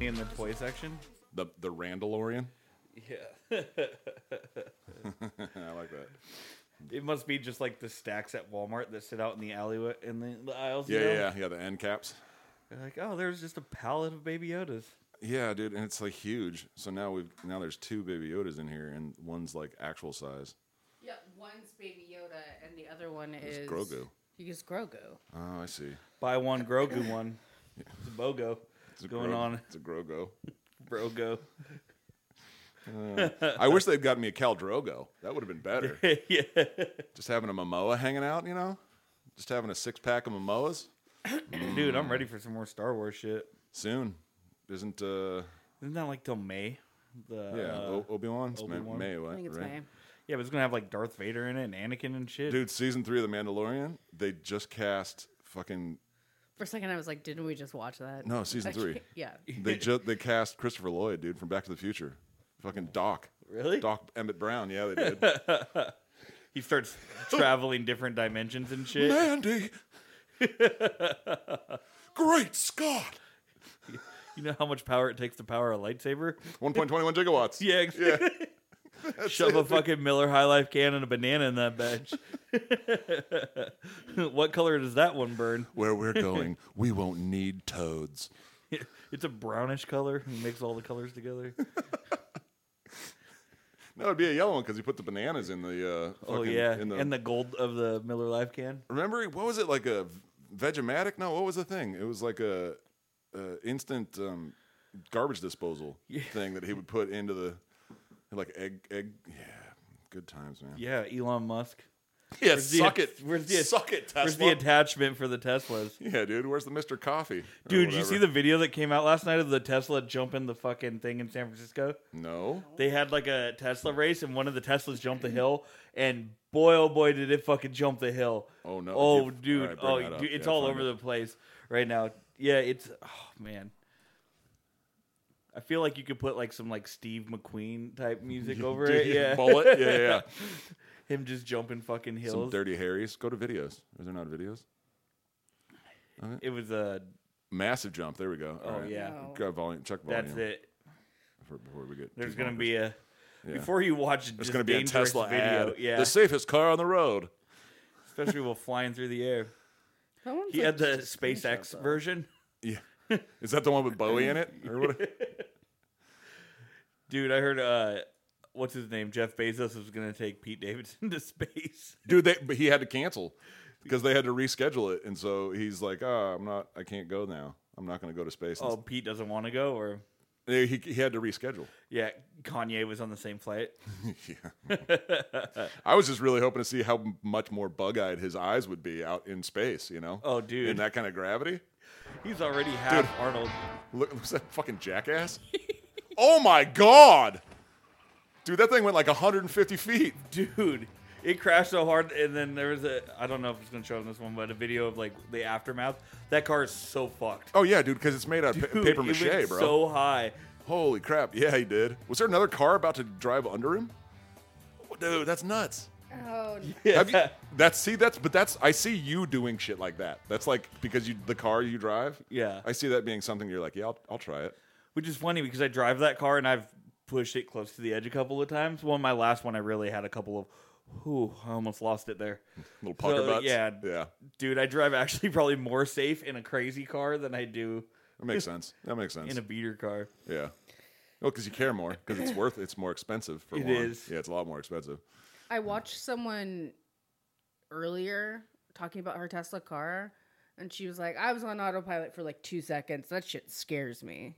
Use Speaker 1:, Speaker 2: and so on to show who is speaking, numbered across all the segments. Speaker 1: in the toy section.
Speaker 2: The the Randalorian.
Speaker 1: Yeah,
Speaker 2: I like that.
Speaker 1: it must be just like the stacks at Walmart that sit out in the alleyway in the, the aisles. you
Speaker 2: Yeah,
Speaker 1: know?
Speaker 2: yeah, yeah, yeah. The end caps.
Speaker 1: They're like, oh, there's just a pallet of Baby Yodas.
Speaker 2: Yeah, dude, and it's like huge. So now we've now there's two Baby Yodas in here, and one's like actual size.
Speaker 3: Yeah, one's Baby Yoda and the other one
Speaker 2: It's
Speaker 3: is
Speaker 2: Grogu.
Speaker 3: He's Grogu.
Speaker 2: Oh, I see.
Speaker 1: Buy one Grogu one. It's a BOGO.
Speaker 2: It's a
Speaker 1: going
Speaker 2: Gro-
Speaker 1: on,
Speaker 2: It's a Grogo.
Speaker 1: Brogo.
Speaker 2: I wish they'd gotten me a Cal Drogo. That would have been better.
Speaker 1: yeah,
Speaker 2: Just having a Momoa hanging out, you know. Just having a six pack of Momoas.
Speaker 1: dude, I'm ready for some more Star Wars shit.
Speaker 2: Soon, isn't uh
Speaker 1: Isn't that like till May? The,
Speaker 2: yeah oh,
Speaker 1: uh,
Speaker 2: o- Obi Wan's May,
Speaker 1: Obi-Wan?
Speaker 2: May
Speaker 3: I think it's May.
Speaker 1: yeah, but it's gonna have like Darth Vader in it and Anakin and shit.
Speaker 2: Dude, season three of The Mandalorian. They just cast fucking
Speaker 3: For a second, I was like, didn't we just watch that?
Speaker 2: no season three.
Speaker 3: yeah.
Speaker 2: They just they cast Christopher Lloyd, dude, from Back to the Future. Fucking Doc.
Speaker 1: Really?
Speaker 2: Doc Emmett Brown. Yeah, they did.
Speaker 1: he starts traveling different dimensions and shit.
Speaker 2: Mandy. Great Scott.
Speaker 1: You know how much power it takes to power a lightsaber?
Speaker 2: 1.21 gigawatts.
Speaker 1: Yeah, exactly. Shove a fucking Miller High Life can and a banana in that bitch. what color does that one burn?
Speaker 2: Where we're going, we won't need toads.
Speaker 1: It's a brownish color. You mix all the colors together.
Speaker 2: No, it'd be a yellow one because he put the bananas in the. Uh,
Speaker 1: Oh
Speaker 2: fucking-
Speaker 1: yeah,
Speaker 2: In the,
Speaker 1: and the gold of the Miller Life can.
Speaker 2: remember what was it like a Vegematic? No, what was the thing? It was like a, a instant um, garbage disposal thing that he would put into the like egg egg. Yeah, good times, man.
Speaker 1: Yeah, Elon Musk.
Speaker 2: Yeah,
Speaker 1: the-
Speaker 2: suck it.
Speaker 1: where's the-
Speaker 2: suck it,
Speaker 1: Where's
Speaker 2: Tesla?
Speaker 1: the attachment for the Teslas?
Speaker 2: yeah, dude. Where's the Mister Coffee? or
Speaker 1: Dude, did you see
Speaker 2: whatever?
Speaker 1: the video that came out last night of the Tesla jumping the fucking thing in San Francisco?
Speaker 2: No.
Speaker 1: They had like a Tesla race, and one of the Teslas jumped the hill, and boy, oh boy, did it fucking jump the hill!
Speaker 2: Oh, no.
Speaker 1: Oh,
Speaker 2: You've- all
Speaker 1: dude!
Speaker 2: right, bring
Speaker 1: oh,
Speaker 2: that up.
Speaker 1: dude, it's
Speaker 2: Yeah,
Speaker 1: all
Speaker 2: find
Speaker 1: over
Speaker 2: it.
Speaker 1: the place right now. Yeah, it's oh man. I feel like you could put like some like Steve McQueen type music over it. Yeah,
Speaker 2: Bullet. Yeah, yeah. yeah.
Speaker 1: him just jumping fucking
Speaker 2: Some
Speaker 1: hills.
Speaker 2: dirty Harrys. Go to videos. Is there not videos?
Speaker 1: It was a
Speaker 2: Massive jump. There we go. All
Speaker 1: oh
Speaker 2: right.
Speaker 1: yeah,
Speaker 3: No.
Speaker 2: Go volume. Check volume.
Speaker 1: that's it.
Speaker 2: Before, before we get.
Speaker 1: There's
Speaker 2: too
Speaker 1: gonna
Speaker 2: bonkers.
Speaker 1: be a
Speaker 2: Yeah.
Speaker 1: before you watch. There's
Speaker 2: It's going to be a Tesla
Speaker 1: video.
Speaker 2: ad.
Speaker 1: Yeah,
Speaker 2: The safest car on the road.
Speaker 1: especially while flying through the air.
Speaker 3: That one's
Speaker 1: He
Speaker 3: like
Speaker 1: had the
Speaker 3: just a screenshot,
Speaker 1: SpaceX
Speaker 3: though.
Speaker 1: version.
Speaker 2: Yeah. Is that the one with Bowie in it? Or what?
Speaker 1: Dude, I heard uh what's his name? Jeff Bezos was gonna take Pete Davidson to space.
Speaker 2: Dude, they, but he had to cancel because they had to reschedule it. And so he's like, oh, I'm not, I can't go now. I'm not going to go to space.
Speaker 1: Oh, Pete doesn't want to go or
Speaker 2: He, he had to reschedule.
Speaker 1: yeah, Kanye was on the same flight.
Speaker 2: yeah. I was just really hoping to see how m- much more bug eyed his eyes would be out in space, you know?
Speaker 1: Oh, dude.
Speaker 2: In that kind of gravity.
Speaker 1: He's already half
Speaker 2: Dude.
Speaker 1: Arnold.
Speaker 2: Look, was that fucking jackass? oh my God. Dude, that thing went like 150 feet.
Speaker 1: Dude, it crashed so hard and then there was a I don't know if it's gonna show on this one, but a video of like the aftermath. That car is so fucked.
Speaker 2: Oh, yeah, dude, because it's made out of pa-
Speaker 1: Dude,
Speaker 2: paper
Speaker 1: it
Speaker 2: mache,
Speaker 1: went
Speaker 2: bro.
Speaker 1: So high.
Speaker 2: Holy crap. Yeah, he did. Was there another car about to drive under him? Dude, that's nuts.
Speaker 3: Oh, no.
Speaker 2: Have you, that's see that's but that's I see you doing shit like that. That's like because you the car you drive.
Speaker 1: Yeah.
Speaker 2: I see that being something you're like, yeah, I'll, I'll try it.
Speaker 1: Which is funny because I drive that car and I've pushed it close to the edge a couple of times. Well, my last one I really had a couple of whew, I almost lost it there.
Speaker 2: Little pucker
Speaker 1: So,
Speaker 2: butts.
Speaker 1: yeah.
Speaker 2: Yeah.
Speaker 1: Dude, I drive actually probably more safe in a crazy car than I do
Speaker 2: That makes sense. That makes sense.
Speaker 1: in a beater car.
Speaker 2: yeah. Well, because you care more, because it's worth it's more expensive for
Speaker 1: It
Speaker 2: one.
Speaker 1: is.
Speaker 2: Yeah, it's a lot more expensive.
Speaker 3: I watched someone earlier talking about her Tesla car, and she was like, "I was on autopilot for like two seconds. That shit scares me."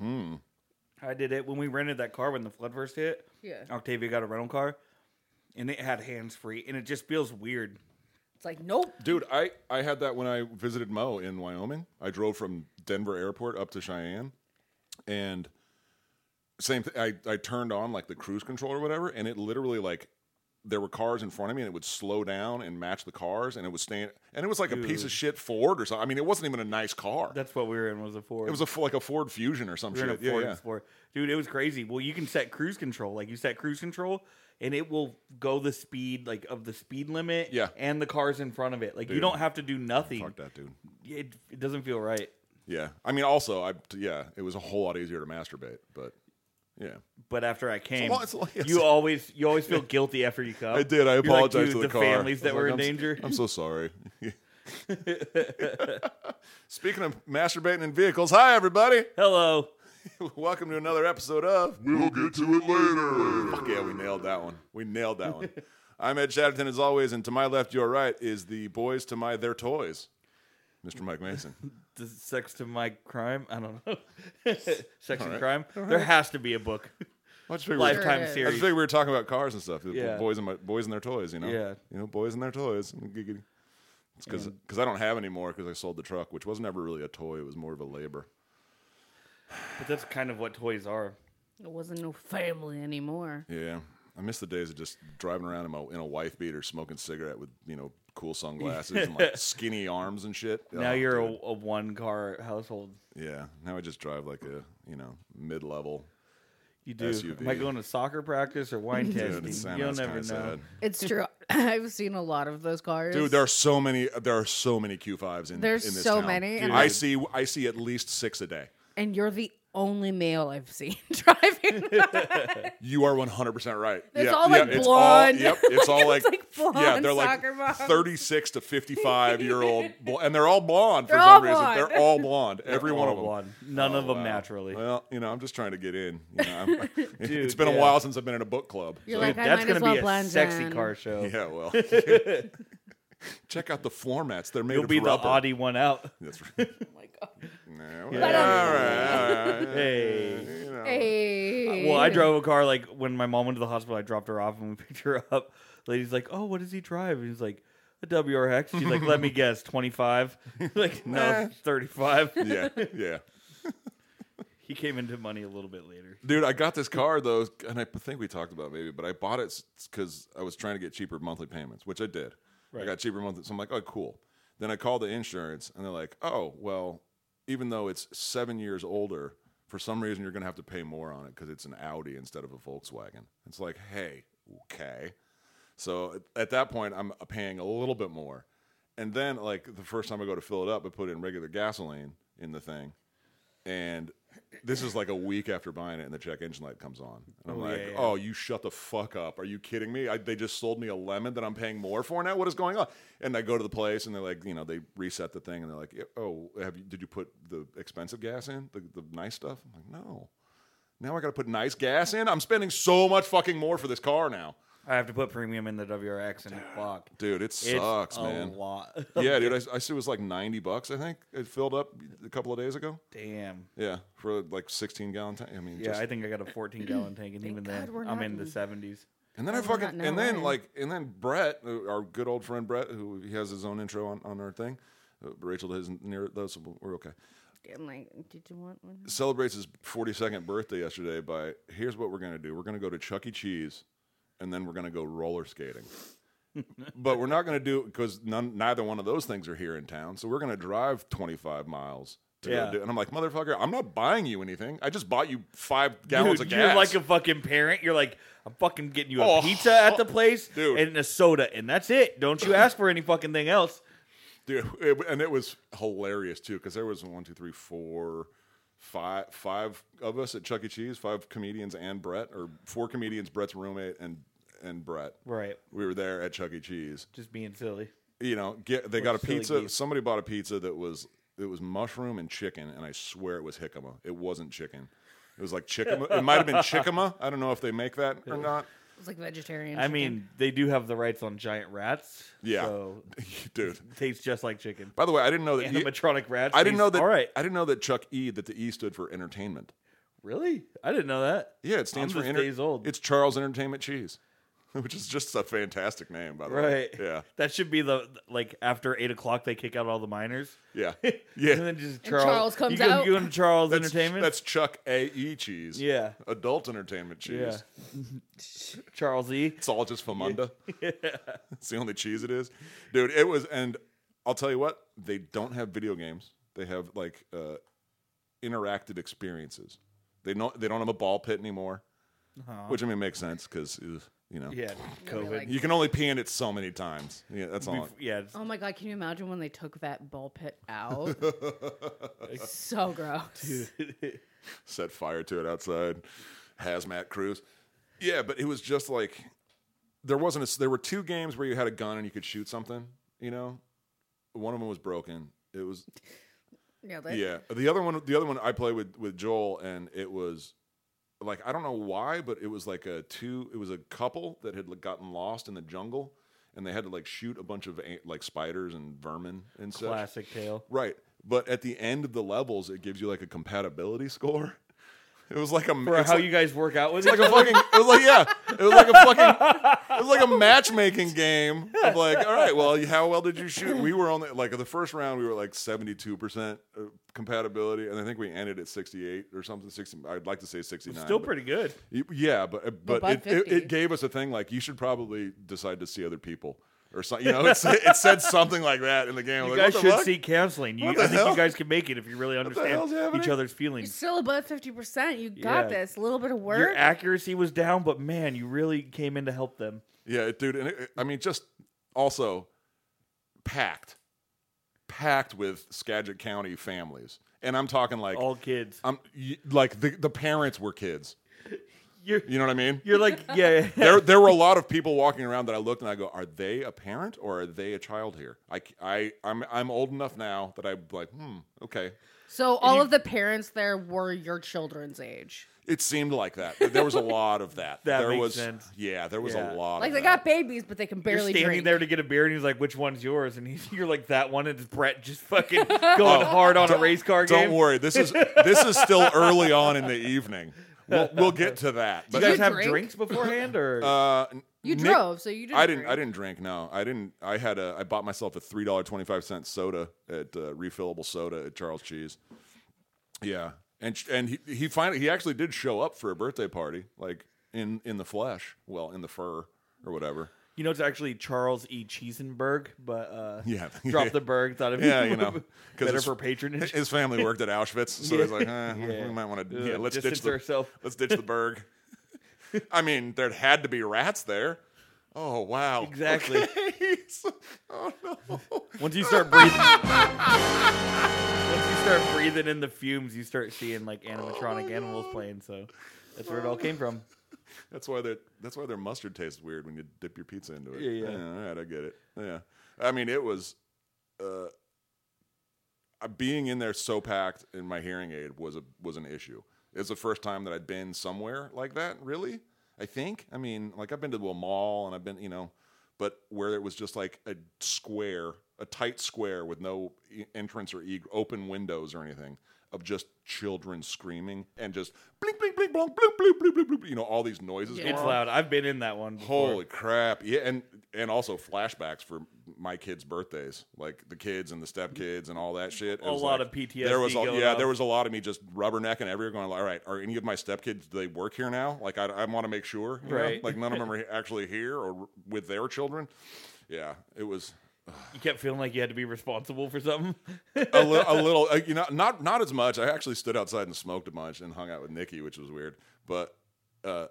Speaker 1: I did it when we rented that car when the flood first hit.
Speaker 3: Yeah.
Speaker 1: Octavia got a rental car and it had hands free and it just feels weird.
Speaker 3: It's like, nope.
Speaker 2: Dude, I, I had that when I visited Mo in Wyoming. I drove from Denver Airport up to Cheyenne, and same thing. I, I turned on like the cruise control or whatever, and it literally like there were cars in front of me, and it would slow down and match the cars, and it would stand. And it was like a piece of shit Ford or something. I mean, it wasn't even a nice car.
Speaker 1: That's what we were in was a Ford.
Speaker 2: it was a f- like a Ford Fusion or some
Speaker 1: we were in a
Speaker 2: shit. Yeah,
Speaker 1: Ford
Speaker 2: yeah.
Speaker 1: Explorer. Dude, it was crazy. Well, you can set cruise control. Like you set cruise control and it will go the speed like of the speed limit
Speaker 2: Yeah.
Speaker 1: and the cars in front of it. Like you don't have to do nothing.
Speaker 2: Fuck that dude.
Speaker 1: It, it doesn't feel right.
Speaker 2: Yeah, I mean, also, I yeah, it was a whole lot easier to masturbate, but yeah.
Speaker 1: But after I came,
Speaker 2: lot- it's a lot- yes.
Speaker 1: you always you always feel guilty after you come.
Speaker 2: I did. I
Speaker 1: You're like,
Speaker 2: apologize
Speaker 1: "Dude,
Speaker 2: to the, car.
Speaker 1: families
Speaker 2: I
Speaker 1: that
Speaker 2: was
Speaker 1: were in
Speaker 2: like, "I'm s-
Speaker 1: danger.
Speaker 2: I'm so sorry. Speaking of masturbating in vehicles, hi everybody.
Speaker 1: Hello.
Speaker 2: Welcome to another episode of
Speaker 4: We'll get to it later.
Speaker 2: Fuck yeah, we nailed that one. We nailed that one. I'm Ed Chatterton as always, and to my left, your right, is the boys to my their toys. Mr. Mike Mason.
Speaker 1: Does sex to my crime? I don't know. sex and crime. There has to be a book.
Speaker 2: I just figured we were-
Speaker 1: Lifetime
Speaker 3: is.
Speaker 2: I just
Speaker 1: series.
Speaker 2: figured we were talking about cars and stuff.
Speaker 1: Yeah.
Speaker 2: Boys and my boys and their toys, you know.
Speaker 1: Yeah.
Speaker 2: You know, boys and their toys. Giggity. It's because I don't have any more because I sold the truck, which was never really a toy. It was more of a labor.
Speaker 1: But that's kind of what toys are.
Speaker 3: It wasn't no family anymore.
Speaker 2: Yeah, I miss the days of just driving around in, my, in a wife beater, smoking cigarette with you know cool sunglasses and like skinny arms and shit.
Speaker 1: now
Speaker 2: Oh,
Speaker 1: you're a,
Speaker 2: dude.
Speaker 1: a one car household.
Speaker 2: yeah. Now I just drive like a you know mid level.
Speaker 1: You do.
Speaker 2: SUV.
Speaker 1: Am I going to soccer practice or wine testing? You'll never know.
Speaker 3: It's true. I've seen a lot of those cars.
Speaker 2: Dude, there are so many. There are so many Q5s in.
Speaker 3: There's
Speaker 2: in this
Speaker 3: so
Speaker 2: town.
Speaker 3: many, and
Speaker 2: I
Speaker 3: I-
Speaker 2: see. I see at least six a day.
Speaker 3: and you're the only male I've seen driving.
Speaker 2: You are 100% right.
Speaker 3: It's
Speaker 2: yeah,
Speaker 3: all,
Speaker 2: yeah,
Speaker 3: like,
Speaker 2: it's
Speaker 3: blonde.
Speaker 2: All, yep, it's all like,
Speaker 3: It's, like, blonde
Speaker 2: yeah, they're like
Speaker 3: soccer moms.
Speaker 2: 36 to 55 year old, bl- and they're all blonde for
Speaker 3: They're
Speaker 2: some
Speaker 3: all
Speaker 2: reason.
Speaker 3: blonde.
Speaker 2: They're all blonde. Every one
Speaker 1: All
Speaker 2: of them. Oh,
Speaker 1: blonde. None of them
Speaker 2: Wow.
Speaker 1: naturally.
Speaker 2: Well, you know, I'm just trying to get in. You know, I'm, it's
Speaker 1: Dude,
Speaker 2: been a
Speaker 1: yeah.
Speaker 2: while since I've been in a book club.
Speaker 3: You're
Speaker 2: so-
Speaker 3: like, I
Speaker 1: that's
Speaker 3: might
Speaker 1: gonna
Speaker 3: as well
Speaker 1: be a
Speaker 3: blend
Speaker 1: sexy
Speaker 3: in.
Speaker 1: car show.
Speaker 2: yeah, well, check out the formats. They're made
Speaker 1: You'll
Speaker 2: of
Speaker 1: be the
Speaker 2: rubber.
Speaker 1: oddie one out.
Speaker 2: That's right.
Speaker 3: oh my god.
Speaker 2: No,
Speaker 3: um, Yeah.
Speaker 2: all right, all right,
Speaker 1: Hey.
Speaker 2: you know.
Speaker 3: Hey.
Speaker 1: Oh. Well, I drove a car like when my mom went to the hospital. I dropped her off and we picked her up. Lady's like, "Oh, what does he drive?" And he's like, "A WRX." She's like, "Let me guess, 25." like, no, 35.
Speaker 2: Yeah, yeah.
Speaker 1: He came into money a little bit later.
Speaker 2: Dude, I got this car though, and I think we talked about it maybe, but I bought it because I was trying to get cheaper monthly payments, which I did. I
Speaker 1: Right.
Speaker 2: got cheaper monthly, so I'm like, oh, cool. Then I called the insurance, and they're like, oh, well, even though it's seven years older, for some reason you're gonna have to pay more on it because it's an Audi instead of a Volkswagen. It's like, hey, okay. So at- at that point, I'm uh, paying a little bit more. And then, like, the first time I go to fill it up, I put in regular gasoline in the thing. And this is like a week after buying it, and the check engine light comes on. And I'm
Speaker 1: Oh,
Speaker 2: like,
Speaker 1: yeah, yeah.
Speaker 2: oh, you shut the fuck up. Are you kidding me? I, they just sold me a lemon that I'm paying more for now? What is going on? And I go to the place, and they're like, you know, they reset the thing, and they're like, oh, have you, did you put the expensive gas in, the, the nice stuff? I'm like, no. Now I got to put nice gas in? I'm spending so much fucking more for this car now.
Speaker 1: I have to put premium in the WRX and fuck.
Speaker 2: Dude, it sucks,
Speaker 1: it's
Speaker 2: man.
Speaker 1: A lot.
Speaker 2: Yeah, dude, I, I see it was like ninety bucks. I think it filled up a couple of days ago.
Speaker 1: Damn.
Speaker 2: Yeah, for like sixteen gallon tank. I mean,
Speaker 1: Yeah,
Speaker 2: just,
Speaker 1: I think I got a 14 gallon tank, and even
Speaker 3: God we're
Speaker 1: then, I'm
Speaker 3: not
Speaker 1: in the
Speaker 3: in-
Speaker 1: 70s.
Speaker 2: and then I
Speaker 3: Oh, not
Speaker 2: fucking
Speaker 3: now,
Speaker 2: and then
Speaker 3: right.
Speaker 2: like and then Brett, uh, our good old friend Brett, who he has his own intro on on our thing. Uh, Rachel isn't near those, so we're okay.
Speaker 3: I'm like, did you want one?
Speaker 2: Celebrates his forty second birthday yesterday by here's what we're gonna do. We're gonna go to Chuck E. Cheese, and then we're gonna go roller skating. but we're not going to do because none neither one of those things are here in town. So we're going to drive 25 miles. To
Speaker 1: Yeah.
Speaker 2: go do, and I'm like, motherfucker, I'm not buying you anything. I just bought you five gallons
Speaker 1: Dude,
Speaker 2: of
Speaker 1: you're
Speaker 2: gas.
Speaker 1: like a fucking parent. You're like, I'm fucking getting you a
Speaker 2: Oh,
Speaker 1: pizza at the place
Speaker 2: dude.
Speaker 1: and a soda, and that's it. Don't you ask for any fucking thing else.
Speaker 2: Dude, it, and it was hilarious too because there was one, two, three, four, five, five of us at Chuck E. Cheese, five comedians and Brett, or four comedians, Brett's roommate and and Brett.
Speaker 1: Right.
Speaker 2: We were there at Chuck E. Cheese.
Speaker 1: Just being silly.
Speaker 2: you know, get they got a
Speaker 1: silly
Speaker 2: pizza.
Speaker 1: geese.
Speaker 2: Somebody bought a pizza that was it was mushroom and chicken, and I swear it was jicama. It wasn't chicken. It was like jicama. it might have been jicama. I don't know if they make that or not.
Speaker 3: It's like vegetarian.
Speaker 1: I mean, they do have the rights on giant rats.
Speaker 2: Yeah,
Speaker 1: So
Speaker 2: dude.
Speaker 1: tastes just like chicken.
Speaker 2: By the way, I didn't know that. E-
Speaker 1: Animatronic rats.
Speaker 2: I
Speaker 1: taste-
Speaker 2: didn't know that.
Speaker 1: All right.
Speaker 2: I didn't know that Chuck E. That the E stood for entertainment.
Speaker 1: Really? I didn't know that.
Speaker 2: Yeah, it stands
Speaker 1: I'm
Speaker 2: for
Speaker 1: just
Speaker 2: enter-
Speaker 1: days old.
Speaker 2: It's Charles Entertainment Cheese. which is just a fantastic name, by the way.
Speaker 1: Right.
Speaker 2: Yeah.
Speaker 1: That should be the like after eight o'clock they kick out all the miners.
Speaker 2: Yeah. Yeah.
Speaker 1: And then just
Speaker 3: And
Speaker 1: Charles,
Speaker 3: Charles comes
Speaker 1: you go,
Speaker 3: out.
Speaker 1: You go into Charles
Speaker 2: That's-
Speaker 1: Entertainment.
Speaker 2: That's Chuck A. E. Cheese.
Speaker 1: yeah.
Speaker 2: Adult entertainment cheese.
Speaker 1: Yeah. Charles E.
Speaker 2: It's all just Famunda. it's the only cheese it is, dude. It was, and I'll tell you what, they don't have video games. They have like uh, interactive experiences. They don't. They don't have a ball pit anymore, which I mean makes sense because you know
Speaker 1: Uh-huh. Yeah. COVID.
Speaker 3: like-
Speaker 2: you can only pee in it so many times. Yeah, that's all.
Speaker 1: Bef- yeah. it's-
Speaker 3: Oh my god, can you imagine when they took that ball pit out? so gross.
Speaker 2: set fire to it outside. Hazmat crews. Yeah, but it was just like there wasn't a. There were two games where you had a gun and you could shoot something. You know, one of them was broken. It was
Speaker 3: Yeah, that,
Speaker 2: yeah. The other one, the other one I played with with Joel, and it was like I don't know why, but it was like a two. It was a couple that had like, gotten lost in the jungle, and they had to like shoot a bunch of ant, like spiders and vermin and such.
Speaker 1: Classic tale.
Speaker 2: Right. But at the end of the levels, it gives you like a compatibility score. It was like a
Speaker 1: For
Speaker 2: it's
Speaker 1: how
Speaker 2: like,
Speaker 1: you guys work out with
Speaker 2: it's like a
Speaker 1: each
Speaker 2: fucking. It was like yeah. It was like a fucking. It was like a matchmaking game. Of like, all right, well, how well did you shoot? We were on the, like the first round. We were like seventy-two percent uh, compatibility, and I think we ended at sixty-eight or something. Sixty. I'd like to say sixty-nine.
Speaker 1: other. Still
Speaker 2: but-
Speaker 1: pretty good.
Speaker 2: Yeah, but uh, but
Speaker 3: above
Speaker 2: it, it,
Speaker 3: 50.
Speaker 2: it gave us a thing like you should probably decide to see other people or something. You know, it, said- it said something like that in the game.
Speaker 1: You
Speaker 2: Like,
Speaker 1: guys
Speaker 2: what
Speaker 1: should
Speaker 2: the fuck?
Speaker 1: seek counseling. You, I
Speaker 2: What the
Speaker 1: think
Speaker 2: hell?
Speaker 1: you guys can make it if you really
Speaker 2: the hell's
Speaker 1: understand each
Speaker 2: happening?
Speaker 1: other's
Speaker 3: You're
Speaker 1: feelings.
Speaker 3: still above 50%. You got
Speaker 1: Yeah.
Speaker 3: this. A little bit of
Speaker 1: Your
Speaker 3: work.
Speaker 1: accuracy was down, but man, you really came in to help them.
Speaker 2: Yeah, it- dude, and it, I mean, just also packed, packed with Skagit County families, and I'm talking like,
Speaker 1: All kids.
Speaker 2: I'm y- like the the parents were kids.
Speaker 1: You're
Speaker 2: You know what I mean?
Speaker 1: you're like yeah.
Speaker 2: There there were a lot of people walking around that I looked and I go, are they a parent or are they a child here? I c- I I'm I'm old enough now that I'm like, hmm, okay.
Speaker 3: so all of the parents there were your children's age.
Speaker 2: It seemed like that. But there was a lot of that.
Speaker 1: That
Speaker 2: there
Speaker 1: makes
Speaker 2: was
Speaker 1: sense.
Speaker 2: yeah, there was
Speaker 1: Yeah.
Speaker 2: a lot.
Speaker 3: Like
Speaker 2: of
Speaker 3: they
Speaker 2: that.
Speaker 3: got babies, but they can
Speaker 1: You're
Speaker 3: barely
Speaker 1: standing
Speaker 3: drink.
Speaker 1: there to get a beer, and he's like, "Which one's yours?" And he's, you're like, "That one." And it's Brett just fucking going hard on a race car game.
Speaker 2: Oh, Don't worry. This is this is still early on in the evening. We'll, we'll get to that.
Speaker 1: You
Speaker 2: But
Speaker 1: guys
Speaker 3: you
Speaker 1: have
Speaker 3: drink?
Speaker 1: drinks beforehand, or
Speaker 2: uh, n-
Speaker 3: you
Speaker 2: Nick-
Speaker 3: drove, so you didn't.
Speaker 2: I didn't. I
Speaker 3: drink.
Speaker 2: didn't drink. No, I didn't. I had a. I bought myself a three dollar twenty five cent soda at uh, refillable soda at Charles Cheese. Yeah, and sh- and he he finally he actually did show up for a birthday party, like in in the flesh, well, in the fur or whatever.
Speaker 1: you know, it's actually Charles E. Cheesenberg, but uh,
Speaker 2: Yeah.
Speaker 1: dropped the Berg. Thought it'd be
Speaker 2: Yeah, you know, 'cause
Speaker 1: better
Speaker 2: it's-
Speaker 1: for patronage.
Speaker 2: His family worked at Auschwitz, so he's like, eh, we-
Speaker 1: Yeah.
Speaker 2: we might want to.
Speaker 1: Ugh,
Speaker 2: Yeah, let's ditch
Speaker 1: distance
Speaker 2: the
Speaker 1: ourself.
Speaker 2: let's ditch the Berg. I mean, there had to be rats there. Oh wow!
Speaker 1: Exactly.
Speaker 2: Okay. oh no!
Speaker 1: Once you start breathing, once you start breathing in the fumes, you start seeing like animatronic
Speaker 2: Oh,
Speaker 1: animals playing. So that's where it all came from.
Speaker 2: That's why their that's why their mustard tastes weird when you dip your pizza into it.
Speaker 1: Yeah, yeah.
Speaker 2: all right, I get it. Yeah, I mean it was, uh, uh, being in there so packed in my hearing aid was a was an issue. It's the first time that I'd been somewhere like that. Really, I think. I mean, like I've been to a mall and I've been, you know, but where it was just like a square, a tight square with no e- entrance or e- open windows or anything of just children screaming and just blink, blink, blink, blink, blink, blink, blink, blink, blink, you know, all these noises.
Speaker 1: It's
Speaker 2: going on.
Speaker 1: loud. I've been in that one. Before.
Speaker 2: Holy crap! Yeah, and and also flashbacks for my kids' birthdays, like the kids and the stepkids and all that shit. It
Speaker 1: A
Speaker 2: was
Speaker 1: lot
Speaker 2: like-
Speaker 1: of PTSD
Speaker 2: There was a,
Speaker 1: going
Speaker 2: yeah,
Speaker 1: on.
Speaker 2: there was a lot of me just rubbernecking everywhere, going, "All right, are any of my stepkids? Do they work here now? Like, I, I want to make sure, you know?
Speaker 1: Right.
Speaker 2: Like, none of them are actually here or with their children. Yeah, it was
Speaker 1: You kept feeling like you had to be responsible for something.
Speaker 2: a, li- a little, uh, you know, not not as much. I actually stood outside and smoked a bunch and hung out with Nikki, which was weird. But uh,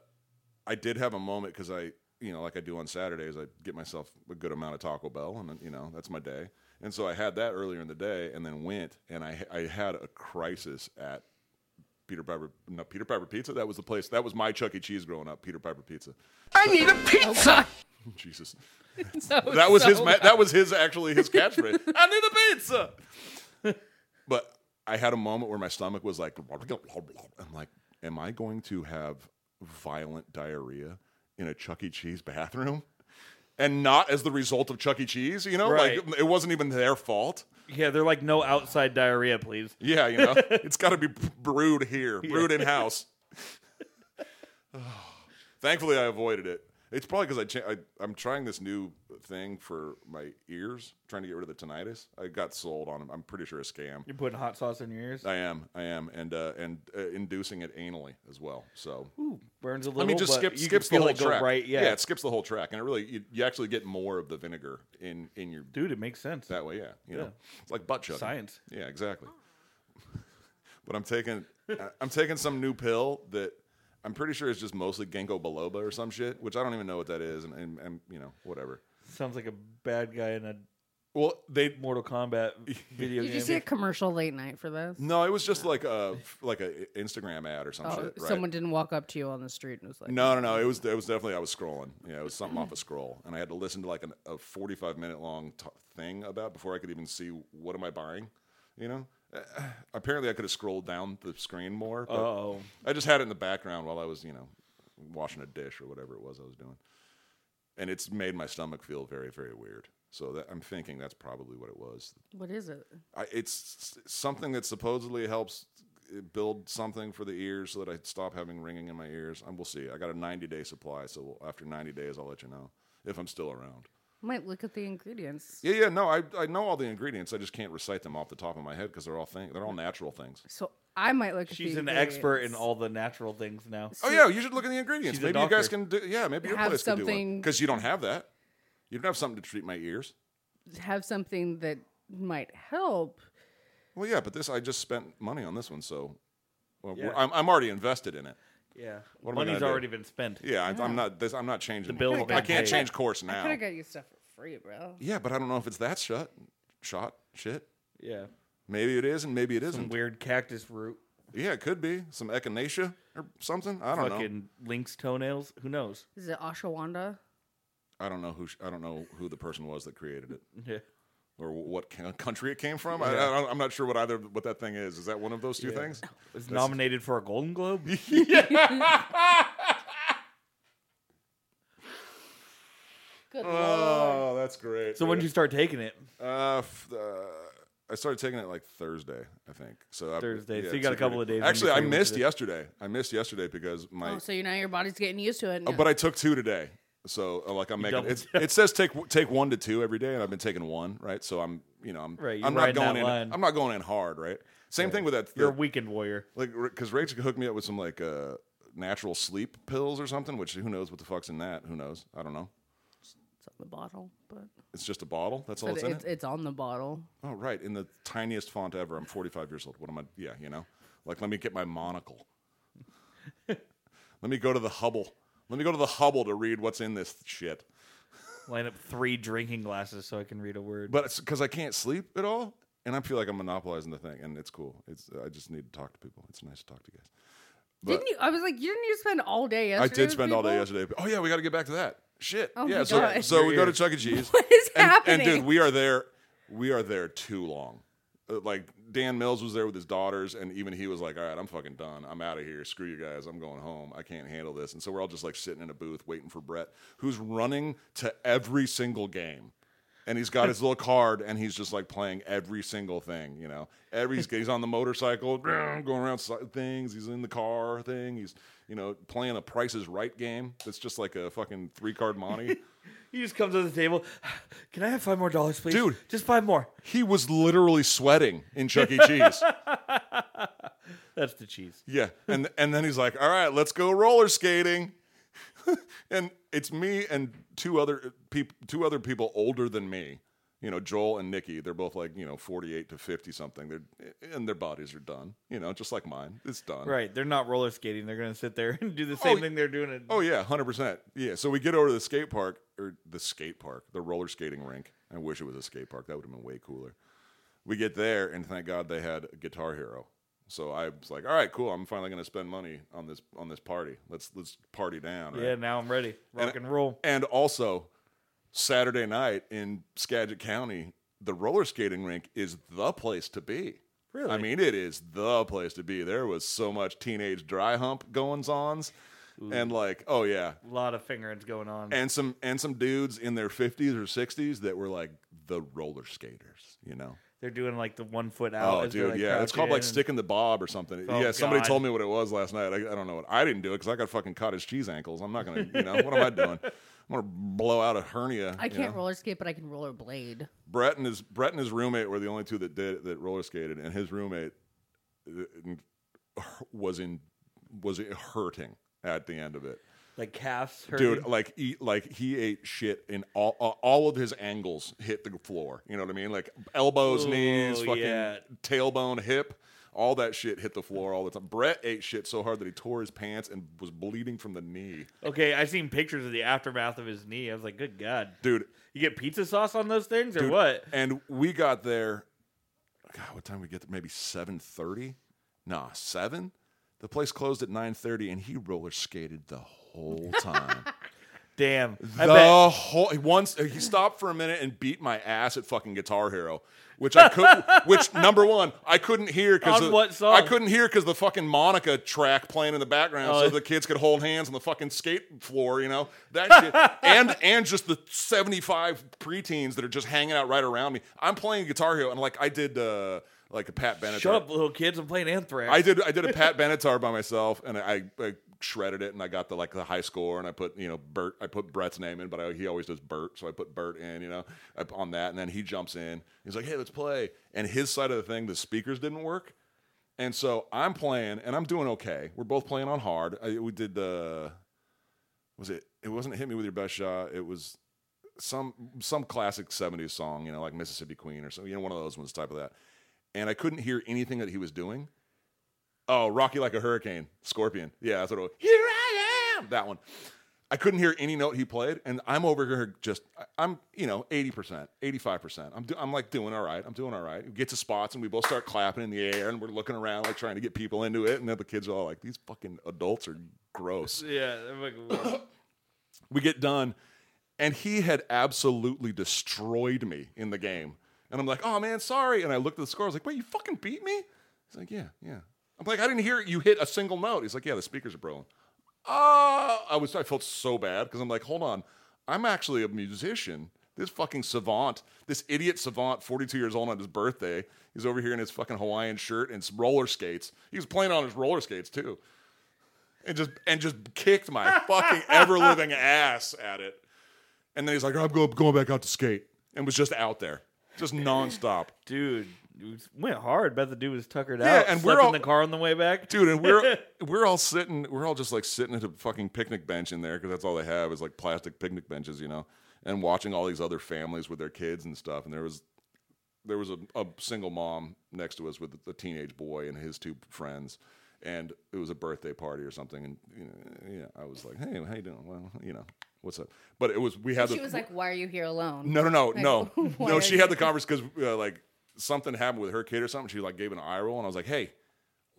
Speaker 2: I did have a moment because I, you know, like I do on Saturdays, I get myself a good amount of Taco Bell, and then, you know, that's my day. And so I had that earlier in the day, and then went and I I had a crisis at Peter Piper, no Peter Piper Pizza. That was the place. That was my Chuck E. Cheese growing up. Peter Piper Pizza.
Speaker 3: I need a pizza.
Speaker 2: Jesus.
Speaker 3: that was,
Speaker 2: That was
Speaker 3: so
Speaker 2: his. Ma-
Speaker 3: bad.
Speaker 2: that was his actually his catchphrase. I need a pizza. but I had a moment where my stomach was like, I'm like, am I going to have violent diarrhea in a Chuck E. Cheese bathroom? And not as the result of Chuck E. Cheese, you know,
Speaker 1: Right.
Speaker 2: like it wasn't even their fault.
Speaker 1: yeah, they're like no outside diarrhea, please.
Speaker 2: Yeah, you know, it's got to be brewed here, brewed in house. Thankfully, I avoided it. It's probably because I, cha- I I'm trying this new thing for my ears, trying to get rid of the tinnitus. I got sold on. I'm pretty sure a scam.
Speaker 1: You're putting hot sauce in your ears.
Speaker 2: I am, I am, and uh, and uh, inducing it anally as well. So
Speaker 1: Ooh, burns a little.
Speaker 2: I mean, just
Speaker 1: but
Speaker 2: skip,
Speaker 1: you can
Speaker 2: skips the
Speaker 1: feel
Speaker 2: whole
Speaker 1: it go
Speaker 2: track,
Speaker 1: Right? Yeah.
Speaker 2: it skips the whole track, and it really you, you actually get more of the vinegar in in your
Speaker 1: Dude, it makes sense.
Speaker 2: that way. Yeah, you know, it's like butt chugging.
Speaker 1: Science.
Speaker 2: Yeah, exactly. but I'm taking I- I'm taking some new pill that I'm pretty sure is just mostly ginkgo biloba or some shit, which I don't even know what that is, and and, and you know whatever.
Speaker 1: Sounds like a bad guy in a
Speaker 2: Well, they
Speaker 1: Mortal Kombat video
Speaker 3: Did
Speaker 1: game.
Speaker 3: you see a commercial late night for this?
Speaker 2: no, it was just like a like a Instagram ad or some
Speaker 3: Oh,
Speaker 2: shit. Right?
Speaker 3: Someone didn't walk up to you on the street and was like,
Speaker 2: No, no, no. It was it was definitely I was scrolling. Yeah, it was something off a scroll, and I had to listen to like an, a forty five minute long t- thing about before I could even see what am I buying. You know, Uh, apparently I could have scrolled down the screen more. But
Speaker 1: Oh,
Speaker 2: I just had it in the background while I was you know washing a dish or whatever it was I was doing, and it's made my stomach feel very very weird. So that, I'm thinking that's probably what it was.
Speaker 3: "What is it?"
Speaker 2: I, it's s- something that supposedly helps uh, build something for the ears so that I stop having ringing in my ears. And we'll see. I got a 90 day supply, so after 90 days, I'll let you know if I'm still around.
Speaker 3: Might look at the ingredients.
Speaker 2: Yeah, yeah, no, I, I know all the ingredients. I just can't recite them off the top of my head because they're all thing, they're all natural things.
Speaker 3: So I might look. at
Speaker 1: she's
Speaker 3: the
Speaker 1: an expert in
Speaker 3: ingredients.
Speaker 1: all the natural things now.
Speaker 2: Oh yeah, you should look at the ingredients.
Speaker 1: She's a
Speaker 2: Maybe you guys
Speaker 1: doctor.
Speaker 2: can do. Yeah, maybe your
Speaker 3: Have
Speaker 2: place can do one
Speaker 3: something-
Speaker 2: because you don't have that. You don't have something to treat my ears.
Speaker 3: Have something that might help.
Speaker 2: Well, yeah, but this I just spent money on this one, so well, we're-
Speaker 1: Yeah.
Speaker 2: I'm, I'm already invested in it.
Speaker 1: Yeah.
Speaker 2: What am I
Speaker 1: Money's
Speaker 2: gonna do?
Speaker 1: already been spent.
Speaker 2: Yeah, I, I'm not. This, I'm not changing.
Speaker 1: The bill's
Speaker 2: I
Speaker 1: been
Speaker 2: can't
Speaker 1: paid.
Speaker 2: change course
Speaker 3: I
Speaker 2: now.
Speaker 3: could have got you stuff for free, bro.
Speaker 2: yeah, but I don't know if it's that shot, shot, shit.
Speaker 1: Yeah.
Speaker 2: Maybe it is, and maybe it
Speaker 1: Some
Speaker 2: isn't.
Speaker 1: weird cactus root.
Speaker 2: yeah, it could be some echinacea or something. I don't know.
Speaker 1: Fucking lynx toenails. Who knows?
Speaker 3: Is it Oshawanda?
Speaker 2: I don't know who. Sh- I don't know who the person was that created it,
Speaker 1: Yeah.
Speaker 2: or wh- what ca- country it came from. I, I don't, I'm not sure what either what that thing is. Is that one of those two
Speaker 1: Yeah.
Speaker 2: things?
Speaker 1: Was nominated for a Golden Globe.
Speaker 3: Good
Speaker 2: Oh, that's great.
Speaker 1: So when did you
Speaker 2: dude.
Speaker 1: start taking it?
Speaker 2: Uh, f- uh, I started taking it like Thursday, I think. So I-
Speaker 1: Thursday.
Speaker 2: yeah,
Speaker 1: So you got a
Speaker 2: took it-
Speaker 1: couple of days in
Speaker 2: Actually, I
Speaker 1: between
Speaker 2: missed
Speaker 1: today.
Speaker 2: yesterday. I missed yesterday because my
Speaker 3: Oh, so you now your body's getting used to it.
Speaker 2: Uh,
Speaker 3: now.
Speaker 2: but I took two today. So uh, like I'm making
Speaker 1: doubled
Speaker 2: it's, it says take take one to two every day, and I've been taking one right. So I'm you know I'm
Speaker 1: Right, you're
Speaker 2: I'm not
Speaker 1: riding that
Speaker 2: going in
Speaker 1: line.
Speaker 2: I'm not going in hard right. Same thing with that
Speaker 1: You're a
Speaker 2: the-
Speaker 1: weekend warrior.
Speaker 2: like because Rachel hooked me up with some like uh, natural sleep pills or something, which who knows what the fuck's in that? Who knows? I don't know.
Speaker 3: it's on the bottle, but
Speaker 2: It's just a bottle. That's all
Speaker 3: but
Speaker 2: that's in
Speaker 3: it's,
Speaker 2: it.
Speaker 3: it's on the bottle.
Speaker 2: Oh right, in the tiniest font ever. I'm 45 years old. What am I? Yeah, you know, like let me get my monocle. let me go to the Hubble. Let me go to the Hubble to read what's in this shit.
Speaker 1: Line up three drinking glasses so I can read a word.
Speaker 2: but it's because I can't sleep at all, and I feel like I'm monopolizing the thing, and it's cool. It's uh, I just need to talk to people. It's nice to talk to you guys. But
Speaker 3: didn't you? I was like, you didn't you spend all day yesterday?
Speaker 2: I did
Speaker 3: with
Speaker 2: spend all day
Speaker 3: people?
Speaker 2: yesterday. Oh yeah, we got to get back to that shit.
Speaker 3: Oh my
Speaker 2: yeah, so
Speaker 3: God.
Speaker 2: so we go to
Speaker 1: Your
Speaker 2: Chuck E. Cheese.
Speaker 3: What is
Speaker 2: and,
Speaker 3: happening?
Speaker 2: And dude, we are there. We are there too long. Uh, Like Dan Mills was there with his daughters, and even he was like, "All right, I'm fucking done. I'm out of here. Screw you guys. I'm going home. I can't handle this." And so we're all just like sitting in a booth waiting for Brett, who's running to every single game, and he's got his little card, and he's just like playing every single thing. You know, every he's, he's on the motorcycle, going around si- things. He's in the car thing. He's you know playing a Price is Right game. That's just like a fucking three card Monty.
Speaker 1: he just comes to the table. Can I have five more dollars, please?
Speaker 2: Dude.
Speaker 1: Just five more.
Speaker 2: He was literally sweating in Chuck E. Cheese.
Speaker 1: That's the cheese.
Speaker 2: yeah, and and then he's like, "All right, let's go roller skating." and it's me and two other people, two other people older than me. You know, Joel and Nikki. They're both like you know forty-eight to fifty something. They're and their bodies are done. You know, just like mine. It's done.
Speaker 1: Right. They're not roller skating. They're going to sit there and do the same
Speaker 2: Oh,
Speaker 1: thing they're doing at
Speaker 2: Oh yeah, hundred percent. Yeah. So we get over to the skate park or the skate park, the roller skating rink. I wish it was a skate park. That would have been way cooler. We get there, and thank God they had Guitar Hero. So I was like, all right, cool. I'm finally going to spend money on this on this party. Let's let's party down. right?
Speaker 1: Yeah, now I'm ready. Rock and, roll.
Speaker 2: And also, Saturday night in Skagit County, the roller skating rink is the place to be.
Speaker 1: Really?
Speaker 2: I mean, it is the place to be. There was so much teenage dry hump goings ons. And like, oh yeah,
Speaker 1: A lot of fingerings going on.
Speaker 2: and some and some dudes in their 50s or 60s that were like the roller skaters you know
Speaker 1: They're doing like the one foot out.
Speaker 2: Oh,
Speaker 1: as they,
Speaker 2: dude,
Speaker 1: like,
Speaker 2: yeah, it's
Speaker 1: crouch
Speaker 2: called
Speaker 1: in
Speaker 2: like
Speaker 1: Oh, and-
Speaker 2: sticking the bob or something.
Speaker 1: Oh,
Speaker 2: yeah, somebody
Speaker 1: God.
Speaker 2: told me what it was last night. I, I don't know what I didn't do it because I got fucking cottage cheese ankles. I'm not gonna, you know, what am I doing? I'm gonna blow out a hernia.
Speaker 3: I
Speaker 2: you
Speaker 3: can't
Speaker 2: know?
Speaker 3: roller skate, but I can roller blade.
Speaker 2: Brett and his Brett and his roommate were the only two that did that roller skated, and his roommate uh, was in was hurting at the end of it.
Speaker 1: like calves. Hurting.
Speaker 2: Dude, like he, like he ate shit in all uh, all of his angles hit the floor. You know what I mean? Like elbows,
Speaker 1: Ooh,
Speaker 2: knees, fucking
Speaker 1: yeah.
Speaker 2: tailbone, hip, all that shit hit the floor all the time. Brett ate shit so hard that he tore his pants and was bleeding from the knee.
Speaker 1: okay, I've seen pictures of the aftermath of his knee. I was like, good god,
Speaker 2: Dude,
Speaker 1: you get pizza sauce on those things or
Speaker 2: Dude,
Speaker 1: what?
Speaker 2: And we got there. God, what time we get there? Maybe seven thirty? Nah, seven. The place closed at nine thirty, and he roller skated the whole time.
Speaker 1: Damn, I bet.
Speaker 2: the whole he once he stopped for a minute and beat my ass at fucking Guitar Hero, which I could. which number one, I couldn't hear because
Speaker 1: On what song?
Speaker 2: I couldn't hear because the fucking Monica track playing in the background,
Speaker 1: Oh.
Speaker 2: so the kids could hold hands on the fucking skate floor. You know that shit, and and just the seventy five preteens that are just hanging out right around me. I'm playing Guitar Hero, and like I did, uh, like a Pat Benatar.
Speaker 1: Shut up, little kids. I'm playing Anthrax.
Speaker 2: I did I did a Pat Benatar by myself, and I, I shredded it, and I got the like the high score, and I put you know Bert, I put Brett's name in, but I, he always does Bert, so I put Bert in, you know, I- on that, and then he jumps in, he's like, hey, let's play, and his side of the thing, the speakers didn't work, and so I'm playing, and I'm doing okay. We're both playing on hard. I, we did the, was it? It wasn't hit me with your best shot. It was some some classic 70s song, you know, like Mississippi Queen or something, you know, one of those ones type of that. And I couldn't hear anything that he was doing. Oh, Rocky Like a Hurricane, Scorpion. Yeah, that's what it was. Here I am. That one. I couldn't hear any note he played, and I'm over here just I- I'm you know eighty percent, eighty five percent. I'm do, I'm like doing all right. I'm doing all right. We get to spots, and we both start clapping in the air, and we're looking around like trying to get people into it, and then the kids are all like, "These fucking adults are gross."
Speaker 1: Yeah, I'm like,
Speaker 2: we get done and he had absolutely destroyed me in the game and i'm like oh man sorry and i looked at the score i was like wait you fucking beat me he's like yeah yeah i'm like i didn't hear you hit a single note he's like yeah the speakers are broken oh i was i felt so bad because i'm like hold on i'm actually a musician this fucking savant, this idiot savant, 42 years old on his birthday, he's over here in his fucking Hawaiian shirt and s- roller skates. He was playing on his roller skates too and just and just kicked my fucking ever living ass at it. And then he's like, "I'm go- going back out to skate," and was just out there, just nonstop,
Speaker 1: dude, it was- went hard. Bet the dude was tuckered
Speaker 2: Yeah,
Speaker 1: out.
Speaker 2: and
Speaker 1: slept
Speaker 2: we're
Speaker 1: in
Speaker 2: all-
Speaker 1: the car on the way back.
Speaker 2: dude. And we're we're all sitting, we're all just like sitting at a fucking picnic bench in there because that's all they have is like plastic picnic benches, you know, and watching all these other families with their kids and stuff. And there was there was a, a single mom next to us with a teenage boy and his two friends. And it was a birthday party or something, and you know, yeah, I was like, "Hey, how you doing? Well, you know, what's up?" But it was we had
Speaker 3: She
Speaker 2: the,
Speaker 3: was like, "Why are you here alone?"
Speaker 2: No, no, no, no,
Speaker 3: why
Speaker 2: no.
Speaker 3: are
Speaker 2: She
Speaker 3: you-
Speaker 2: had the conference because uh, like something happened with her kid or something. She like gave an eye roll, and I was like, "Hey,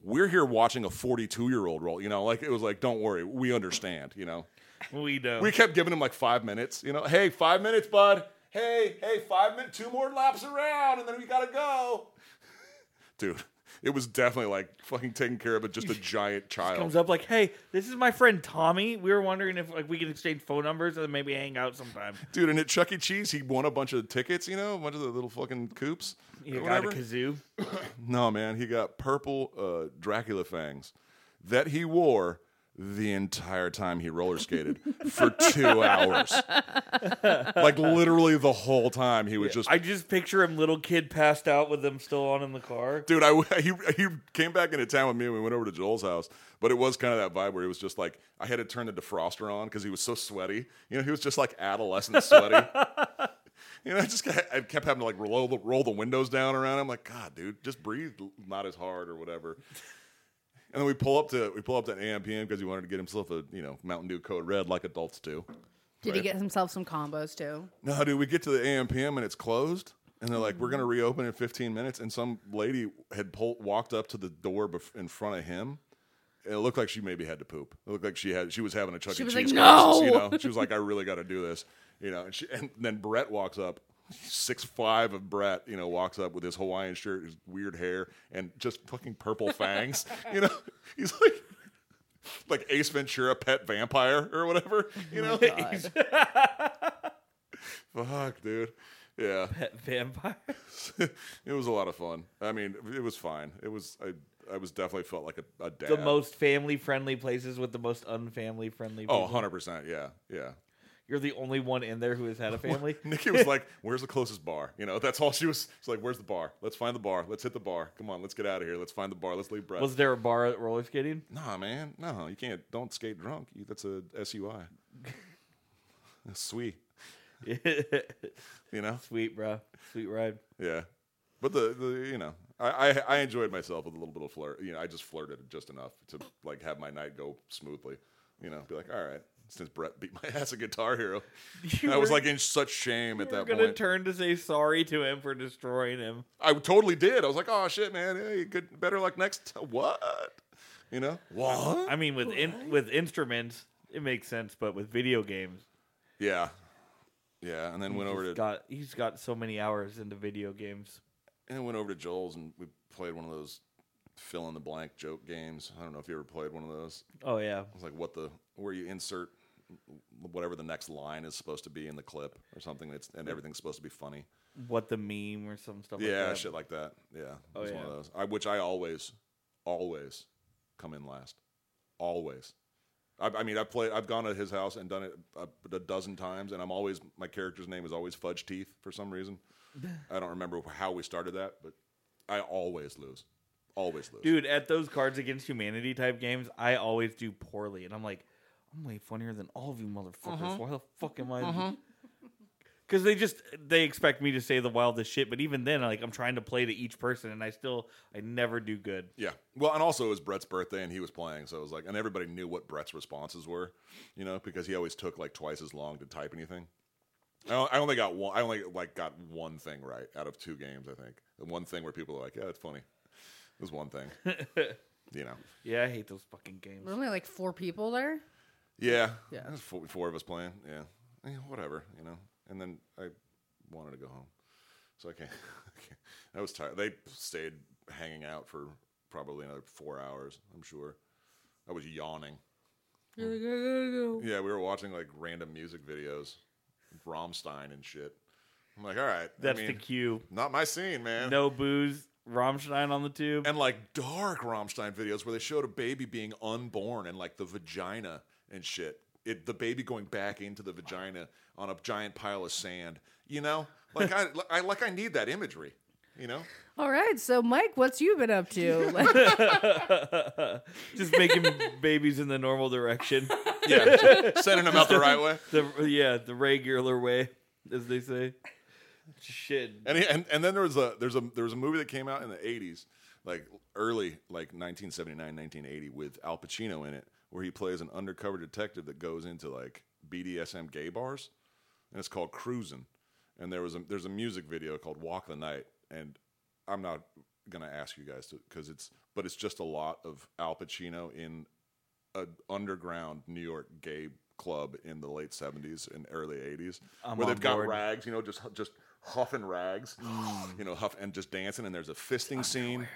Speaker 2: we're here watching a 42 year old roll." You know, like it was like, "Don't worry, we understand." You know,
Speaker 1: We know.
Speaker 2: we kept giving him like five minutes. You know, hey, five minutes, bud. Hey, hey, five minutes, two more laps around, and then we gotta go, dude. It was definitely like fucking taking care of a, just a giant child.
Speaker 1: comes up like, hey, this is my friend Tommy. We were wondering if like we could exchange phone numbers and then maybe hang out sometime.
Speaker 2: Dude, and at Chuck E. Cheese, he won a bunch of tickets, you know, a bunch of the little fucking coops.
Speaker 1: You
Speaker 2: or
Speaker 1: got a
Speaker 2: whatever.
Speaker 1: kazoo.
Speaker 2: No, man, he got purple uh, Dracula fangs that he wore the entire time he roller skated for two hours. like literally the whole time he was just.
Speaker 1: I just picture him little kid passed out with them still on in the car.
Speaker 2: Dude, I he he came back into town with me and we went over to Joel's house, but it was kind of that vibe where he was just like I had to turn the defroster on because he was so sweaty. You know, he was just like adolescent sweaty. you know, I just got, I kept having to like roll the roll the windows down around him. Like, God, dude, just breathe not as hard or whatever. And then we pull up to we pull up to AMPM because he wanted to get himself a you know Mountain Dew Code Red like adults do.
Speaker 3: Did he get himself some combos too?
Speaker 2: No, dude, we get to the AMPM and it's closed. And they're like, we're going to reopen in 15 minutes. And some lady had pulled, walked up to the door bef- in front of him. And it looked like she maybe had to poop. It looked like she had she was having a Chuck
Speaker 3: She
Speaker 2: E.
Speaker 3: was
Speaker 2: Cheese
Speaker 3: like,
Speaker 2: crisis, you
Speaker 3: "No!"
Speaker 2: know? She was like, I really got to do this, you know. And, she, and then Brett walks up, six five of Brett, you know, walks up with his Hawaiian shirt, his weird hair, and just fucking purple fangs, you know. He's like, like Ace Ventura, pet
Speaker 1: Oh,
Speaker 3: Oh
Speaker 2: vampire or whatever, you know. Fuck, dude. Yeah,
Speaker 1: pet vampire.
Speaker 2: it was a lot of fun. I mean, it was fine. It was I I was definitely felt like a, a dad.
Speaker 1: The most family friendly places with the most unfamily friendly.
Speaker 2: Oh,
Speaker 1: people.
Speaker 2: 100 percent. Yeah, yeah.
Speaker 1: You're the only one in there who has had a family.
Speaker 2: Nikki was like, "Where's the closest bar?" You know, that's all she was. She's like, "Where's the bar? Let's find the bar. Let's hit the bar. Come on, let's get out of here. Let's find the bar. Let's leave Brett."
Speaker 1: Was there a bar at roller skating?
Speaker 2: Nah, man. No, you can't. Don't skate drunk. You- That's a SUI. Sweet, you know.
Speaker 1: Sweet, bro. Sweet ride.
Speaker 2: Yeah, but the, the you know, I, I I enjoyed myself with a little bit of flirt. You know, I just flirted just enough to like have my night go smoothly. You know, be like, all right. Since Brett beat my ass at Guitar Hero,
Speaker 1: You
Speaker 2: I was
Speaker 1: were-
Speaker 2: like in such shame at
Speaker 1: You're
Speaker 2: that
Speaker 1: gonna
Speaker 2: point.
Speaker 1: turn to say sorry to him for destroying him.
Speaker 2: I totally did. I was like, oh shit, man. Hey, good. Better luck next. T- what? You know? What?
Speaker 1: I mean, with in, with instruments, it makes sense, but with video games,
Speaker 2: Yeah. Yeah, and then went over to
Speaker 1: he's got he's got so many hours into video games.
Speaker 2: and then went over to Joel's and we played one of those fill in the blank joke games. I don't know if you ever played one of those.
Speaker 1: Oh yeah,
Speaker 2: It's like what the where you insert whatever the next line is supposed to be in the clip or something. It's and everything's supposed to be funny.
Speaker 1: what the meme or some stuff.
Speaker 2: yeah,
Speaker 1: like that.
Speaker 2: shit like that. Yeah, it
Speaker 1: Oh,
Speaker 2: was one
Speaker 1: yeah.
Speaker 2: of those. I, which I always, always come in last. Always. I, I mean, I played. I've gone to his house and done it a, a dozen times, and I'm always my character's name is always Fudge Teeth for some reason. I don't remember how we started that, but I always lose. Always lose.
Speaker 1: Dude, at those Cards Against Humanity type games, I always do poorly, and I'm like, I'm way funnier than all of you motherfuckers. Why the fuck am I? Because they just they expect me to say the wildest shit, but even then, like I'm trying to play to each person, and I still I never do good.
Speaker 2: Yeah. Well, and also it was Brett's birthday and he was playing, so it was like, and everybody knew what Brett's responses were, you know, because he always took like twice as long to type anything. I, o- I only got one. I only like got one thing right out of two games. I think the one thing where people are like, "Yeah, it's funny." It was one thing, you know.
Speaker 1: Yeah, I hate those fucking games.
Speaker 3: There's only like four people there.
Speaker 2: Yeah.
Speaker 3: Yeah.
Speaker 2: There's four, four of us playing. Yeah. Eh, Whatever, you know. And then I wanted to go home, so I can't. I, can't. I was tired. They stayed hanging out for probably another four hours. I'm sure. I was yawning.
Speaker 3: You're like, I gotta go.
Speaker 2: Yeah, we were watching like random music videos, Rammstein and shit. I'm like, all right,
Speaker 1: That's
Speaker 2: I
Speaker 1: the
Speaker 2: mean, uh,
Speaker 1: cue.
Speaker 2: not my scene, man.
Speaker 1: No booze. Rammstein on the tube.
Speaker 2: And like dark Rammstein videos where they showed a baby being unborn and like the vagina and shit. It, the baby going back into the vagina on a giant pile of sand. You know, like I, I like I need that imagery. You know,
Speaker 3: All right, so Mike, what's you been up to? Like,
Speaker 1: just making babies in the normal direction.
Speaker 2: yeah, sending them out the right way.
Speaker 1: The yeah, the regular way, as they say. Shit.
Speaker 2: And, he, and and then there was a there's a there was a movie that came out in the 80s, like early like 1979, 1980 with Al Pacino in it where he plays an undercover detective that goes into like BDSM gay bars and it's called Cruisin'. And there was a there's a music video called Walk the Night and I'm not going to ask you guys to cuz it's but it's just a lot of Al Pacino in a underground New York gay club in the late 70s and early 80s
Speaker 1: I'm
Speaker 2: where
Speaker 1: on
Speaker 2: they've got
Speaker 1: board.
Speaker 2: rags, you know, just just huffing rags, you know, huff and just dancing. And there's a fisting scene.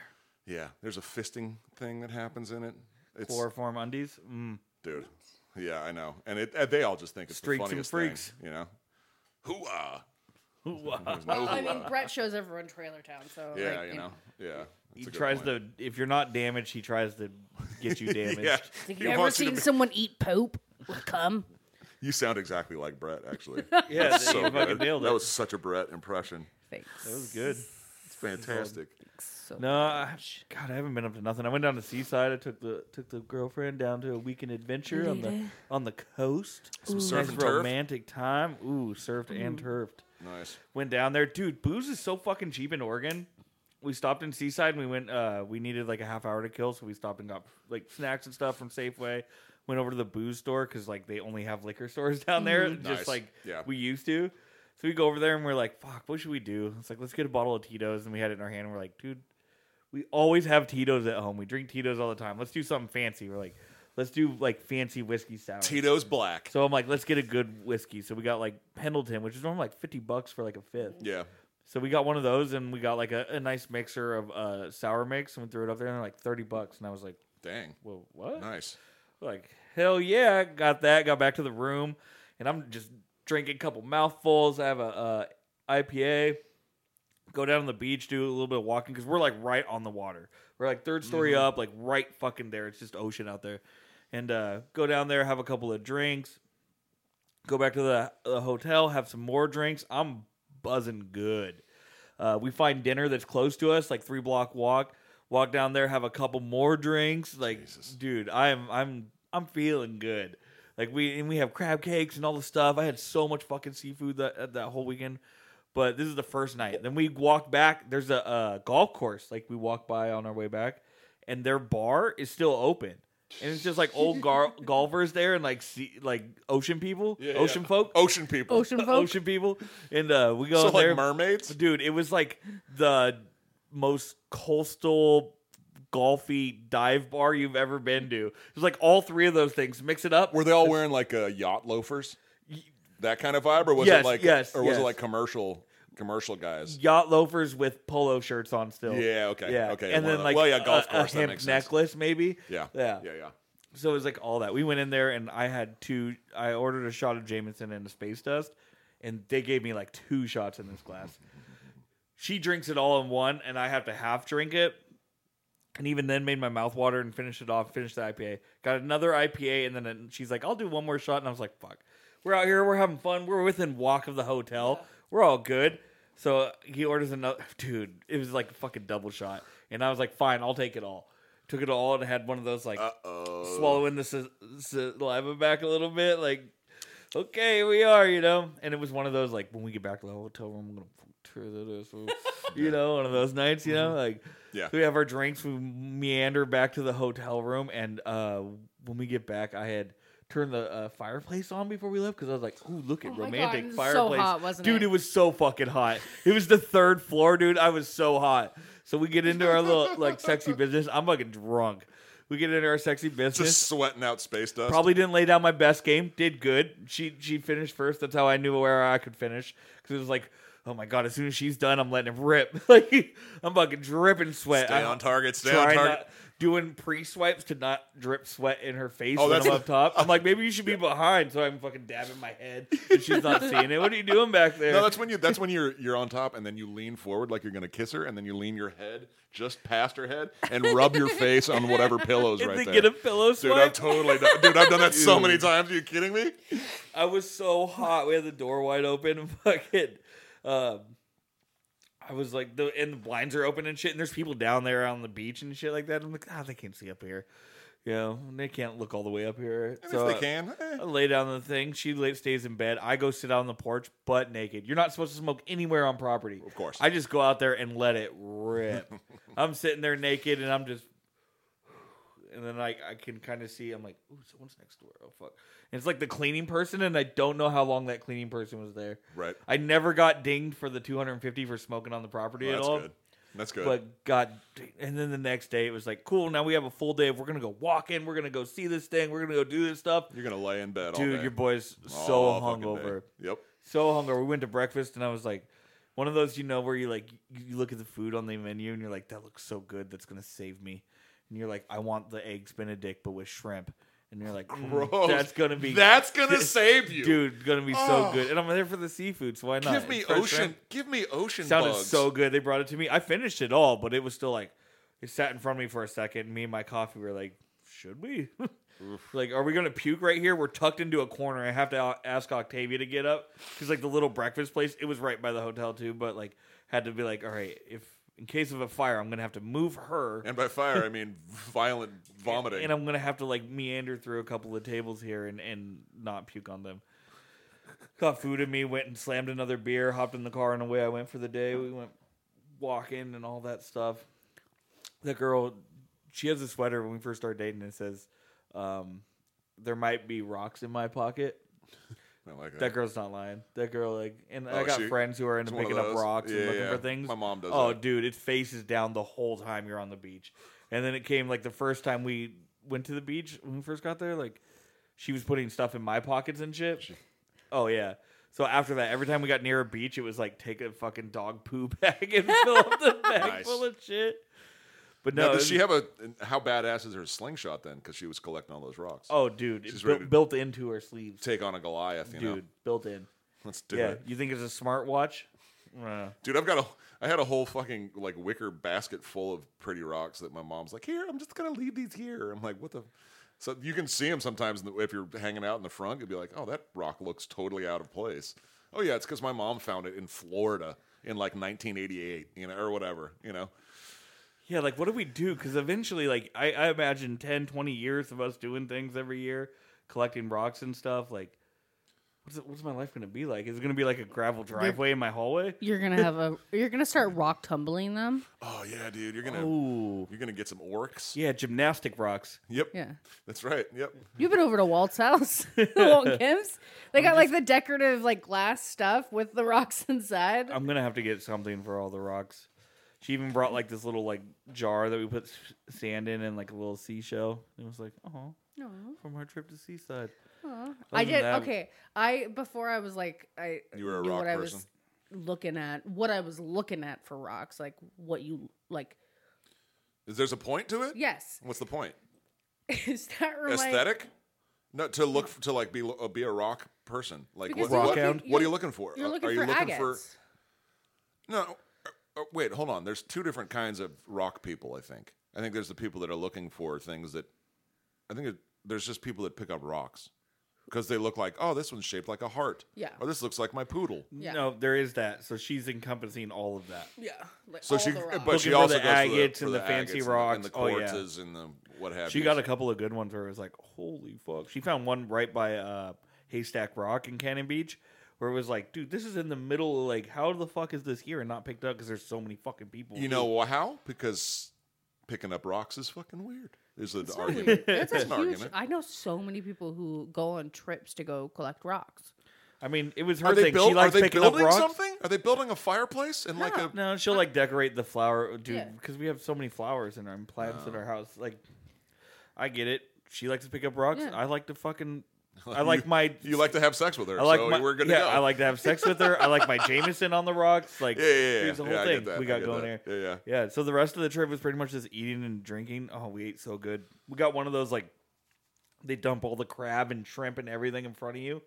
Speaker 2: Yeah, there's a fisting thing that happens in it. It's
Speaker 1: Chloroform undies. Mm.
Speaker 2: dude. Yeah, I know. And it and they all just think it's
Speaker 1: Streaks
Speaker 2: the
Speaker 1: and
Speaker 2: funniest
Speaker 1: freaks.
Speaker 2: thing, you know. Hoo-ah.
Speaker 1: Wow.
Speaker 2: There's no
Speaker 3: I mean,
Speaker 2: hoo-ah.
Speaker 3: Brett shows everyone Trailer Town, so
Speaker 2: Oh, Yeah,
Speaker 3: like,
Speaker 2: you know. Yeah.
Speaker 1: He tries to. If you're not damaged, he tries to get you damaged.
Speaker 2: Yeah.
Speaker 3: Have
Speaker 2: He
Speaker 3: you ever
Speaker 2: wants you to
Speaker 3: seen
Speaker 2: be-
Speaker 3: someone eat pope or cum?
Speaker 2: You sound exactly like Brett actually.
Speaker 1: Yeah,
Speaker 2: That's
Speaker 1: that-
Speaker 2: so
Speaker 1: you fucking
Speaker 2: good.
Speaker 1: nailed
Speaker 2: That
Speaker 1: it.
Speaker 2: was such a Brett impression.
Speaker 3: Thanks.
Speaker 1: That was good.
Speaker 2: It's fantastic.
Speaker 3: So
Speaker 1: No, I, God, I haven't been up to nothing. I went down to Seaside. I took the took the girlfriend down to a weekend adventure on the on the coast.
Speaker 2: Some surf
Speaker 1: nice
Speaker 2: and turf.
Speaker 1: romantic time. Ooh, surfed and turfed.
Speaker 2: Nice.
Speaker 1: went down there. Dude, booze is so fucking cheap in Oregon. We stopped in Seaside and we went uh we needed like a half hour to kill, so we stopped and got like snacks and stuff from Safeway. Went over to the booze store because like they only have liquor stores down there, just
Speaker 2: Mm-hmm. Nice.
Speaker 1: like
Speaker 2: Yeah.
Speaker 1: we used to. So we go over there and we're like, fuck, what should we do? It's like, let's get a bottle of Tito's. And we had it in our hand. And we're like, dude, we always have Tito's at home. We drink Tito's all the time. Let's do something fancy. We're like, let's do like fancy whiskey sour.
Speaker 2: Tito's black.
Speaker 1: So I'm like, let's get a good whiskey. So we got like Pendleton, which is normally like 50 bucks for like a fifth.
Speaker 2: Yeah.
Speaker 1: So we got one of those and we got like a, a nice mixer of uh, sour mix and we threw it up there and they're like 30 bucks. And I was like,
Speaker 2: Dang.
Speaker 1: well, what?
Speaker 2: Nice.
Speaker 1: Like, hell yeah. Got that. Got back to the room and I'm just drinking a couple mouthfuls. I have a, uh, IPA. Go down to the beach, do a little bit of walking because we're like right on the water. We're like third story up, like right fucking there. It's just ocean out there, and uh, go down there, have a couple of drinks, go back to the, the hotel, have some more drinks. I'm buzzing good. Uh, we find dinner that's close to us, like three block walk. Walk down there, have a couple more drinks. Like, dude, I'm I'm I'm feeling good. Like we and we have crab cakes and all the stuff. I had so much fucking seafood that uh, that whole weekend. But this is the first night. Then we walk back. There's a, uh golf course like we walk by on our way back, and their bar is still open. And it's just like old gar- golfers there and like sea, like ocean people,
Speaker 2: Yeah,
Speaker 1: ocean
Speaker 2: yeah.
Speaker 1: folk,
Speaker 2: Ocean people.
Speaker 3: Ocean folk.
Speaker 1: ocean people. And uh, we go
Speaker 2: so
Speaker 1: in
Speaker 2: like
Speaker 1: there.
Speaker 2: mermaids.
Speaker 1: Dude, it was like the most coastal golfy dive bar you've ever been to. It was like all three of those things. Mix it up.
Speaker 2: Were they all wearing like uh, yacht loafers? That kind of vibe, or was
Speaker 1: Yes,
Speaker 2: it like
Speaker 1: yes,
Speaker 2: or was
Speaker 1: yes.
Speaker 2: it like commercial commercial guys?
Speaker 1: yacht loafers with polo shirts on still.
Speaker 2: Yeah, okay,
Speaker 1: Yeah.
Speaker 2: okay,
Speaker 1: And
Speaker 2: one
Speaker 1: then
Speaker 2: of the-
Speaker 1: like
Speaker 2: well, yeah, golf
Speaker 1: a-
Speaker 2: course,
Speaker 1: a
Speaker 2: that
Speaker 1: hemp
Speaker 2: makes sense.
Speaker 1: necklace maybe.
Speaker 2: Yeah,
Speaker 1: Yeah.
Speaker 2: yeah, yeah.
Speaker 1: So it was like all that. We went in there and I had two I ordered a shot of Jameson and a space dust and they gave me like two shots in this glass. She drinks it all in one and I have to half drink it. And even then made my mouth water and finished it off, finished the IPA. Got another IPA and then it- she's like, "I'll do one more shot." And I was like, "Fuck. We're out here, we're having fun. We're within walk of the hotel. We're all good." So uh, he orders another dude, it was like a fucking double shot. And I was like, "Fine, I'll take it all." Took it all and had one of those
Speaker 2: Uh,
Speaker 1: like
Speaker 2: Uh-oh.
Speaker 1: swallowing the sa- saliva back a little bit, like, okay, here we are, you know. And it was one of those like when we get back to the hotel room, I'm gonna tear that ass off. you know, one of those nights, you know, like
Speaker 2: Yeah.
Speaker 1: so we have our drinks, we meander back to the hotel room, and uh, when we get back, I had. turned the uh, fireplace on before we left because I was like, "Ooh, look at
Speaker 3: Oh my God,
Speaker 1: romantic
Speaker 3: it was so
Speaker 1: fireplace,
Speaker 3: hot, wasn't
Speaker 1: dude!
Speaker 3: it?
Speaker 1: It was so fucking hot. It was the third floor, dude. I was so hot. So we get into our little like sexy business. I'm fucking drunk. We get into our sexy business.
Speaker 2: Just sweating out space dust.
Speaker 1: Probably didn't lay down my best game. Did good. She she finished first. That's how I knew where I could finish because it was like, oh my god, as soon as she's done, I'm letting him rip. like I'm fucking dripping sweat.
Speaker 2: Stay
Speaker 1: I'm
Speaker 2: on target. Stay on
Speaker 1: uh, trying
Speaker 2: target.
Speaker 1: not- doing pre swipes to not drip sweat in her face
Speaker 2: Oh,
Speaker 1: when
Speaker 2: that's-
Speaker 1: I'm up top. I'm like, maybe you should be behind so I'm fucking dabbing my head and she's not seeing it. What are you doing back there?
Speaker 2: No, that's when you that's when you're you're on top and then you lean forward like you're gonna kiss her and then you lean your head just past her head and rub your face on whatever pillows
Speaker 1: Did
Speaker 2: right
Speaker 1: they
Speaker 2: there.
Speaker 1: get a pillow
Speaker 2: Dude,
Speaker 1: swipe?
Speaker 2: I've totally done, dude, I've done that so many times. Are you kidding me?
Speaker 1: I was so hot. We had the door wide open. And fucking, um, I was like, the and the blinds are open and shit. And there's people down there on the beach and shit like that. I'm like, ah, they can't see up here. You know, and they can't look all the way up here.
Speaker 2: And
Speaker 1: So uh,
Speaker 2: if
Speaker 1: I-
Speaker 2: they can, eh.
Speaker 1: I lay down on the thing. She lay, stays in bed. I go sit out on the porch, butt naked. You're not supposed to smoke anywhere on property.
Speaker 2: Of course.
Speaker 1: I just go out there and let it rip. I'm sitting there naked and I'm just. And then I, I can kind of see, I'm like, ooh, someone's next door. Oh, fuck. And it's like the cleaning person, and I don't know how long that cleaning person was there.
Speaker 2: Right.
Speaker 1: I never got dinged for the 250 for smoking on the property
Speaker 2: Well,
Speaker 1: at
Speaker 2: that's
Speaker 1: all.
Speaker 2: good. That's good.
Speaker 1: But God, and then the next day it was like, cool, now we have a full day. If we're going to go walk in, we're going to go see this thing, we're going to go do this stuff.
Speaker 2: you're gonna lay in bed all
Speaker 1: Dude,
Speaker 2: day.
Speaker 1: your boy's so
Speaker 2: All fucking
Speaker 1: hungover.
Speaker 2: day. Yep.
Speaker 1: So hungover. We went to breakfast and I was like, one of those, you know, where you like you you look at the food on the menu and you're like, that looks so good, that's gonna save me. And you're like, I want the eggs benedict but with shrimp. And you're like, "Mm,
Speaker 2: Gross.
Speaker 1: that's gonna be
Speaker 2: That's gonna save you.
Speaker 1: dude, gonna be so
Speaker 2: Oh.
Speaker 1: good. And I'm there for the seafood, so why not?
Speaker 2: Give me
Speaker 1: It's fresh
Speaker 2: ocean
Speaker 1: shrimp.
Speaker 2: give me ocean
Speaker 1: Sounded
Speaker 2: bugs.
Speaker 1: so good. They brought it to me. I finished it all, but it was still like it sat in front of me for a second. And me and my coffee were like, should we? like, are we gonna puke right here? We're tucked into a corner. I have to a- ask Octavia to get up because like the little breakfast place, it was right by the hotel too. But like, had to be like, all right, if in case of a fire, I'm gonna have to move her.
Speaker 2: and by fire I mean violent vomiting.
Speaker 1: And I'm gonna have to like meander through a couple of tables here and, and not puke on them. Got food in me, went and slammed another beer, hopped in the car, and away I went for the day. We went walking and all that stuff. The girl, she has a sweater when we first started dating, and it says, um, "There might be rocks in my pocket."
Speaker 2: I like
Speaker 1: That girl's not lying. That girl, like, and I
Speaker 2: Oh,
Speaker 1: got
Speaker 2: she-
Speaker 1: friends who are into
Speaker 2: it's one of
Speaker 1: picking up
Speaker 2: those.
Speaker 1: rocks and
Speaker 2: Yeah,
Speaker 1: looking
Speaker 2: yeah.
Speaker 1: for things.
Speaker 2: My mom does
Speaker 1: Oh,
Speaker 2: that.
Speaker 1: dude, it faces down the whole time you're on the beach. And then it came like the first time we went to the beach when we first got there. Like, she was putting stuff in my pockets and shit. Oh yeah. So after that, every time we got near a beach, it was like take a fucking dog poo bag and fill up the bag
Speaker 2: Nice.
Speaker 1: full of shit. But no,
Speaker 2: Now,
Speaker 1: it
Speaker 2: does she
Speaker 1: was-
Speaker 2: have a? How badass is her slingshot then? Because she was collecting all those rocks.
Speaker 1: oh, dude, it's
Speaker 2: She's
Speaker 1: built,
Speaker 2: ready to-
Speaker 1: built into her sleeves,
Speaker 2: take on a Goliath, you
Speaker 1: dude,
Speaker 2: know.
Speaker 1: built in.
Speaker 2: Let's do
Speaker 1: yeah,
Speaker 2: it.
Speaker 1: you think it's a smartwatch? Uh,
Speaker 2: Dude, I've got a I had a whole fucking like wicker basket full of pretty rocks that my mom's like, "Here, I'm just going to leave these here." I'm like, "What the So you can see them sometimes in the, if you're hanging out in the front, you'll be like, "Oh, that rock looks totally out of place." Oh yeah, it's cuz my mom found it in Florida in like 1988, you know, or whatever, you know.
Speaker 1: yeah, like what do we do? Because eventually, like I, I imagine 10, 20 years of us doing things every year, collecting rocks and stuff. Like, what's it, what's my life gonna be like? Is it gonna be like a gravel driveway in my hallway?
Speaker 3: You're gonna have a. You're gonna start rock tumbling them.
Speaker 2: Oh yeah, dude, you're going to
Speaker 1: Ooh,
Speaker 2: you're going to get some orcs.
Speaker 1: yeah, gymnastic rocks.
Speaker 2: Yep.
Speaker 3: Yeah.
Speaker 2: That's right. Yep.
Speaker 3: You've been over to Walt's house, Walt Kim's. They got like the decorative like glass stuff with the rocks inside.
Speaker 1: I'm gonna have to get something for all the rocks. She even brought like this little like jar that we put s- sand in and like a little seashell. It was like, oh,
Speaker 3: No.
Speaker 1: from our trip to seaside.
Speaker 3: I
Speaker 1: than
Speaker 3: did
Speaker 1: that-
Speaker 3: okay. I before I was like I
Speaker 2: You were a
Speaker 3: knew
Speaker 2: rock
Speaker 3: what I was
Speaker 2: person.
Speaker 3: looking at what I was looking at for rocks, like what you like.
Speaker 2: Is there's a point to it?
Speaker 3: Yes,
Speaker 2: What's the point?
Speaker 3: is that remind-
Speaker 2: Aesthetic? No, to look f- to like be lo- uh, be a rock person. Like
Speaker 3: Because
Speaker 2: what,
Speaker 3: you're
Speaker 2: what,
Speaker 1: looking-
Speaker 2: what are you
Speaker 3: you're-
Speaker 2: looking for?
Speaker 3: You're
Speaker 2: Uh,
Speaker 3: looking
Speaker 2: are you
Speaker 3: for
Speaker 2: looking
Speaker 3: agates.
Speaker 2: for No. uh, uh, wait, hold on. There's two different kinds of rock people, I think. I think there's the people that are looking for things that I think it- there's just people that pick up rocks because they look like, "Oh, this one's shaped like a heart."
Speaker 3: Yeah.
Speaker 2: Or this looks like my poodle.
Speaker 3: Yeah.
Speaker 1: No, there is that. So she's encompassing all of that.
Speaker 3: yeah, like
Speaker 2: So
Speaker 3: all
Speaker 2: she
Speaker 3: the
Speaker 2: but
Speaker 3: rocks.
Speaker 1: Looking
Speaker 2: she
Speaker 1: for
Speaker 2: also
Speaker 1: the
Speaker 2: goes for
Speaker 1: agates
Speaker 2: for
Speaker 1: and the fancy
Speaker 2: agates and the,
Speaker 1: rocks. Oh, yeah.
Speaker 2: quartzes and the what have
Speaker 1: She
Speaker 2: you.
Speaker 1: got a couple of good ones where it was like, holy fuck. She found one right by uh, Haystack Rock in Cannon Beach where it was like, dude, this is in the middle. Of, like, how the fuck is this here and not picked up? Because there's so many fucking people.
Speaker 2: You know how? Because picking up rocks is fucking weird. Is an
Speaker 3: It's not
Speaker 2: argument.
Speaker 3: weird. That's
Speaker 2: It's
Speaker 3: a
Speaker 2: an
Speaker 3: huge.
Speaker 2: argument.
Speaker 3: I know so many people who go on trips to go collect rocks.
Speaker 1: I mean, it was her
Speaker 2: Are they,
Speaker 1: thing.
Speaker 2: build,
Speaker 1: she
Speaker 2: are
Speaker 1: likes
Speaker 2: they
Speaker 1: picking up
Speaker 2: building
Speaker 1: rocks.
Speaker 2: something? Are they building a fireplace and like a?
Speaker 1: No, she'll like decorate the flower, dude,
Speaker 3: Yeah.
Speaker 1: because we have so many flowers in our and plants in our house. Like, I get it. She likes to pick up rocks.
Speaker 3: Yeah.
Speaker 1: I like to fucking. I like my.
Speaker 2: You like to have sex with her,
Speaker 1: I like
Speaker 2: so
Speaker 1: my,
Speaker 2: we're gonna
Speaker 1: yeah,
Speaker 2: go.
Speaker 1: I like to have sex with her. I like my Jameson on the rocks. Like,
Speaker 2: Yeah, yeah, yeah.
Speaker 1: here's the whole
Speaker 2: yeah, I get
Speaker 1: thing
Speaker 2: that.
Speaker 1: we
Speaker 2: I
Speaker 1: got
Speaker 2: get
Speaker 1: going
Speaker 2: that.
Speaker 1: here.
Speaker 2: Yeah, yeah.
Speaker 1: Yeah. So the rest of the trip was pretty much just eating and drinking. Oh, we ate so good. We got one of those like, they dump all the crab and shrimp and everything in front of you,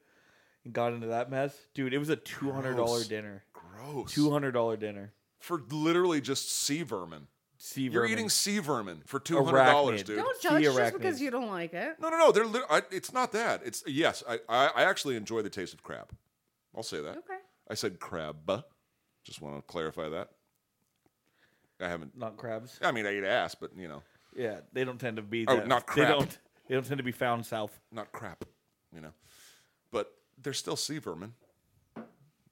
Speaker 1: and got into that mess, dude. It was a two hundred dollar
Speaker 2: Gross.
Speaker 1: dinner.
Speaker 2: Gross.
Speaker 1: Two hundred dollar dinner.
Speaker 2: for literally just sea vermin.
Speaker 1: Sea
Speaker 2: You're
Speaker 1: vermin.
Speaker 2: eating sea vermin for two hundred dollars,
Speaker 1: Arachnid.
Speaker 2: dude.
Speaker 3: Don't
Speaker 1: Sea
Speaker 3: judge just because
Speaker 1: arachnids.
Speaker 3: you don't like it.
Speaker 2: No, no, no. They're lit- I, it's not that. It's yes. I, I I actually enjoy the taste of crab. I'll say that.
Speaker 3: Okay.
Speaker 2: I said crab. Just want to clarify that. I haven't.
Speaker 1: not crabs.
Speaker 2: I mean, I eat ass, but you know,
Speaker 1: Yeah, they don't tend to be.
Speaker 2: Oh,
Speaker 1: that-
Speaker 2: not
Speaker 1: They
Speaker 2: crap.
Speaker 1: don't. They don't tend to be found south.
Speaker 2: not crap. You know, but they're still sea vermin.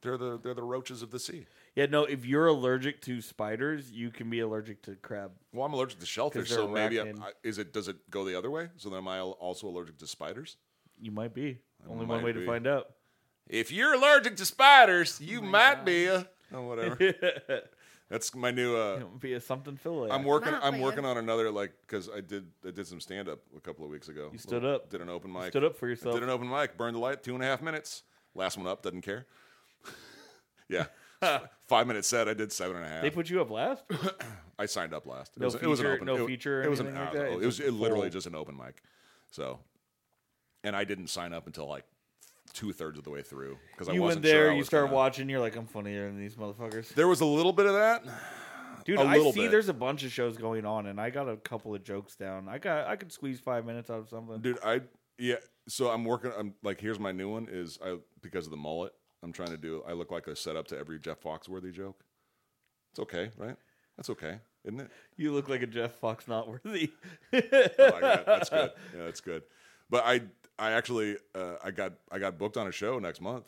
Speaker 2: They're the they're the roaches of the sea.
Speaker 1: Yeah, no. If you're allergic to spiders, you can be allergic to crab.
Speaker 2: Well, I'm allergic to shellfish,
Speaker 1: 'Cause they're
Speaker 2: so maybe I,
Speaker 1: arachnid.
Speaker 2: I- is it does it go the other way? So then am I al- also allergic to spiders?
Speaker 1: You might be. Only one
Speaker 2: might
Speaker 1: way to
Speaker 2: be.
Speaker 1: find out.
Speaker 2: If you're allergic to spiders,
Speaker 1: Oh
Speaker 2: you might be a oh, whatever. That's my new. Uh,
Speaker 1: It would be a something fillet.
Speaker 2: I'm working.
Speaker 3: Not
Speaker 2: I'm
Speaker 3: bad.
Speaker 2: working on another like because I did. I did some stand up a couple of weeks ago. You
Speaker 1: stood up.
Speaker 2: Did an open mic.
Speaker 1: stood up for
Speaker 2: I
Speaker 1: yourself.
Speaker 2: Did an open mic. Burned the light. Two and a half minutes. Last one up. Doesn't care. yeah. Five minute set. I did seven and a half.
Speaker 1: They put you up last.
Speaker 2: I signed up last. It
Speaker 1: No
Speaker 2: was, it was an
Speaker 1: feature-
Speaker 2: open.
Speaker 1: no
Speaker 2: it,
Speaker 1: feature or
Speaker 2: It was an
Speaker 1: anything like
Speaker 2: uh,
Speaker 1: that?
Speaker 2: It
Speaker 1: It's
Speaker 2: was
Speaker 1: just
Speaker 2: it literally
Speaker 1: full-
Speaker 2: just an open mic. So, and I didn't sign up until like two thirds of the way through because I
Speaker 1: you went
Speaker 2: wasn't
Speaker 1: there.
Speaker 2: sure I
Speaker 1: you
Speaker 2: was
Speaker 1: start
Speaker 2: gonna-
Speaker 1: watching. You're like, I'm funnier than these motherfuckers.
Speaker 2: There was a little bit of that.
Speaker 1: Dude,
Speaker 2: a
Speaker 1: I
Speaker 2: little
Speaker 1: see
Speaker 2: bit.
Speaker 1: there's a bunch of shows going on, and I got a couple of jokes down. I got I could squeeze five minutes out of something.
Speaker 2: dude i yeah so i'm working i'm like here's my new one is i because of the mullet i'm trying to do i look like a setup to every jeff foxworthy joke it's okay right that's okay isn't it
Speaker 1: You look like a Jeff Fox not worthy.
Speaker 2: Oh, I like that. that's good yeah that's good but i i actually uh, i got i got booked on a show next month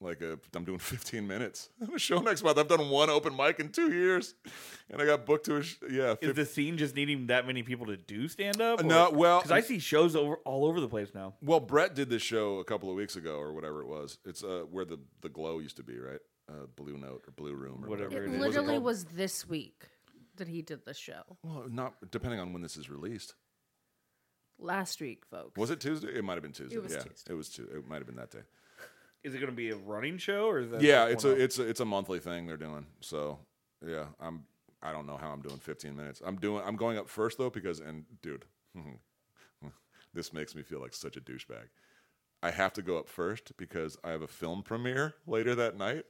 Speaker 2: like i i'm doing 15 minutes on a show next month i've done one open mic in two years and i got booked to a sh- yeah
Speaker 1: Is
Speaker 2: 15
Speaker 1: the scene just needing that many people to do stand up?
Speaker 2: Uh, No, well-
Speaker 1: because I see shows over all over the place now.
Speaker 2: Well, Brett did this show a couple of weeks ago or whatever it was. It's uh, where the, the glow used to be, right? Uh, Blue Note or Blue Room or
Speaker 1: Whatever
Speaker 2: whatever.
Speaker 1: It
Speaker 3: It
Speaker 1: is.
Speaker 3: literally
Speaker 2: called?
Speaker 3: was this week that he did the show.
Speaker 2: Well, not depending on when this is released.
Speaker 3: Last week, folks.
Speaker 2: Was it Tuesday? It might have been Tuesday.
Speaker 3: It was
Speaker 2: yeah,
Speaker 3: Tuesday.
Speaker 2: it was. Tu- it might have been that day.
Speaker 1: Is it going to be a running show or is that
Speaker 2: yeah,
Speaker 1: just
Speaker 2: it's a
Speaker 1: one-off?
Speaker 2: it's a it's a monthly thing they're doing. So yeah, I'm I don't know how I'm doing 15 minutes. I'm doing I'm going up first though because and dude, this makes me feel like such a douchebag. I have to go up first because I have a film premiere later that night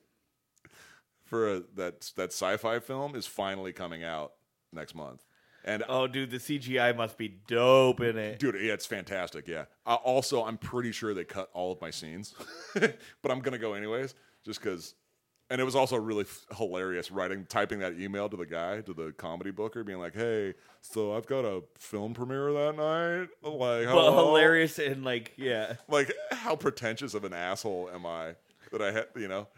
Speaker 2: for a, that that sci-fi film is finally coming out next month. And
Speaker 1: Oh, dude, the CGI must be dope in it.
Speaker 2: dude, yeah, it's fantastic. Yeah. I, also, I'm pretty sure they cut all of my scenes, but I'm gonna go anyways, just because. And it was also really f- hilarious writing, typing that email to the guy, to the comedy booker, being like, "Hey, so I've got a film premiere that night. Like,
Speaker 1: But
Speaker 2: hello?"
Speaker 1: hilarious and like, yeah.
Speaker 2: Like, how pretentious of an asshole am I that I had, you know?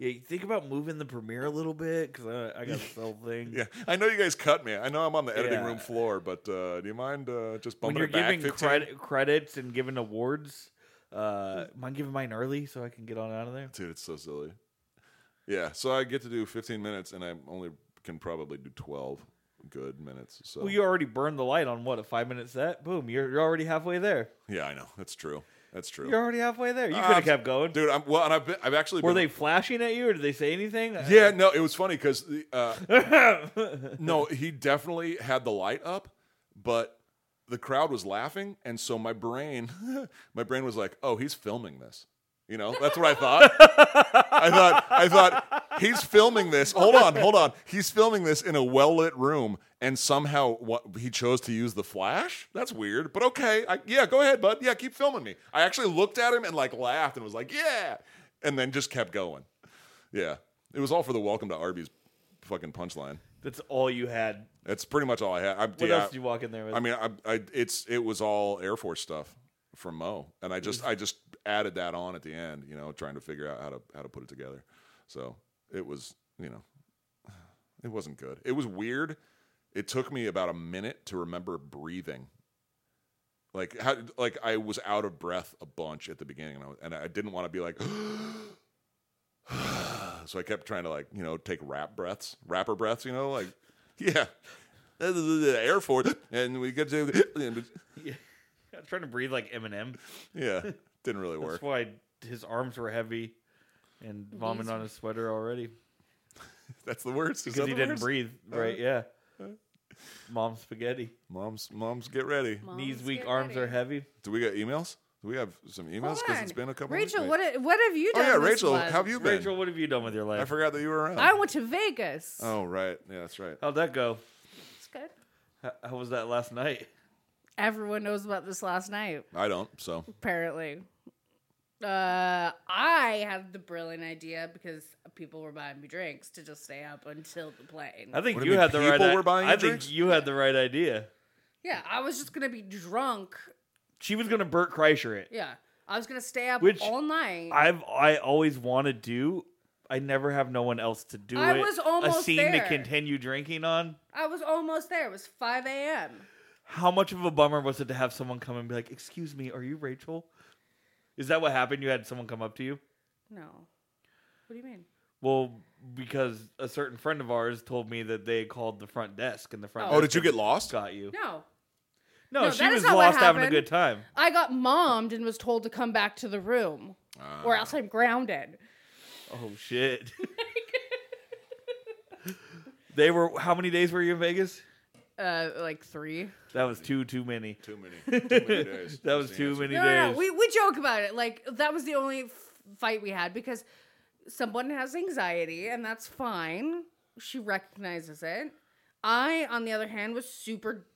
Speaker 1: Yeah, you think about moving the premiere a little bit because I, I got this whole thing.
Speaker 2: Yeah, I know you guys cut me. I know I'm on the editing
Speaker 1: Yeah.
Speaker 2: room floor, but uh, do you mind uh, just
Speaker 1: When
Speaker 2: bumping
Speaker 1: you're
Speaker 2: it back
Speaker 1: giving
Speaker 2: 15?
Speaker 1: credit, credits and giving awards, uh,
Speaker 2: Mm.
Speaker 1: mind giving mine early so I can get on out of there?
Speaker 2: Dude, it's so silly. Yeah, so I get to do 15 minutes, and I only can probably do 12 good minutes. So
Speaker 1: Well, you already burned the light on what a five minute set. Boom, you're, you're already halfway there.
Speaker 2: yeah, I know that's true. That's true,
Speaker 1: You're already halfway there. You
Speaker 2: Ah,
Speaker 1: could
Speaker 2: I'm-
Speaker 1: have kept going.
Speaker 2: dude. I'm well, and I've been, I've actually
Speaker 1: Were
Speaker 2: been,
Speaker 1: they flashing at you, or did they say anything?
Speaker 2: Yeah, no, it was funny because uh, no, he definitely had the light up, but the crowd was laughing, and so my brain, my brain was like, "Oh, he's filming this." You know, that's what I thought. I thought, I thought he's filming this. Hold on, hold on. He's filming this in a well lit room, and somehow what he chose to use the flash. That's weird, but okay. I, yeah, go ahead, bud. Yeah, keep filming me. I actually looked at him and like laughed and was like, "Yeah," and then just kept going. Yeah. It was all for the welcome to Arby's fucking punchline.
Speaker 1: That's all you had.
Speaker 2: That's pretty much all I had. I,
Speaker 1: What
Speaker 2: yeah,
Speaker 1: else did you walk in there with?
Speaker 2: I mean, I, I, it's it was all Air Force stuff from Mo, and I
Speaker 1: Mm-hmm.
Speaker 2: just I just added that on at the end, you know, trying to figure out how to how to put it together. So it was, you know, it wasn't good. It was weird. It took me about a minute to remember breathing. Like how like I was out of breath a bunch at the beginning, and I, was- and I didn't want to be like. so I kept trying to like you know take rap breaths, rapper breaths, you know, like yeah, Air Force, and we get to
Speaker 1: Yeah. I'm trying to breathe like Eminem.
Speaker 2: yeah, didn't really work.
Speaker 1: That's why his arms were heavy and vomited on his sweater already
Speaker 2: That's the worst Is
Speaker 1: because
Speaker 2: that
Speaker 1: he
Speaker 2: the
Speaker 1: didn't
Speaker 2: worst?
Speaker 1: breathe. Right? Yeah. Mom spaghetti.
Speaker 2: Moms, moms, get ready.
Speaker 3: Moms
Speaker 1: Knees weak,
Speaker 3: get
Speaker 1: arms
Speaker 3: ready.
Speaker 1: are heavy.
Speaker 2: Do we got emails? Do we have some emails?
Speaker 3: Hold
Speaker 2: Because it's
Speaker 3: on.
Speaker 2: been a couple.
Speaker 3: Rachel,
Speaker 2: weeks.
Speaker 3: what a- what have you
Speaker 2: Oh
Speaker 3: done?
Speaker 2: yeah,
Speaker 3: this
Speaker 2: Rachel,
Speaker 3: month?
Speaker 2: how have you been?
Speaker 1: Rachel, what have you done with your
Speaker 2: I
Speaker 1: life?
Speaker 2: forgot that you were around.
Speaker 3: I went to Vegas.
Speaker 2: oh right, yeah, that's right.
Speaker 1: How'd that go?
Speaker 3: It's good.
Speaker 1: How, how was that last night?
Speaker 3: Everyone knows about this last night,
Speaker 2: I don't. So
Speaker 3: apparently. Uh, I had the brilliant idea because people were buying me drinks to just stay up until the plane.
Speaker 1: I think
Speaker 2: What do
Speaker 1: you
Speaker 2: you mean,
Speaker 1: had the right.
Speaker 2: people
Speaker 1: i-
Speaker 2: were buying
Speaker 1: I
Speaker 2: you
Speaker 1: think
Speaker 2: drinks?
Speaker 1: you had the right idea.
Speaker 3: yeah, I was just gonna be drunk.
Speaker 1: She was gonna Burt Kreischer it.
Speaker 3: Yeah, I was gonna stay up
Speaker 1: Which
Speaker 3: all night.
Speaker 1: I've I always want to do. I never have no one else to do
Speaker 3: I
Speaker 1: it.
Speaker 3: was almost
Speaker 1: a scene
Speaker 3: there.
Speaker 1: to continue drinking on.
Speaker 3: I was almost there. It was five a.m.
Speaker 1: How much of a bummer was it to have someone come and be like, "Excuse me, are you Rachel?" Is that what happened? You had someone come up to you.
Speaker 3: No, what do you mean?
Speaker 1: Well, because a certain friend of ours told me that they called the front desk and the front.
Speaker 3: Oh.
Speaker 2: oh,
Speaker 1: desk
Speaker 2: did you get lost?
Speaker 1: Got you.
Speaker 3: No,
Speaker 1: No,
Speaker 3: No,
Speaker 1: she
Speaker 3: that is
Speaker 1: was
Speaker 3: not what
Speaker 1: lost having a
Speaker 3: happened.
Speaker 1: good time.
Speaker 3: I got mommed and was told to come back to the room,
Speaker 2: Ah,
Speaker 1: Ah.
Speaker 3: or else I'm grounded.
Speaker 1: Oh shit. they were. How many days were you in Vegas?
Speaker 3: Uh, like three.
Speaker 1: That was too too many.
Speaker 2: Too many. Too many days.
Speaker 1: That was
Speaker 2: That's the
Speaker 1: too
Speaker 2: answer.
Speaker 1: many
Speaker 3: No,
Speaker 1: days.
Speaker 3: no, no. We we joke about it. Like that was the only f- fight we had because someone has anxiety and that's fine. She recognizes it. I, on the other hand, was super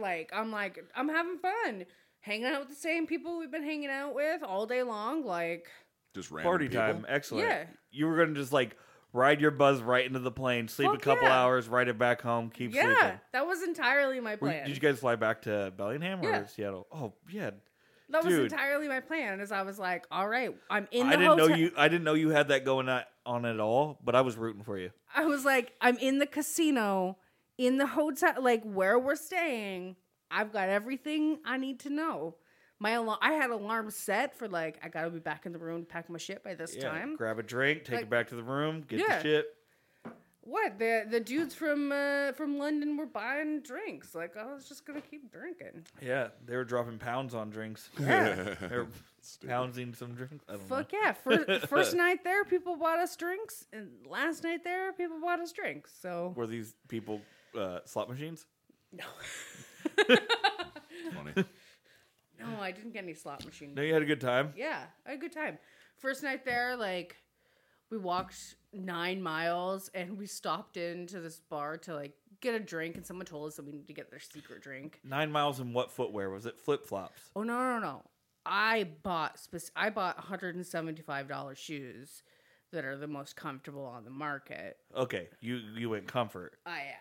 Speaker 3: like I'm like I'm having fun hanging out with the same people we've been hanging out with all day long. Like
Speaker 2: Just random
Speaker 1: Party
Speaker 2: people?
Speaker 1: time, excellent.
Speaker 3: Yeah.
Speaker 1: You were gonna just like ride your buzz right into the plane, sleep a
Speaker 3: Fuck
Speaker 1: couple
Speaker 3: yeah.
Speaker 1: hours, ride it back home, keep
Speaker 3: yeah,
Speaker 1: sleeping.
Speaker 3: that was entirely my
Speaker 1: Were you-
Speaker 3: plan.
Speaker 1: did you guys fly back to Bellingham or
Speaker 3: Yeah.
Speaker 1: Seattle? Oh yeah.
Speaker 3: that was
Speaker 1: dude.
Speaker 3: entirely my plan. As I was like, all right, I'm in the
Speaker 1: I didn't
Speaker 3: hotel.
Speaker 1: know you. I didn't know you had that going on- on at all. But I was rooting for you.
Speaker 3: I was like, I'm in the casino, in the hotel, like where we're staying. I've got everything I need to know. My alarm, I had alarm set for like I gotta be back in the room to pack my shit by this time.
Speaker 1: Grab a drink, take
Speaker 3: Like-
Speaker 1: it back to the room, get
Speaker 3: Yeah.
Speaker 1: the shit.
Speaker 3: what the the dudes from uh, from London were buying drinks. Like I was just gonna keep drinking.
Speaker 1: Yeah, they were dropping pounds on drinks. they were pounding some drinks. I don't
Speaker 3: Fuck yeah! First, first night there, people bought us drinks, and last night there, people bought us drinks. So
Speaker 1: know. Were these people uh, slot machines?
Speaker 3: no,
Speaker 2: Funny.
Speaker 3: no, I didn't get any slot machine.
Speaker 1: No, you had a good time.
Speaker 3: Yeah, I had a good time. First night there, like we walked nine miles and we stopped into this bar to like get a drink and someone told us that we need to get their secret drink.
Speaker 1: Nine miles in what footwear? Was it flip flops?
Speaker 3: Oh no no no! I bought spec- I bought one hundred and seventy five dollars shoes that are the most comfortable on the market.
Speaker 1: Okay, you you went comfort.
Speaker 3: Oh yeah.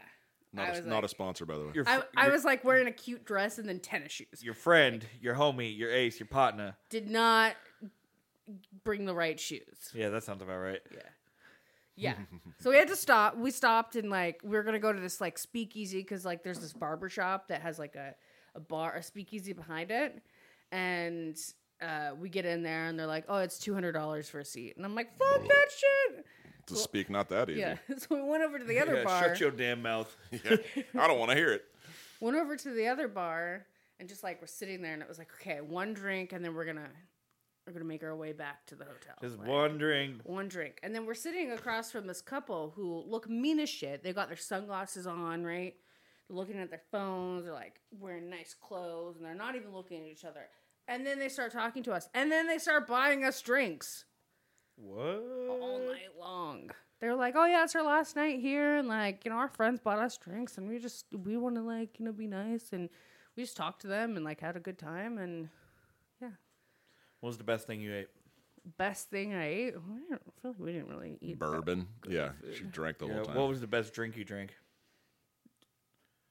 Speaker 2: Not,
Speaker 3: I
Speaker 2: a,
Speaker 3: was
Speaker 2: not
Speaker 3: like-
Speaker 2: a sponsor, by the way.
Speaker 1: Your fr-
Speaker 3: I, I
Speaker 1: your-
Speaker 3: was like wearing a cute dress and then tennis shoes.
Speaker 1: your friend, your homie, your ace, your partner.
Speaker 3: Did not bring the right shoes.
Speaker 1: Yeah, that sounds about right.
Speaker 3: Yeah. Yeah. so we had to stop. We stopped and like we were gonna go to this like speakeasy because like there's this barber shop that has like a, a bar a speakeasy behind it. And uh, we get in there and they're like, Oh, it's two hundred dollars for a seat. And I'm like, Fuck that shit.
Speaker 2: to speak, not that easy.
Speaker 3: Yeah. So we went over to the other
Speaker 1: yeah,
Speaker 3: bar.
Speaker 1: shut your damn mouth.
Speaker 2: Yeah. I don't want to hear it.
Speaker 3: went over to the other bar and just like we're sitting there and it was like okay one drink and then we're gonna we're gonna make our way back to the hotel
Speaker 1: Just
Speaker 3: Like,
Speaker 1: wondering.
Speaker 3: one drink and then we're sitting across from this couple who look mean as shit they got their sunglasses on right they're looking at their phones they're like wearing nice clothes and they're not even looking at each other and then they start talking to us and then they start buying us drinks
Speaker 1: What?
Speaker 3: all night long. They're like, oh yeah, it's our last night here, and like you know, our friends bought us drinks, and we just we want to like you know be nice, and we just talked to them and like had a good time, and
Speaker 1: What was the best thing you ate?
Speaker 3: best thing I ate, we didn't, I feel like we didn't really eat
Speaker 2: Bourbon. Yeah. She drank the
Speaker 1: Yeah,
Speaker 2: whole time.
Speaker 1: what was the best drink you drank?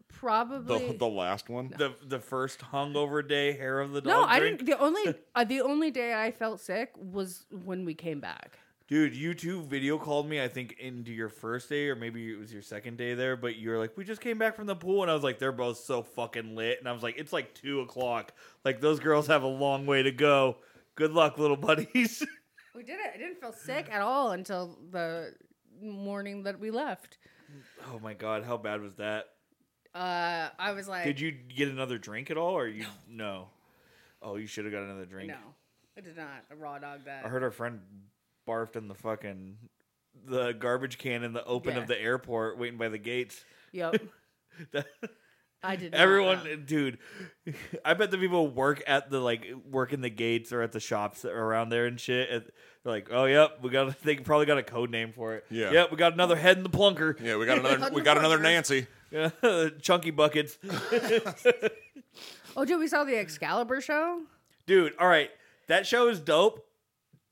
Speaker 3: probably.
Speaker 2: the, the last one?
Speaker 1: The the first hungover day, hair of the dog.
Speaker 3: no, I
Speaker 1: drink?
Speaker 3: didn't. The only uh, the only day I felt sick was when we came back.
Speaker 1: Dude, you two video called me, I think, into your first day, or maybe it was your second day there, but you were like, We just came back from the pool. And I was like, They're both so fucking lit. And I was like, It's like two o'clock. Like, those girls have a long way to go. Good luck, little buddies.
Speaker 3: We did it. I didn't feel sick at all until the morning that we left.
Speaker 1: oh my God, how bad was that?
Speaker 3: Uh, I was like,
Speaker 1: Did you get another drink at all, or you? No. Oh, you should have got another drink.
Speaker 3: No, I did not. A raw dog that.
Speaker 1: I heard our friend barfed in the fucking the garbage can in the open
Speaker 3: Yeah.
Speaker 1: of the airport waiting by the gates.
Speaker 3: Yep.
Speaker 1: That-
Speaker 3: I did. not
Speaker 1: Everyone,
Speaker 3: know.
Speaker 1: dude, I bet the people work at the like work in the gates or at the shops around there and shit. And they're like, oh yep, we got. They probably got a code name for it.
Speaker 2: Yeah.
Speaker 1: Yep, we got another head in the plunker.
Speaker 2: Yeah, we got another we got another Nancy.
Speaker 1: Chunky buckets,
Speaker 3: Oh, dude, we saw the Excalibur show.
Speaker 1: dude. All right, that show is dope.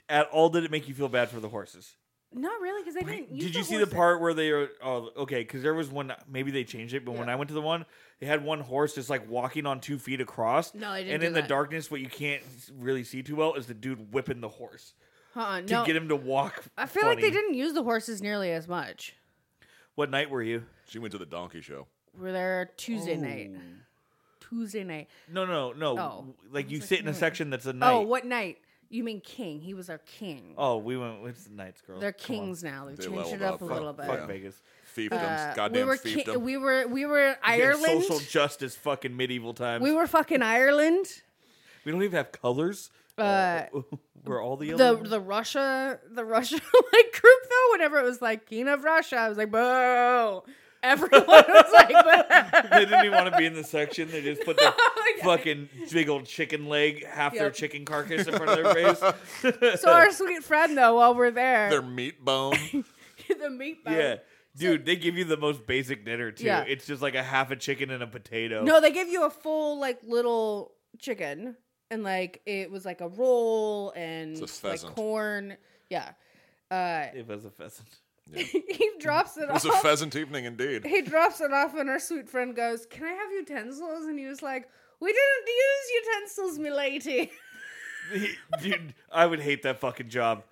Speaker 1: At all, did it make you feel bad for the horses?
Speaker 3: Not really, because they didn't. Use
Speaker 1: Did you
Speaker 3: the
Speaker 1: see the
Speaker 3: horses.
Speaker 1: part where they are? Oh, okay. Because there was one. Maybe they changed it, but when
Speaker 3: Yeah.
Speaker 1: I went to the one, they had one horse just like walking on two feet across.
Speaker 3: No, they didn't
Speaker 1: And
Speaker 3: do
Speaker 1: in the
Speaker 3: that.
Speaker 1: darkness, what you can't really see too well is the dude whipping the horse
Speaker 3: Uh-uh,
Speaker 1: to
Speaker 3: no,
Speaker 1: get him to walk.
Speaker 3: I feel like they
Speaker 1: funny.
Speaker 3: didn't use the horses nearly as much.
Speaker 1: What night were you?
Speaker 2: She went to the donkey show.
Speaker 3: We're there Tuesday night.
Speaker 1: Oh.
Speaker 3: Tuesday night.
Speaker 1: No, no, no.
Speaker 3: Oh.
Speaker 1: Like you sit in a section that's a night.
Speaker 3: Oh,
Speaker 1: Oh,
Speaker 3: what night? You mean King? He was our king.
Speaker 1: we went with nights, girl.
Speaker 3: They're
Speaker 1: Oh, Come on.
Speaker 3: kings now. They've
Speaker 2: They
Speaker 3: changed
Speaker 2: leveled
Speaker 3: it up
Speaker 2: up.
Speaker 3: a
Speaker 2: Fuck-
Speaker 3: little bit.
Speaker 1: Fuck
Speaker 2: Yeah.
Speaker 1: Vegas.
Speaker 2: Fiefdoms.
Speaker 3: Uh,
Speaker 2: Goddamn
Speaker 3: we were ki-
Speaker 2: fiefdom.
Speaker 3: we were we were
Speaker 1: Yeah,
Speaker 3: Ireland.
Speaker 1: Social justice, fucking medieval times.
Speaker 3: we were fucking Ireland.
Speaker 1: We don't even have colors.
Speaker 3: Uh,
Speaker 1: we're all the
Speaker 3: the
Speaker 1: yellow.
Speaker 3: the Russia the Russia like group though. Whenever it was like King of Russia, I was like boo. Everyone was like boo.
Speaker 1: they didn't even want to be in the section. They just put their
Speaker 3: yeah.
Speaker 1: fucking big old chicken leg, half their
Speaker 3: Yep.
Speaker 1: chicken carcass in front of their face.
Speaker 3: So our sweet friend though, while we're there,
Speaker 2: Their meat bone.
Speaker 3: the meat. bun.
Speaker 1: yeah. Dude, they give you the most basic dinner too.
Speaker 3: Yeah.
Speaker 1: It's just like a half a chicken and a potato.
Speaker 3: No, they give you a full like little chicken, and like it was like a roll and
Speaker 2: It's a
Speaker 3: like
Speaker 2: pheasant.
Speaker 3: corn. Yeah. Uh,
Speaker 1: It was a pheasant.
Speaker 3: he drops it
Speaker 2: It was a
Speaker 3: off.
Speaker 2: pheasant evening indeed.
Speaker 3: he drops it off, and our sweet friend goes, "Can I have utensils?" And he was like, "We didn't use utensils, milady."
Speaker 1: Dude, I would hate that fucking job.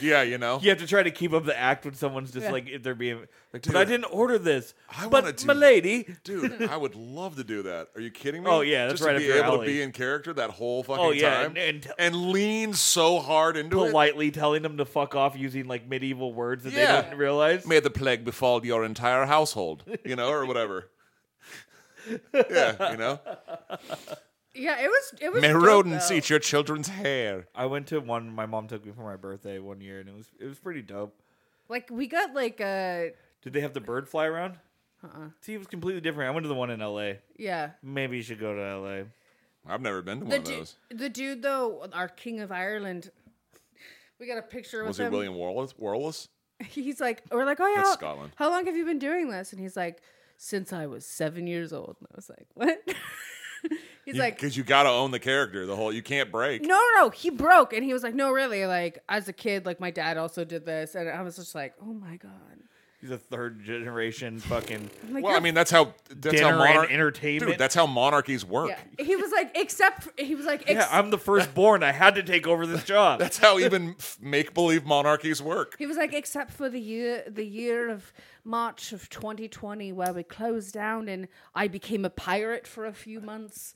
Speaker 2: Yeah, you know.
Speaker 1: You have to try to keep up the act when someone's just
Speaker 3: Yeah.
Speaker 1: like if they're being like,
Speaker 2: Dude,
Speaker 1: but I didn't order this.
Speaker 2: I wanna
Speaker 1: but
Speaker 2: do-
Speaker 1: my lady,
Speaker 2: Dude, I would love to do that. Are you kidding me?
Speaker 1: Oh, yeah, that's
Speaker 2: Just
Speaker 1: right
Speaker 2: to
Speaker 1: up
Speaker 2: be
Speaker 1: your
Speaker 2: able
Speaker 1: alley.
Speaker 2: to be in character that whole fucking
Speaker 1: Oh, yeah,
Speaker 2: time
Speaker 1: and- and-
Speaker 2: lean so hard into it.
Speaker 1: politely telling them to fuck off using like medieval words that
Speaker 2: Yeah.
Speaker 1: they didn't realize.
Speaker 2: May the plague befall your entire household, you know, or whatever. yeah, you know.
Speaker 3: yeah, it was. It was.
Speaker 2: May
Speaker 3: dope,
Speaker 2: rodents
Speaker 3: though.
Speaker 2: eat your children's hair.
Speaker 1: I went to one my mom took me for my birthday one year and it was it was pretty dope.
Speaker 3: Like we got like a
Speaker 1: Did they have the bird fly around?
Speaker 3: Uh-uh.
Speaker 1: See, it was completely different. I went to the one in L.A.
Speaker 3: yeah.
Speaker 1: Maybe you should go to L.A.
Speaker 2: I've never been to
Speaker 3: The
Speaker 2: one of
Speaker 3: dude,
Speaker 2: those.
Speaker 3: the dude though, our king of Ireland, We got a picture
Speaker 2: Was
Speaker 3: with
Speaker 2: it
Speaker 3: him.
Speaker 2: William Wallace? Wallace?
Speaker 3: He's like, we're like, oh yeah,
Speaker 2: That's
Speaker 3: how-
Speaker 2: Scotland.
Speaker 3: How long have you been doing this? And he's like, since I was seven years old. And I was like, what? he's like,
Speaker 2: because you got to own the character. The whole you can't break.
Speaker 3: no, no, no. He broke, and he was like, no, really. Like as a kid, like my dad also did this, and I was just like, oh my god.
Speaker 1: He's a third generation fucking
Speaker 3: I'm like,
Speaker 2: Well, I
Speaker 3: "You're
Speaker 2: mean that's how that's how
Speaker 1: dinner and
Speaker 2: monarch-
Speaker 1: entertainment.
Speaker 2: Dude, that's how monarchies work.
Speaker 3: Yeah. He was like, except he was like, ex-
Speaker 1: yeah, I'm the firstborn. I had to take over this job.
Speaker 2: That's how even make believe monarchies work.
Speaker 3: he was like, except for the year, the year of March of 2020, where we closed down, and I became a pirate for a few months.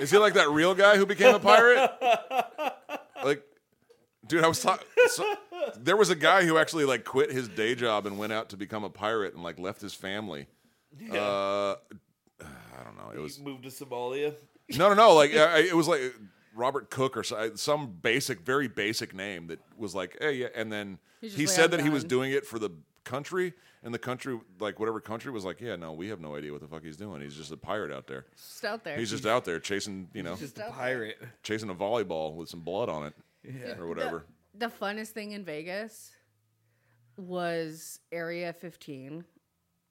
Speaker 2: Is he like that real guy who became a pirate? like, dude, I was talking. So, there was a guy who actually like quit his day job and went out to become a pirate and like left his family. Uh, I don't know. It was
Speaker 1: He moved to Somalia.
Speaker 2: No, no, no. Like I, I- it was like Robert Cook or so- some basic, very basic name that was like, hey, yeah. And then
Speaker 3: He's just
Speaker 2: he
Speaker 3: like,
Speaker 2: said
Speaker 3: "I'm
Speaker 2: that he was
Speaker 3: done."
Speaker 2: doing it for the country, and the country, like whatever country, was like, yeah, no, we have no idea what the fuck he's doing. He's just a pirate out there.
Speaker 3: Just out there.
Speaker 2: He's just out there chasing, you know,
Speaker 1: Just a pirate.
Speaker 2: chasing a volleyball with some blood on it, or whatever.
Speaker 3: The funnest thing in Vegas was Area 15,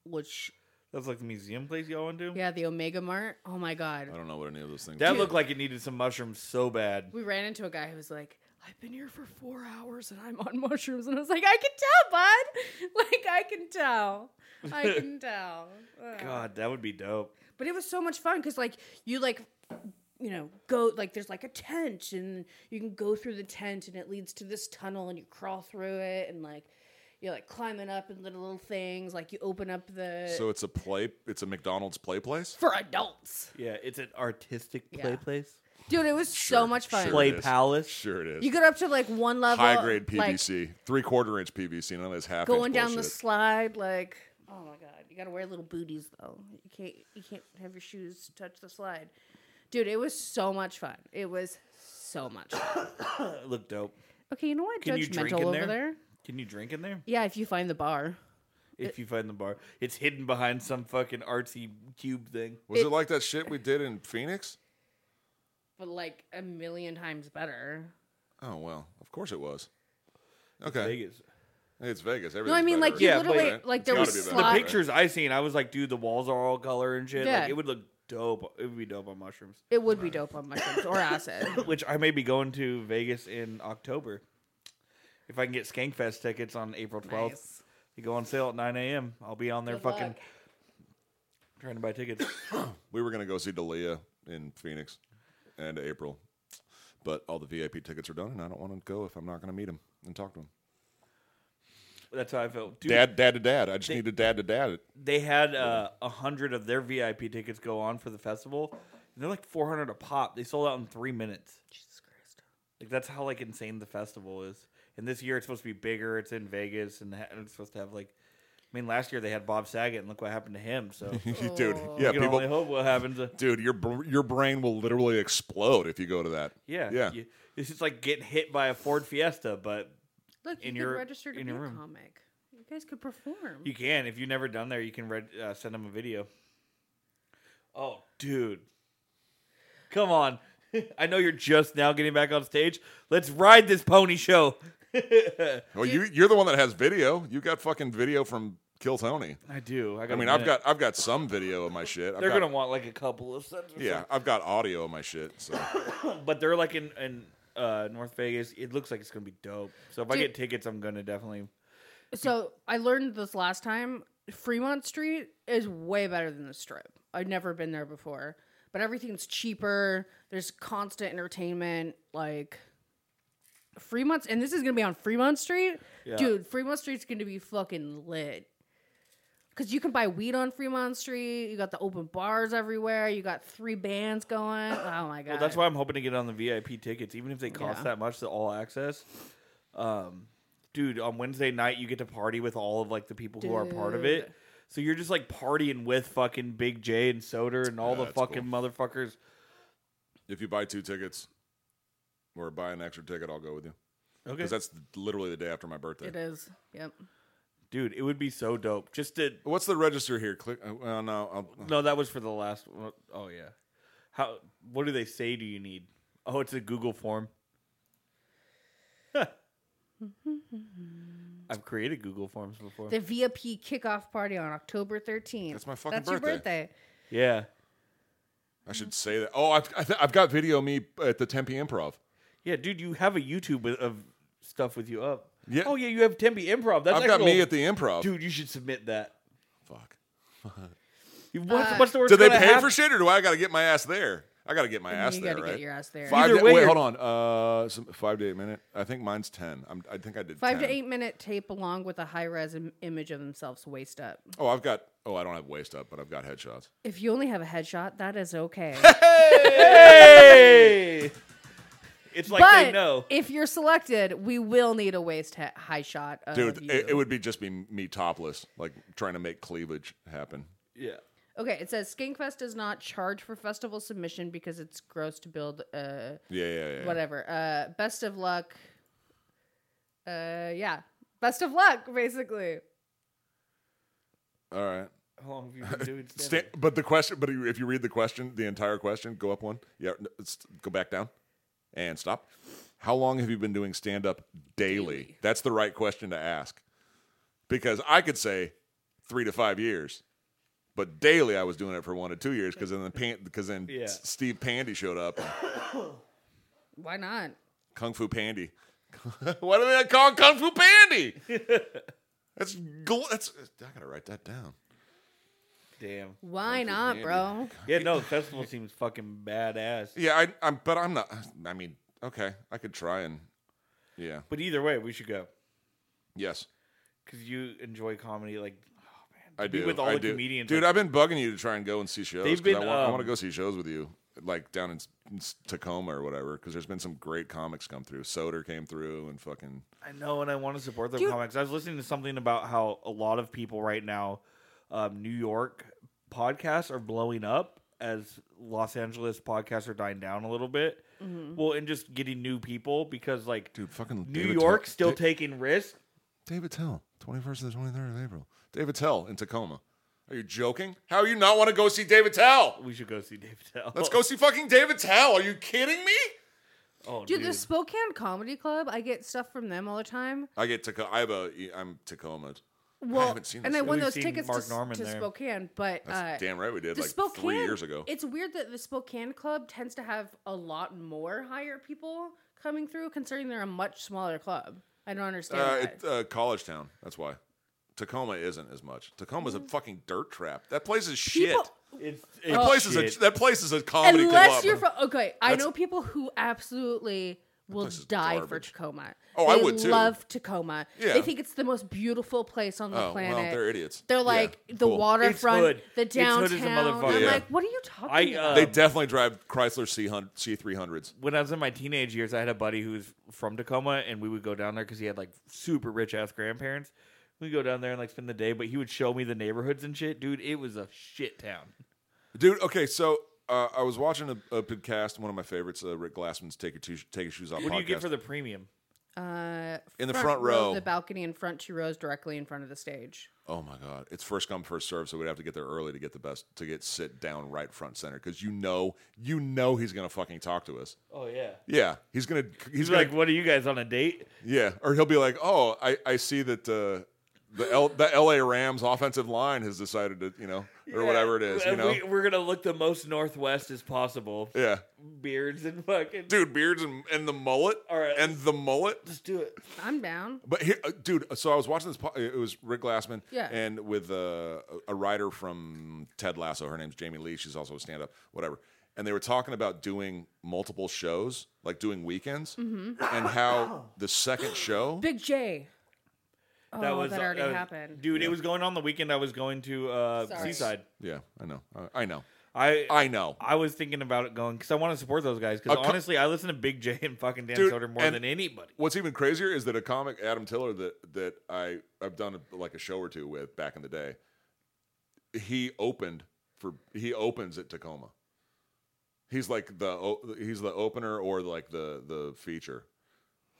Speaker 3: which
Speaker 1: That's like the museum place y'all went to.
Speaker 3: yeah, the Omega Mart. Oh my god.
Speaker 2: I don't know what any of those things.
Speaker 1: That
Speaker 2: are.
Speaker 1: looked like it needed some mushrooms so bad.
Speaker 3: We ran into a guy who was like, "I've been here for 4 hours and I'm on mushrooms." And I was like, "I can tell, bud. Like I can tell. I can tell." Ugh.
Speaker 1: God, that would be dope.
Speaker 3: But it was so much fun because like you like you know go like there's like a tent and you can go through the tent and it leads to this tunnel and you crawl through it and like you're like climbing up and little, little things like you open up the
Speaker 2: so it's a play. It's a McDonald's play place.
Speaker 3: for adults
Speaker 1: Yeah, it's an artistic play
Speaker 3: Yeah.
Speaker 1: place.
Speaker 3: dude it was so
Speaker 2: Sure,
Speaker 3: much fun
Speaker 2: sure.
Speaker 1: Play
Speaker 2: it is.
Speaker 1: palace.
Speaker 2: Sure, it is.
Speaker 3: you get up to like one level
Speaker 2: High grade
Speaker 3: like,
Speaker 2: PVC, three quarter inch PVC, none of this half.
Speaker 3: going down the
Speaker 2: bullshit.
Speaker 3: slide like oh my god you gotta wear little booties though you can't you can't have your shoes touch the slide dude it was so much fun it was so much fun
Speaker 1: It looked dope.
Speaker 3: Okay, you know what?
Speaker 1: Can you drink
Speaker 3: Judgmental
Speaker 1: in
Speaker 3: over
Speaker 1: there?
Speaker 3: there?
Speaker 1: Can you drink in there?
Speaker 3: Yeah, if you find the bar.
Speaker 1: If you find the bar, it's hidden behind some fucking artsy cube thing.
Speaker 2: Was it,
Speaker 3: It-
Speaker 2: like that shit we did in Phoenix?
Speaker 3: But like a million times better.
Speaker 2: Oh well, of course it was. Okay,
Speaker 1: Vegas.
Speaker 2: Hey, it's Vegas.
Speaker 3: No, I
Speaker 2: Everything's
Speaker 3: mean like
Speaker 2: better.
Speaker 3: you
Speaker 1: Yeah, but-
Speaker 3: literally
Speaker 2: Right.
Speaker 3: like
Speaker 2: It's
Speaker 3: there
Speaker 2: gotta
Speaker 3: was
Speaker 2: be better.
Speaker 1: The
Speaker 2: Lot-
Speaker 3: slot.
Speaker 1: pictures I seen, I was like, dude, the walls are all color and shit.
Speaker 3: Yeah.
Speaker 1: Like, it would look dope. It would be dope on mushrooms.
Speaker 3: It would be dope on mushrooms or acid.
Speaker 1: Which I may be going to Vegas in October if I can get Skankfest tickets on April twelfth.
Speaker 3: Nice.
Speaker 1: They go on sale at nine a.m. I'll be on there
Speaker 3: Good
Speaker 1: fucking
Speaker 3: luck.
Speaker 1: trying to buy tickets.
Speaker 2: we were gonna go see Dalia in Phoenix and April, but all the VIP tickets are done, and I don't want to go if I'm not gonna meet him and talk to him.
Speaker 1: That's how I felt. Dude,
Speaker 2: Dad, dad to dad. I just need a dad to dad. It.
Speaker 1: they had uh, a hundred of their VIP tickets go on for the festival. And they're like four hundred a pop. They sold out in three minutes.
Speaker 3: Jesus Christ.
Speaker 1: Like that's how like insane the festival is. And this year it's supposed to be bigger. It's in Vegas, and ha- it's supposed to have like. I mean, last year they had Bob Saget, and look what happened to him. So you
Speaker 2: dude,
Speaker 3: Oh.
Speaker 2: yeah,
Speaker 1: can
Speaker 2: people.
Speaker 1: only hope what happens. to-
Speaker 2: Dude, your br- your brain will literally explode if you go to that.
Speaker 1: yeah,
Speaker 2: yeah.
Speaker 1: you- it's just like getting hit by a Ford Fiesta, but
Speaker 3: Look, you
Speaker 1: In
Speaker 3: could
Speaker 1: your-
Speaker 3: register to
Speaker 1: in
Speaker 3: be
Speaker 1: your
Speaker 3: a
Speaker 1: room.
Speaker 3: comic. You guys could perform.
Speaker 1: you can if you've never done there. You can read, uh, send them a video. Oh, dude, come on! I know you're just now getting back on stage. Let's ride this pony show.
Speaker 2: Well, you you're the one that has video. You got fucking video from Kill Tony.
Speaker 1: I do. I,
Speaker 2: I mean, I've got I've got some video of my shit. I've
Speaker 1: They're
Speaker 2: got,
Speaker 1: gonna want like a couple of sets. or
Speaker 2: yeah, I've got audio of my shit. So.
Speaker 1: But they're like in in uh, North Vegas. It looks like it's gonna be dope. So if I
Speaker 3: Dude.
Speaker 1: get tickets, I'm gonna definitely.
Speaker 3: So I learned this last time. Fremont Street is way better than the Strip. I've never been there before, but everything's cheaper. There's constant entertainment. Like Fremont's, and this is gonna be on Fremont Street,
Speaker 1: Yeah.
Speaker 3: dude. Fremont Street's gonna be fucking lit. Cause you can buy weed on Fremont Street. You got the open bars everywhere. You got three bands going. Oh my god!
Speaker 1: Well, that's why I'm hoping to get on the VIP tickets, even if they cost
Speaker 3: Yeah.
Speaker 1: that much, the all access. Um, dude, on Wednesday night you get to party with all of like the people who are part of it.
Speaker 3: Dude.
Speaker 1: So you're just like partying with fucking Big J and Soder and all
Speaker 2: Yeah,
Speaker 1: the
Speaker 2: that's
Speaker 1: fucking motherfuckers.
Speaker 2: if you buy two tickets or buy an extra ticket, I'll go with you
Speaker 1: Okay,
Speaker 2: because that's literally the day after my birthday.
Speaker 3: it is. Yep.
Speaker 1: dude, it would be so dope just to.
Speaker 2: What's the register here? Click. uh, Well, no, I'll,
Speaker 1: No, that was for the last. one. Oh yeah, how? What do they say? Do you need? Oh, it's a Google form. I've created Google forms before.
Speaker 3: The VIP kickoff party on October 13th.
Speaker 2: That's my fucking
Speaker 3: That's your
Speaker 2: birthday.
Speaker 3: birthday.
Speaker 1: yeah.
Speaker 2: I should say that. Oh, I've, I th- I've got video of me at the Tempe Improv.
Speaker 1: Yeah, dude, you have a YouTube with- of stuff with you up.
Speaker 2: Yeah.
Speaker 1: Oh, yeah, you have Tempe Improv. That's
Speaker 2: I've got
Speaker 1: actual-
Speaker 2: me at the Improv.
Speaker 1: Dude, you should submit that.
Speaker 2: Fuck.
Speaker 1: You- What's, what's the worst
Speaker 2: Do they
Speaker 1: gonna
Speaker 2: pay
Speaker 1: happen?
Speaker 2: for shit, or do I got to get my ass there? I got to get my ass
Speaker 3: you
Speaker 2: there,
Speaker 3: gotta
Speaker 2: right?
Speaker 3: get your ass there.
Speaker 2: Five
Speaker 1: Either
Speaker 2: to-
Speaker 1: way,
Speaker 2: wait,
Speaker 1: you're-
Speaker 2: hold on. Uh, some, five to eight minute. I think mine's ten. I'm, I think I did
Speaker 3: Five
Speaker 2: 10.
Speaker 3: to eight minute tape along with a high res im- image of themselves waist up.
Speaker 2: Oh, I've got. Oh, I don't have waist up, but I've got headshots.
Speaker 3: If you only have a headshot, that is okay.
Speaker 1: Hey! It's like
Speaker 3: but
Speaker 1: they know.
Speaker 3: if you're selected, we will need a waist he- high shot. Of
Speaker 2: Dude,
Speaker 3: you.
Speaker 2: it, it would be just be me topless, like trying to make cleavage happen.
Speaker 1: yeah.
Speaker 3: okay, it says Skinkfest does not charge for festival submission because it's gross to build a
Speaker 2: Yeah, yeah, yeah.
Speaker 3: whatever. Uh, best of luck. Uh, yeah, best of luck, basically.
Speaker 2: All right.
Speaker 1: How long have you been doing
Speaker 2: Sta
Speaker 1: stand-up?
Speaker 2: but the question, but if you read the question, the entire question, go up one. Yeah, n- s- go back down, and stop. How long have you been doing stand up daily? That's the right question to ask, because I could say three to five years, but daily I was doing it for one to two years because then the pan- because then
Speaker 1: Yeah.
Speaker 2: S- Steve Pandy showed up,
Speaker 3: Why not?
Speaker 2: Kung Fu Pandy. Why do they not call it Kung Fu Pandy? that's gl- that's. I gotta write that down.
Speaker 1: Damn.
Speaker 3: Why not, bro?
Speaker 1: Yeah, no, the festival seems fucking badass.
Speaker 2: Yeah, I, I'm, but I'm not. I mean, okay, I could try and, yeah,
Speaker 1: But either way, we should go
Speaker 2: yes,
Speaker 1: because you enjoy comedy. Like, oh man,
Speaker 2: I
Speaker 1: To be
Speaker 2: do.
Speaker 1: with all
Speaker 2: I
Speaker 1: the
Speaker 2: do.
Speaker 1: comedians,
Speaker 2: dude.
Speaker 1: like,
Speaker 2: I've been bugging you to try and go and see shows.
Speaker 1: They've
Speaker 2: 'cause I
Speaker 1: been,
Speaker 2: want, I want to
Speaker 1: um,
Speaker 2: go see shows with you, like down in, S- in S- Tacoma or whatever, because there's been some great comics come through. Soder came through and fucking.
Speaker 1: I know, and I want to support the
Speaker 3: Dude.
Speaker 1: comics. I was listening to something about how a lot of people right now, um, New York podcasts are blowing up as Los Angeles podcasts are dying down a little bit.
Speaker 3: Mm-hmm.
Speaker 1: Well, and just getting new people because like
Speaker 2: Dude, fucking
Speaker 1: New
Speaker 2: David
Speaker 1: York
Speaker 2: Tell-
Speaker 1: still
Speaker 2: Da-
Speaker 1: taking risks.
Speaker 2: David Tell, 21st to the 23rd of April. David Tell in Tacoma. Are you joking? How you not want to go see David Tell?
Speaker 1: We should go see Dave Tell.
Speaker 2: Let's go see fucking David Tell. Are you kidding me?
Speaker 1: Oh,
Speaker 3: Dude,
Speaker 1: dude,
Speaker 3: the Spokane Comedy Club, I get stuff from them all the time.
Speaker 2: I get Tacoma. I have a. I'm Tacoma.
Speaker 3: Well,
Speaker 2: haven't seen
Speaker 3: and
Speaker 2: this
Speaker 3: I
Speaker 2: yet.
Speaker 3: won
Speaker 1: We've
Speaker 3: those
Speaker 1: seen
Speaker 3: tickets
Speaker 1: Mark
Speaker 3: to,
Speaker 1: Norman
Speaker 3: to
Speaker 1: there.
Speaker 3: Spokane, but uh,
Speaker 2: That's damn right we did
Speaker 3: the
Speaker 2: like
Speaker 3: Spokane
Speaker 2: three years ago.
Speaker 3: It's weird that the Spokane club tends to have a lot more higher people coming through, considering they're a much smaller club. I don't understand.
Speaker 2: uh,
Speaker 3: that.
Speaker 2: it, uh, college town. That's why. Tacoma isn't as much. Tacoma's a fucking dirt trap. That place is shit.
Speaker 3: Mm. People-
Speaker 1: it's,
Speaker 2: that
Speaker 1: it's
Speaker 2: place
Speaker 1: shit.
Speaker 2: is a that place is a comedy
Speaker 3: Unless
Speaker 2: club.
Speaker 3: you're from okay, I
Speaker 2: That's-
Speaker 3: know people who absolutely will
Speaker 2: place is
Speaker 3: die for
Speaker 2: garbage.
Speaker 3: Tacoma.
Speaker 2: Oh, I
Speaker 3: They
Speaker 2: would too.
Speaker 3: Love Tacoma.
Speaker 2: Yeah.
Speaker 3: They think it's the most beautiful place on the
Speaker 2: Oh, well,
Speaker 3: planet.
Speaker 2: they're idiots.
Speaker 3: They're
Speaker 2: Yeah,
Speaker 3: like the
Speaker 2: cool.
Speaker 3: waterfront,
Speaker 1: It's hood.
Speaker 3: the
Speaker 1: It's hood
Speaker 3: downtown.
Speaker 1: as a motherfucker.
Speaker 3: I'm
Speaker 2: Yeah.
Speaker 3: like, what are you talking
Speaker 1: I,
Speaker 3: about?
Speaker 1: uh,
Speaker 2: they definitely drive Chrysler C C three hundreds.
Speaker 1: when I was in my teenage years, I had a buddy who was from Tacoma, and we would go down there because he had like super rich ass grandparents. We'd go down there and like spend the day, but he would show me the neighborhoods and shit. Dude, it was a shit town.
Speaker 2: Dude, okay, so uh, I was watching a, a podcast, one of my favorites, uh, Rick Glassman's "Take Your Two- Take Your Shoes Off"
Speaker 1: What
Speaker 2: podcast.
Speaker 1: do you get for the premium?
Speaker 3: uh,
Speaker 2: In the front row.
Speaker 3: the balcony in front two rows directly in front of the stage.
Speaker 2: oh my god, it's first come first serve, so we'd have to get there early to get the best to get sit down right front center because you know you know he's gonna fucking talk to us.
Speaker 1: Oh yeah.
Speaker 2: Yeah, he's gonna he's
Speaker 1: He's
Speaker 2: gonna
Speaker 1: like, "What are you guys on a date?"
Speaker 2: Yeah, or he'll be like, "Oh, I, I see that uh, the L, the L.A. Rams offensive line has decided to, you know, or whatever it is, you
Speaker 1: And
Speaker 2: know."
Speaker 1: we, we're gonna look the most northwest as possible.
Speaker 2: yeah,
Speaker 1: Beards and fucking.
Speaker 2: dude, beards and, and the mullet,
Speaker 1: All right.
Speaker 2: and the mullet.
Speaker 1: Let's do it.
Speaker 3: I'm down.
Speaker 2: But here, uh, dude, so I was watching this. Po- it was Rick Glassman,
Speaker 3: Yeah.
Speaker 2: and with uh, a, a writer from Ted Lasso. Her name's Jamie Lee. She's also a stand-up, whatever. And they were talking about doing multiple shows, like doing weekends, and how the second show.
Speaker 3: Big J. Oh, that, already
Speaker 1: was- uh,
Speaker 3: happened.
Speaker 1: dude. It was going on the weekend. I was going to uh,
Speaker 3: Sorry.
Speaker 1: Seaside.
Speaker 2: Yeah, I know, I, I know,
Speaker 1: I
Speaker 2: I know.
Speaker 1: I was thinking about it going because I want to support those guys. Because
Speaker 2: A co-
Speaker 1: honestly, I listen to Big J and fucking Dan
Speaker 2: Dude,
Speaker 1: Soder more
Speaker 2: and-
Speaker 1: than anybody.
Speaker 2: What's even crazier is that a comic Adam Tiller that that I I've done like a show or two with back in the day. He opened for he opens at Tacoma. He's like the o- he's the opener or like the the feature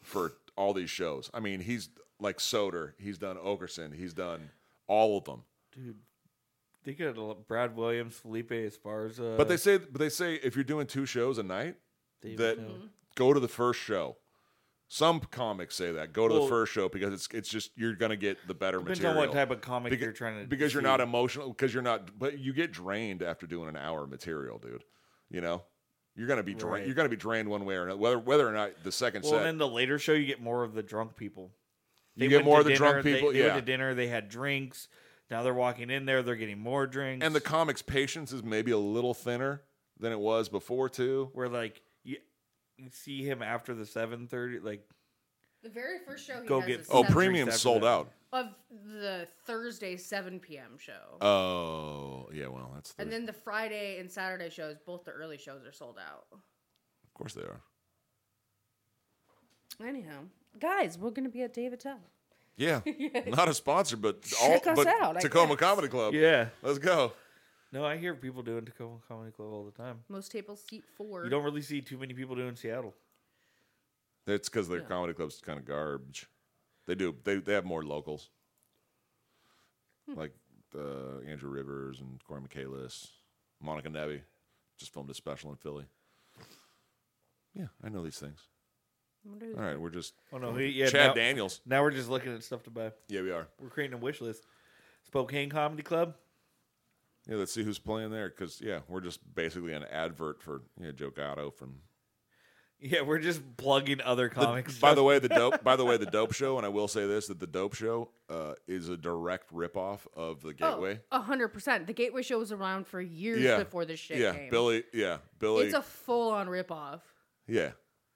Speaker 2: for all these shows. I mean, he's like Soder. He's done Okerson. He's done all of them.
Speaker 1: Dude, they got a lot- Brad Williams, Felipe Esparza.
Speaker 2: But they say but they say if you're doing two shows a night,
Speaker 1: Dave
Speaker 2: that
Speaker 1: Chappelle.
Speaker 2: go to the first show. Some comics say that go to the
Speaker 1: Well-
Speaker 2: first show because it's it's just you're gonna get the better
Speaker 1: Depends
Speaker 2: material.
Speaker 1: on what type of comic
Speaker 2: Beca-
Speaker 1: you're trying to
Speaker 2: because you're
Speaker 1: see.
Speaker 2: not emotional because you're not but you get drained after doing an hour of material, dude. You know you're gonna be drained.
Speaker 1: Right.
Speaker 2: You're gonna be drained one way or another, whether whether or not the second
Speaker 1: Well,
Speaker 2: set.
Speaker 1: and then the later show, you get more of the drunk people.
Speaker 2: You get
Speaker 1: went
Speaker 2: more
Speaker 1: to
Speaker 2: of the drunk
Speaker 1: they-
Speaker 2: people,
Speaker 1: They,
Speaker 2: yeah.
Speaker 1: went to dinner. They had drinks. Now they're walking in there. They're getting more drinks.
Speaker 2: and the comics' patience is maybe a little thinner than it was before too.
Speaker 1: where like you, you see him after the seven thirty, like
Speaker 3: The very first show he
Speaker 1: Go
Speaker 3: has
Speaker 1: get-
Speaker 3: is
Speaker 1: Seven
Speaker 2: Oh,
Speaker 3: seven-
Speaker 2: premium
Speaker 1: drinks after
Speaker 2: sold
Speaker 1: that.
Speaker 2: out.
Speaker 3: of the Thursday 7 p.m. show.
Speaker 2: Oh yeah, well that's the,
Speaker 3: and then the Friday and Saturday shows, both the early shows are sold out.
Speaker 2: of course they are.
Speaker 3: Anyhow, guys, we're going to be at David Tell.
Speaker 2: Yeah, not a sponsor, but
Speaker 3: Check
Speaker 2: all,
Speaker 3: us
Speaker 2: but
Speaker 3: out, I
Speaker 2: Tacoma
Speaker 3: guess.
Speaker 2: Comedy Club.
Speaker 1: yeah.
Speaker 2: let's go.
Speaker 1: No, I hear people doing Tacoma Comedy Club all the time.
Speaker 3: Most tables seat four.
Speaker 1: You don't really see too many people doing Seattle.
Speaker 2: It's because their comedy club's kind of garbage. They do. They they have more locals,
Speaker 3: Hmm.
Speaker 2: like uh, Andrew Rivers and Corey Michaelis, Monica Nebby, just filmed a special in Philly. Yeah, I know these things.
Speaker 3: Wonder who's-
Speaker 2: All right, we're just
Speaker 1: Oh no, he- yeah.
Speaker 2: Chad
Speaker 1: now,
Speaker 2: Daniels.
Speaker 1: now we're just looking at stuff to buy.
Speaker 2: Yeah, we are.
Speaker 1: We're creating a wish list. Spokane Comedy Club.
Speaker 2: Yeah, let's see who's playing there because yeah, we're just basically an advert for yeah Joe Gatto from
Speaker 1: Yeah, we're just plugging other
Speaker 2: The-
Speaker 1: comics.
Speaker 2: by the way, the dope. By the way, the dope show, and I will say this: that the dope show uh, is a direct ripoff of the Gateway.
Speaker 3: Oh, 100%. The Gateway show was around for years
Speaker 2: yeah,
Speaker 3: before this shit
Speaker 2: Yeah,
Speaker 3: came.
Speaker 2: Billy. Yeah, Billy.
Speaker 3: It's a full on ripoff.
Speaker 2: yeah.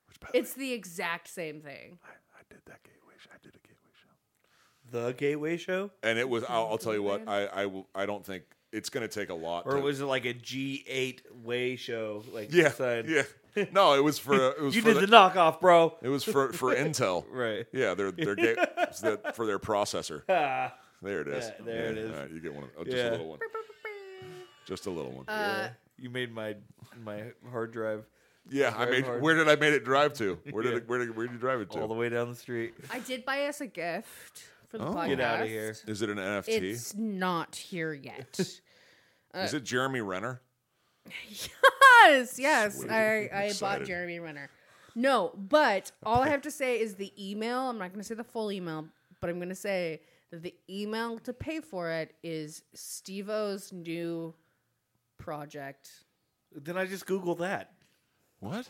Speaker 2: Which, by the
Speaker 3: It's the exact same thing.
Speaker 2: way, I did that Gateway. Show. I did a Gateway show,
Speaker 1: the Gateway Show,
Speaker 2: and it was. I'll, I'll tell you what. I I will. I don't think it's going to take a lot.
Speaker 1: or
Speaker 2: to,
Speaker 1: was it like a G eight way show? Like
Speaker 2: yeah,
Speaker 1: outside?
Speaker 2: yeah. No, it was for. uh, It was
Speaker 1: You
Speaker 2: for
Speaker 1: did the, knockoff, bro.
Speaker 2: It was for for Intel.
Speaker 1: Right.
Speaker 2: Yeah, their their ga- it's that- for their processor. There it is.
Speaker 1: Ah. Yeah, there it
Speaker 2: Yeah,
Speaker 1: is.
Speaker 2: All right, you get one. Of, oh, just
Speaker 1: Yeah.
Speaker 2: a little one. Just a little one.
Speaker 3: Uh,
Speaker 1: Yeah. You made my my hard drive
Speaker 2: Yeah, I
Speaker 1: Very
Speaker 2: made.
Speaker 1: hard.
Speaker 2: Where did I made it drive to? Where did
Speaker 1: Yeah.
Speaker 2: it, where did, where did you drive it to?
Speaker 1: all the way down the street.
Speaker 3: I did buy us a gift for the
Speaker 2: Oh.
Speaker 3: podcast.
Speaker 1: Get outta here.
Speaker 2: Is it an NFT?
Speaker 3: It's uh, not here yet.
Speaker 2: Is it Jeremy Renner?
Speaker 3: yes, yes.
Speaker 2: Sweet.
Speaker 3: I, I bought
Speaker 2: Excited.
Speaker 3: Jeremy Renner. No, but all I have to say is the email. I'm not going to say the full email, but I'm going to say that the email to pay for it is Stevo's new project.
Speaker 1: Then I just Google that.
Speaker 2: What?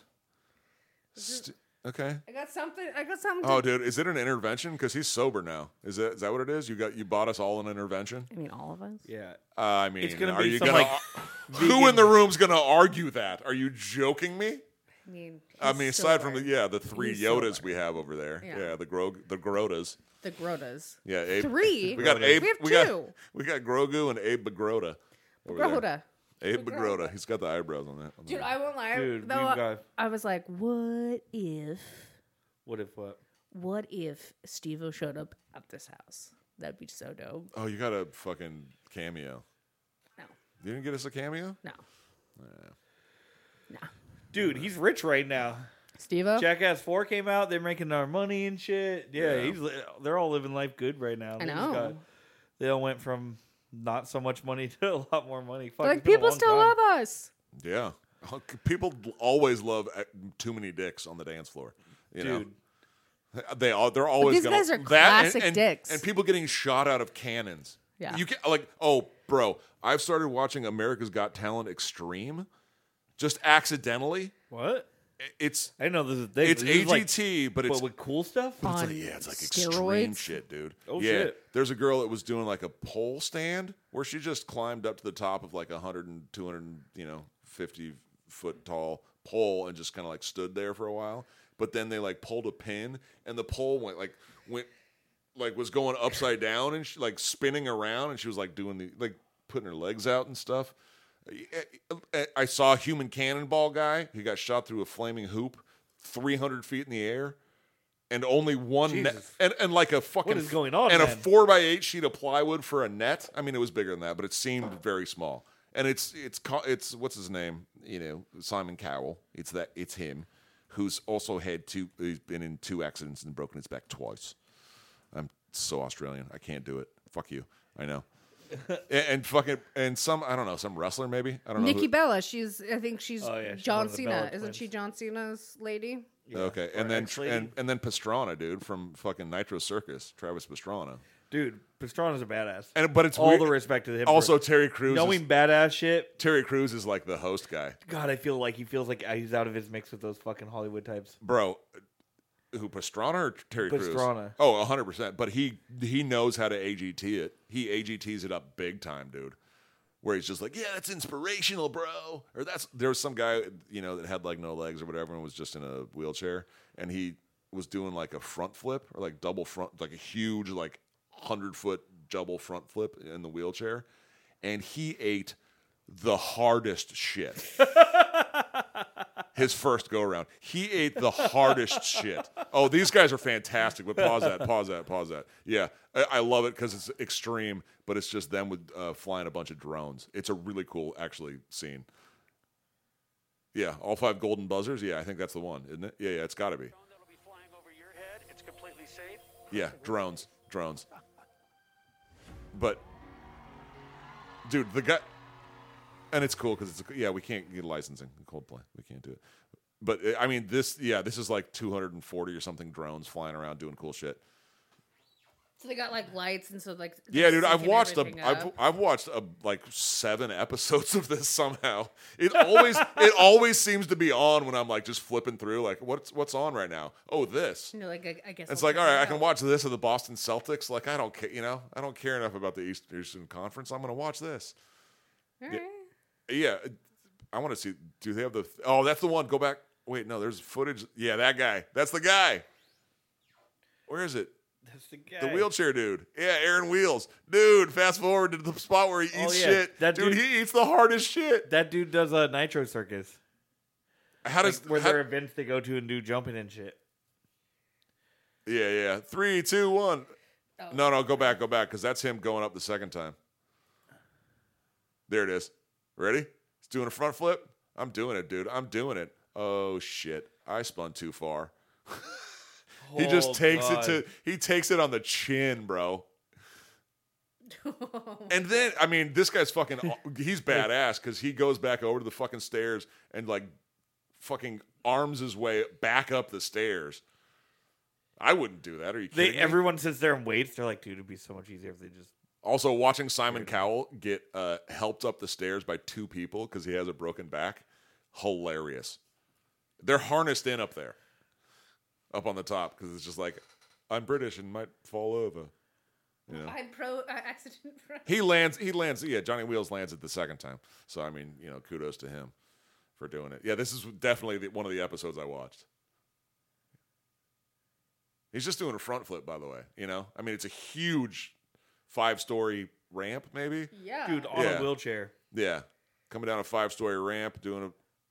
Speaker 2: St- okay.
Speaker 3: I got something. I got something. To,
Speaker 2: Oh, dude, is it an intervention? Because he's sober now. Is that is that what it is? You got you bought us all an intervention.
Speaker 3: I mean, all of us.
Speaker 1: Yeah.
Speaker 2: Uh, I mean,
Speaker 1: It's gonna
Speaker 2: are
Speaker 1: be
Speaker 2: you
Speaker 1: some,
Speaker 2: gonna?
Speaker 1: like,
Speaker 2: who in the room's gonna argue that? Are you joking me?
Speaker 3: I mean,
Speaker 2: I
Speaker 3: he's
Speaker 2: mean,
Speaker 3: so
Speaker 2: aside from the
Speaker 3: hard.
Speaker 2: yeah, the three
Speaker 3: He's
Speaker 2: Yodas
Speaker 3: sober.
Speaker 2: we have over there.
Speaker 3: Yeah.
Speaker 2: Yeah, the Grog the Grotas.
Speaker 3: the Grotas.
Speaker 2: Yeah, Abe.
Speaker 3: Three?
Speaker 2: We got Abe.
Speaker 3: We have
Speaker 2: got Oh,
Speaker 3: two.
Speaker 2: we got Grogu and Abe Bagrota. over there.
Speaker 3: Grota.
Speaker 2: Abe Bagrota. He's got the eyebrows on that. on
Speaker 3: Dude,
Speaker 2: that.
Speaker 3: I won't lie.
Speaker 1: Dude,
Speaker 3: though,
Speaker 1: we've got-
Speaker 3: I was like, what if,
Speaker 1: What if what?
Speaker 3: what if Steve showed up at this house? That'd be so dope.
Speaker 2: Oh, you got a fucking cameo.
Speaker 3: No,
Speaker 2: You didn't get us a cameo?
Speaker 3: no, no.
Speaker 1: Dude, he's rich right now.
Speaker 3: Steve
Speaker 2: Oh.
Speaker 1: Jackass Four came out. They're making our money and shit. Yeah,
Speaker 2: Yeah.
Speaker 1: he's li- they're all living life good right now.
Speaker 3: I
Speaker 1: They just
Speaker 3: know.
Speaker 1: they all went from not so much money to a lot more money. Fuck,
Speaker 3: like people still love us.
Speaker 2: Yeah. Oh, c- People always love uh, too many dicks on the dance floor. You
Speaker 1: dude.
Speaker 2: know, they all they're always
Speaker 3: these
Speaker 2: gonna,
Speaker 3: guys are
Speaker 2: that and-
Speaker 3: classic
Speaker 2: and-
Speaker 3: dicks.
Speaker 2: and people getting shot out of cannons.
Speaker 3: Yeah.
Speaker 2: you can like oh bro, I've started watching America's Got Talent Extreme, just accidentally.
Speaker 1: What?
Speaker 2: I- It's
Speaker 1: I didn't know this is a thing.
Speaker 2: it's
Speaker 1: This is like-
Speaker 2: AGT, but it's
Speaker 1: but with cool stuff.
Speaker 2: It's
Speaker 3: on
Speaker 2: like, yeah, it's like extreme
Speaker 3: steroids?
Speaker 2: shit, dude.
Speaker 1: Oh,
Speaker 2: yeah.
Speaker 1: shit.
Speaker 2: There's a girl that was doing like a pole stand where she just climbed up to the top of like a 100 and 200, and, you know, 50 foot tall pole and just kind of like stood there for a while. But then they like pulled a pin and the pole went like, went like was going upside down and she, like spinning around and she was like doing the like putting her legs out and stuff. I- eh, I saw a human cannonball guy. He got shot through a flaming hoop, three hundred feet in the air, and only one net,
Speaker 1: Jesus.
Speaker 2: and and like a fucking
Speaker 1: is going on,
Speaker 2: and a
Speaker 1: man?
Speaker 2: four by eight sheet of plywood for a net. I mean, it was bigger than that, but it seemed very small. And it's it's co- it's what's his name? You know, Simon Cowell. It's that it's him, who's also had two. He's been in two accidents and broken his back twice. I'm so Australian. I can't do it. Fuck you. I know. and, and fucking and some I don't know some wrestler maybe I don't know.
Speaker 3: Nikki
Speaker 2: who-
Speaker 3: Bella. She's I think she's
Speaker 1: Oh, yeah, she's one
Speaker 3: John
Speaker 1: of the
Speaker 3: Cena.
Speaker 1: Bella
Speaker 3: Isn't
Speaker 1: twins.
Speaker 3: she John Cena's lady?
Speaker 2: okay,
Speaker 1: Or
Speaker 2: and then
Speaker 1: ex-lady.
Speaker 2: and, and then Pastrana, dude, from fucking Nitro Circus, Travis Pastrana.
Speaker 1: dude, Pastrana's a badass.
Speaker 2: And but it's
Speaker 1: all
Speaker 2: weird-
Speaker 1: the respect to him. for
Speaker 2: Also, Terry Crews.
Speaker 1: knowing
Speaker 2: is,
Speaker 1: badass shit.
Speaker 2: Terry Crews is like the host guy,
Speaker 1: God, I feel like he feels like uh, he's out of his mix with those fucking Hollywood types.
Speaker 2: bro. Who Pastrana or Terry Crews?
Speaker 1: Pastrana.
Speaker 2: Oh, 100 percent. But he he knows how to AGT it. He AGTs it up big time, dude. Where he's just like, yeah, that's inspirational, bro. Or that's there was some guy you know that had like no legs or whatever and was just in a wheelchair, and he was doing like a front flip or like double front, like a huge like hundred foot double front flip in the wheelchair, and he ate the hardest shit. his first go around. He ate the hardest shit. Oh, these guys are fantastic. But pause that, pause that, pause that. Yeah, I, I love it because it's extreme, but it's just them with uh, flying a bunch of drones. It's a really cool, actually, scene. Yeah, all five golden buzzers. Yeah, I think that's the one, isn't it? Yeah, yeah, it's got to be.
Speaker 5: drone that'll be flying over your head. It's completely safe.
Speaker 2: Yeah, drones, drones. But, dude, the guy, and it's cool because it's yeah, we can't get licensing Coldplay, we can't do it. But uh, I mean, this yeah, this is like 240 or something drones flying around doing cool shit.
Speaker 3: So they got like lights and so like
Speaker 2: Yeah, dude, I've
Speaker 3: syncing
Speaker 2: watched a,
Speaker 3: everything
Speaker 2: I've,
Speaker 3: up.
Speaker 2: I've watched a, like seven episodes of this somehow. It always it always seems to be on when I'm like just flipping through like what's what's on right now. Oh, this.
Speaker 3: And you're like I, I guess
Speaker 2: It's
Speaker 3: I'll
Speaker 2: like, all
Speaker 3: check
Speaker 2: right,
Speaker 3: it
Speaker 2: I can
Speaker 3: out.
Speaker 2: watch this of the Boston Celtics. Like, I don't care, you know, I don't care enough about the East- Eastern Conference. I'm going to watch this.
Speaker 3: All right.
Speaker 2: Yeah, I want to see. Do they have the? Oh, that's the one. Go back. Wait, no, there's footage. Yeah, that guy. That's the guy. Where is it?
Speaker 1: That's the guy.
Speaker 2: The wheelchair dude. Yeah, Aaron Wheels. Dude, fast forward to the spot where he
Speaker 1: Oh,
Speaker 2: eats
Speaker 1: yeah.
Speaker 2: shit.
Speaker 1: That
Speaker 2: dude,
Speaker 1: dude-
Speaker 2: he eats the hardest shit.
Speaker 1: That dude does a nitro circus.
Speaker 2: How does?
Speaker 1: Where
Speaker 2: how-
Speaker 1: there are events they go to and do jumping and shit.
Speaker 2: yeah, yeah. Three, two, one.
Speaker 3: Oh.
Speaker 2: No, no, go back, go back, because that's him going up the second time. There it is. Ready? He's doing a front flip. I'm doing it, dude. I'm doing it. Oh shit! I spun too far. He just
Speaker 1: Oh,
Speaker 2: takes
Speaker 1: God.
Speaker 2: it to he takes it on the chin, bro. And then I mean, this guy's fucking he's badass because he goes back over to the fucking stairs and like fucking arms his way back up the stairs. I wouldn't do that. Are you kidding
Speaker 1: They
Speaker 2: me?
Speaker 1: everyone sits there and waits. They're like, dude, it'd be so much easier if they just.
Speaker 2: Also, watching Simon Cowell get uh, helped up the stairs by two people because he has a broken back, hilarious. They're harnessed in up there, up on the top, because it's just like, I'm British and might fall over.
Speaker 3: I'm pro uh, accident pro.
Speaker 2: He lands. He lands. Yeah, Johnny Wheels lands it the second time. So I mean, you know, kudos to him for doing it. Yeah, this is definitely the, one of the episodes I watched. He's just doing a front flip, by the way. You know, I mean, it's a huge five-story ramp, maybe.
Speaker 3: Yeah,
Speaker 1: Dude, on
Speaker 2: Yeah.
Speaker 1: a wheelchair.
Speaker 2: Yeah. Coming down a five story ramp, doing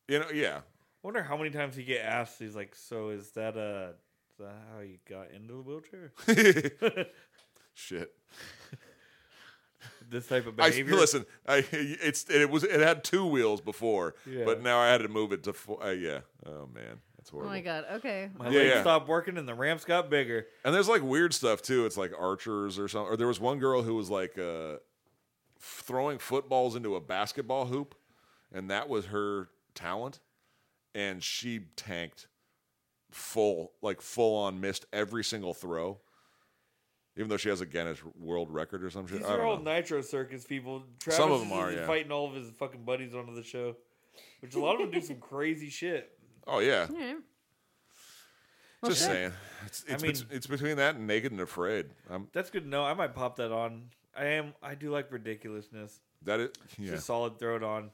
Speaker 2: a, you know, yeah.
Speaker 1: wonder how many times he get asked. He's like, so is that uh is that how you got into the wheelchair?
Speaker 2: Shit.
Speaker 1: this type of
Speaker 2: I,
Speaker 1: behavior.
Speaker 2: listen, I, it's, it was, it had two wheels before,
Speaker 1: Yeah.
Speaker 2: but now I had to move it to, four, uh, yeah. Oh man, that's
Speaker 3: Oh
Speaker 2: horrible.
Speaker 3: my god. Okay.
Speaker 1: My
Speaker 2: Yeah,
Speaker 1: legs
Speaker 2: yeah.
Speaker 1: stopped working and the ramps got bigger.
Speaker 2: And there's like weird stuff too. It's like archers or something. Or there was one girl who was like uh, throwing footballs into a basketball hoop, and that was her talent. And she tanked full, like full on, missed every single throw. Even though she has a Guinness World Record or some shit.
Speaker 1: These
Speaker 2: I
Speaker 1: are
Speaker 2: don't
Speaker 1: all
Speaker 2: know.
Speaker 1: Nitro Circus people. Travis
Speaker 2: Some of them
Speaker 1: is
Speaker 2: are, yeah.
Speaker 1: fighting all of his fucking buddies onto the show, which a lot of them do some crazy shit.
Speaker 2: oh yeah,
Speaker 3: All right.
Speaker 2: just
Speaker 3: shit.
Speaker 2: saying. It's it's,
Speaker 1: mean-
Speaker 2: bet- it's between that and Naked and Afraid. I'm
Speaker 1: That's good to know. I might pop that on. I am. I do like ridiculousness.
Speaker 2: that it. Yeah.
Speaker 1: Just solid. Throw it on.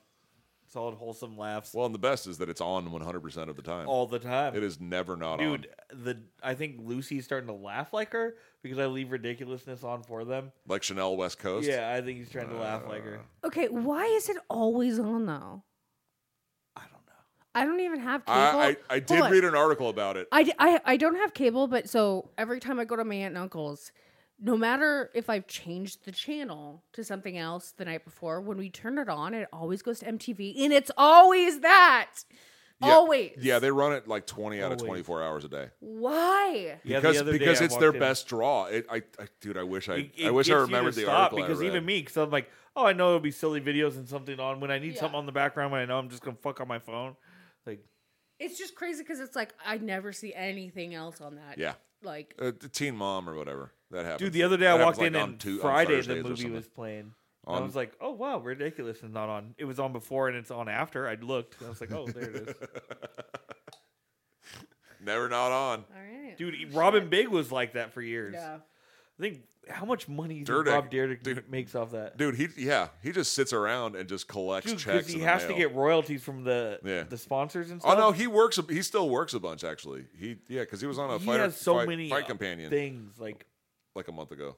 Speaker 1: Solid wholesome laughs
Speaker 2: well, and the best is that it's on 100 percent of the time.
Speaker 1: all the time.
Speaker 2: it is never not on.
Speaker 1: Dude, the I think Lucy's starting to laugh like her because I leave ridiculousness on for them.
Speaker 2: Like Chanel West Coast.
Speaker 1: Yeah, I think he's trying to laugh like her.
Speaker 3: Okay. Why is it always on though?
Speaker 1: I don't know.
Speaker 3: I don't even have cable.
Speaker 2: I, I, I
Speaker 3: Hold
Speaker 2: did
Speaker 3: on.
Speaker 2: read an article about it.
Speaker 3: I, d- I- I don't have cable, but so every time I go to my aunt and uncle's, no matter if I've changed the channel to something else the night before, when we turn it on, it always goes to MTV, and it's always that.
Speaker 1: Oh,
Speaker 3: Always.
Speaker 2: Yeah, they run it like 20 out of
Speaker 1: Always.
Speaker 2: 24 hours a day.
Speaker 3: Why?
Speaker 1: Yeah, the
Speaker 2: because
Speaker 1: other day
Speaker 2: because
Speaker 1: I
Speaker 2: it's their
Speaker 1: walked in.
Speaker 2: best draw. It, I, I dude, I wish I
Speaker 1: It- it
Speaker 2: I wish
Speaker 1: gets
Speaker 2: I
Speaker 1: you to
Speaker 2: remembered the
Speaker 1: stop
Speaker 2: article.
Speaker 1: because
Speaker 2: I read.
Speaker 1: even me, because I'm like, oh, I know it'll be silly videos and something on when I need
Speaker 3: Yeah.
Speaker 1: something on the background when I know I'm just gonna fuck on my phone. Like,
Speaker 3: It's just crazy because it's like I never see anything else on that.
Speaker 2: yeah,
Speaker 3: Like
Speaker 2: uh, the Teen Mom or whatever that happened.
Speaker 1: dude, the other day I walked in
Speaker 2: like on
Speaker 1: and
Speaker 2: Tu- on
Speaker 1: Friday the
Speaker 2: Thursdays or
Speaker 1: movie
Speaker 2: something.
Speaker 1: was playing. And
Speaker 2: On-
Speaker 1: I was like, oh wow, ridiculous is not on. It was on before and it's on after. I looked. And I was like, oh, there it is.
Speaker 2: never not on.
Speaker 3: all right.
Speaker 1: Dude, Robin Big was like that for years.
Speaker 3: Yeah.
Speaker 1: I think how much money do
Speaker 2: Dyrdek.
Speaker 1: Rob Dyrdek
Speaker 2: Dude.
Speaker 1: makes off that?
Speaker 2: Dude, he yeah, he just sits around and just collects
Speaker 1: Dude, because
Speaker 2: checks.
Speaker 1: he
Speaker 2: in the
Speaker 1: has to
Speaker 2: mail.
Speaker 1: get royalties from the
Speaker 2: Yeah.
Speaker 1: the sponsors and
Speaker 2: Oh
Speaker 1: stuff.
Speaker 2: no, he works. a- He still works a bunch actually. He yeah, because he was on a
Speaker 1: he
Speaker 2: fighter,
Speaker 1: has so
Speaker 2: fight,
Speaker 1: many
Speaker 2: fight
Speaker 1: uh,
Speaker 2: companion
Speaker 1: things. Like
Speaker 2: like a month ago.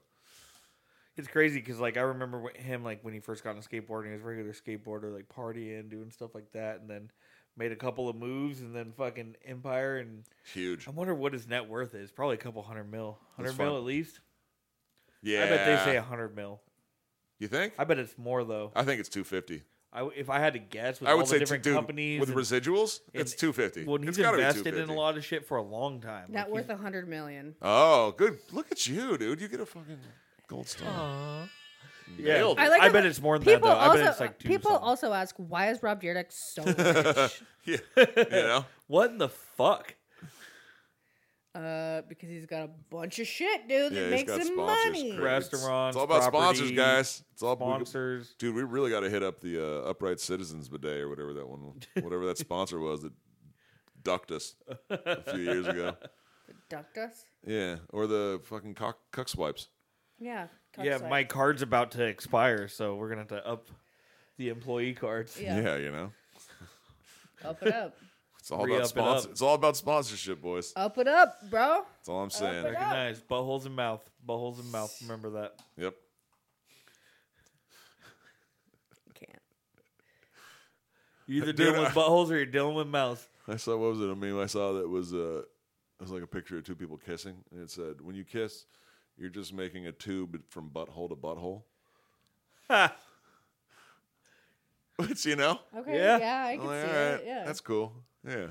Speaker 1: it's crazy because like I remember wh- him like when he first got on skateboarding, he was a regular skateboarder, like partying, doing stuff like that, and then made a couple of moves, and then fucking Empire. And
Speaker 2: Huge.
Speaker 1: I wonder what his net worth is. Probably a couple hundred mil,
Speaker 2: That's
Speaker 1: hundred mil
Speaker 2: fun.
Speaker 1: at least.
Speaker 2: Yeah,
Speaker 1: I bet they say a hundred mil.
Speaker 2: You think?
Speaker 1: I bet it's more though.
Speaker 2: I think it's two fifty.
Speaker 1: I, if I had to guess, with
Speaker 2: I
Speaker 1: all
Speaker 2: would
Speaker 1: the
Speaker 2: say
Speaker 1: different
Speaker 2: dude,
Speaker 1: companies
Speaker 2: with
Speaker 1: and-
Speaker 2: residuals.
Speaker 1: and-
Speaker 2: it's two fifty.
Speaker 1: Well, he's
Speaker 2: it's gotta be
Speaker 1: invested
Speaker 2: 250.
Speaker 1: in a lot of shit for a long time.
Speaker 3: Net
Speaker 1: Like,
Speaker 3: worth
Speaker 1: he's-
Speaker 3: a hundred million.
Speaker 2: Oh, good. Look at you, dude. You get a fucking gold star.
Speaker 1: yeah,
Speaker 2: Nailed
Speaker 1: I,
Speaker 2: it.
Speaker 3: like how
Speaker 1: bet
Speaker 3: the-
Speaker 1: it's more than that
Speaker 3: People
Speaker 1: though. I
Speaker 3: also
Speaker 1: bet it's like two.
Speaker 3: people
Speaker 1: something.
Speaker 3: also ask why is Rob Dyrdek so rich?
Speaker 2: Yeah. you know?
Speaker 1: what in the fuck?
Speaker 3: uh, because he's got a bunch of shit, dude,
Speaker 2: Yeah, he's
Speaker 3: that makes
Speaker 2: got
Speaker 3: him
Speaker 2: sponsors,
Speaker 3: money.
Speaker 2: correct.
Speaker 1: Restaurants,
Speaker 2: It's all about sponsors,
Speaker 1: property,
Speaker 2: guys. It's all
Speaker 1: Sponsors.
Speaker 2: Dude, we really got to hit up the uh, Upright Citizens Bidet or whatever that one, whatever that sponsor was that ducked us a few years ago.
Speaker 3: Ducked us.
Speaker 2: Yeah, or the fucking cock, cuck swipes.
Speaker 3: Yeah. cock
Speaker 1: Yeah,
Speaker 3: side.
Speaker 1: my card's about to expire, so we're gonna have to up the employee cards.
Speaker 3: Yeah.
Speaker 2: Yeah, you know,
Speaker 3: Up it up.
Speaker 2: it's all
Speaker 1: Re-up
Speaker 2: about
Speaker 1: it
Speaker 2: sponsor.
Speaker 1: up.
Speaker 2: It's all about sponsorship, boys.
Speaker 3: Up it up, bro.
Speaker 2: That's all I'm saying.
Speaker 3: it up.
Speaker 1: Recognize buttholes and mouth, buttholes and mouth. Remember that.
Speaker 2: Yep.
Speaker 3: Can't.
Speaker 1: You're either
Speaker 2: Dude, uh,
Speaker 1: dealing with
Speaker 2: I-
Speaker 1: buttholes or you're dealing with mouths.
Speaker 2: I saw what was it a meme I saw that was uh it was like a picture of two people kissing and it said when you kiss you're just making a tube from butthole to butthole. Which you know,
Speaker 3: Okay.
Speaker 1: Yeah.
Speaker 3: Yeah, I
Speaker 2: I'm
Speaker 3: can
Speaker 2: like,
Speaker 3: see
Speaker 2: all Oh, right,
Speaker 3: it. Yeah.
Speaker 2: that's cool. Yeah,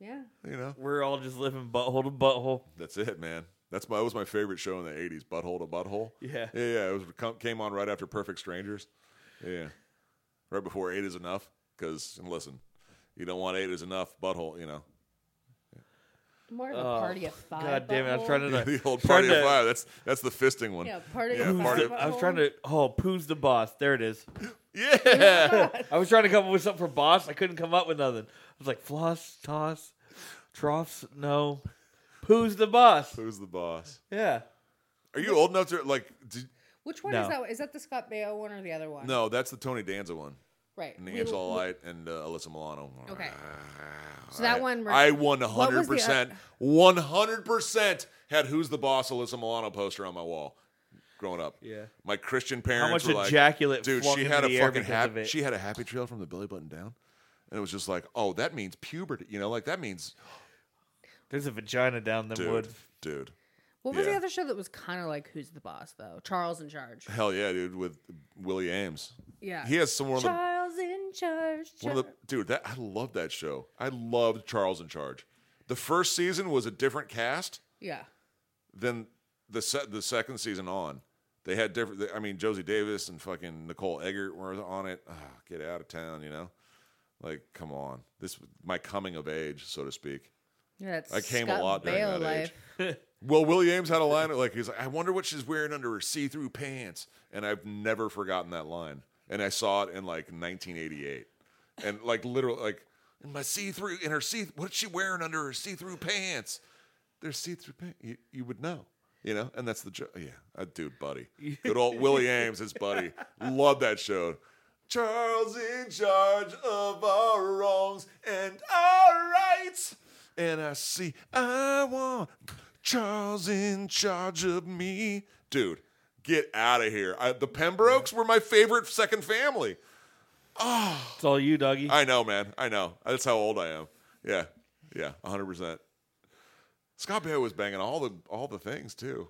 Speaker 3: yeah.
Speaker 2: you know,
Speaker 1: We're all just living butthole to butthole.
Speaker 2: that's it, man. That's my that was my favorite show in the '80s, butthole to butthole.
Speaker 1: Yeah.
Speaker 2: yeah, yeah. It was come, came on right after Perfect Strangers. Yeah, right before Eight is Enough. Because listen, you don't want Eight is Enough butthole. You know,
Speaker 3: More of a
Speaker 1: Oh,
Speaker 3: party of five.
Speaker 1: God damn it! I was
Speaker 3: butthole.
Speaker 1: trying to
Speaker 2: the old
Speaker 1: trying
Speaker 2: party
Speaker 1: to-
Speaker 2: of five. That's that's the fisting one.
Speaker 3: Yeah, party
Speaker 2: Yeah,
Speaker 3: of five.
Speaker 2: party of-
Speaker 1: I was trying to. Oh, poo's the boss. There it is.
Speaker 2: Yeah.
Speaker 1: I was trying to come up with something for boss. I couldn't come up with nothing. I was like floss, toss, troughs. No, poo's the boss.
Speaker 2: Who's the boss?
Speaker 1: Yeah.
Speaker 2: Are you old enough to like? Did,
Speaker 3: Which one
Speaker 1: No.
Speaker 3: is that? Is that the Scott Baio one or the other one?
Speaker 2: no, that's the Tony Danza one,
Speaker 3: Right.
Speaker 2: and
Speaker 3: We-
Speaker 2: Angela Light and uh, Alyssa Milano.
Speaker 3: Okay. So that one. we're-
Speaker 2: I one hundred
Speaker 3: was the
Speaker 2: percent, one hundred percent had "Who's the Boss" Alyssa Milano poster on my wall, growing up.
Speaker 1: Yeah.
Speaker 2: my Christian parents.
Speaker 1: much
Speaker 2: were like,
Speaker 1: ejaculate
Speaker 2: dude?
Speaker 1: flung
Speaker 2: She
Speaker 1: into
Speaker 2: had
Speaker 1: the
Speaker 2: a
Speaker 1: air
Speaker 2: fucking
Speaker 1: because of
Speaker 2: happy.
Speaker 1: it.
Speaker 2: She had a happy trail from the belly button down, and it was just like, oh, that means puberty. You know, like that means,
Speaker 1: There's a vagina down them
Speaker 2: dude,
Speaker 1: wood.
Speaker 2: dude,
Speaker 3: What was the
Speaker 2: yeah.
Speaker 3: other show that was kind of like Who's the Boss though? Charles in Charge.
Speaker 2: hell yeah, dude, with Willie Ames.
Speaker 3: Yeah.
Speaker 2: He has some one of the
Speaker 3: Charles in Charge.
Speaker 2: One of the dude that I love that show. I loved Charles in Charge. The first season was a different cast
Speaker 3: yeah.
Speaker 2: than the se- the second season on. They had different. I mean, Josie Davis and fucking Nicole Eggert were on it. Ah, get out of town, you know. Like, come on. This was my coming of age, so to speak.
Speaker 3: Yeah, that's
Speaker 2: I came
Speaker 3: Scott
Speaker 2: a lot during that
Speaker 3: Baio life.
Speaker 2: age. Well, Willie Ames had a line like he's like, "I wonder what she's wearing under her see-through pants," and I've never forgotten that line. And I saw it in like 1988, and like literally like in my see-through in her see what's she wearing under her see-through pants? There's see-through pants. You, you would know, you know. And that's the joke. Yeah, uh, dude, buddy, good old Willie Ames, his buddy, love that show. Charles in charge of our wrongs and our rights. And I see I want Charles in charge of me. Dude, get out of here. I, the Pembrokes were my favorite second family.
Speaker 1: It's all you, doggy.
Speaker 2: I know, man. I know. That's how old I am. Yeah. Yeah. 100%. Scott Baio was banging all the all the things too.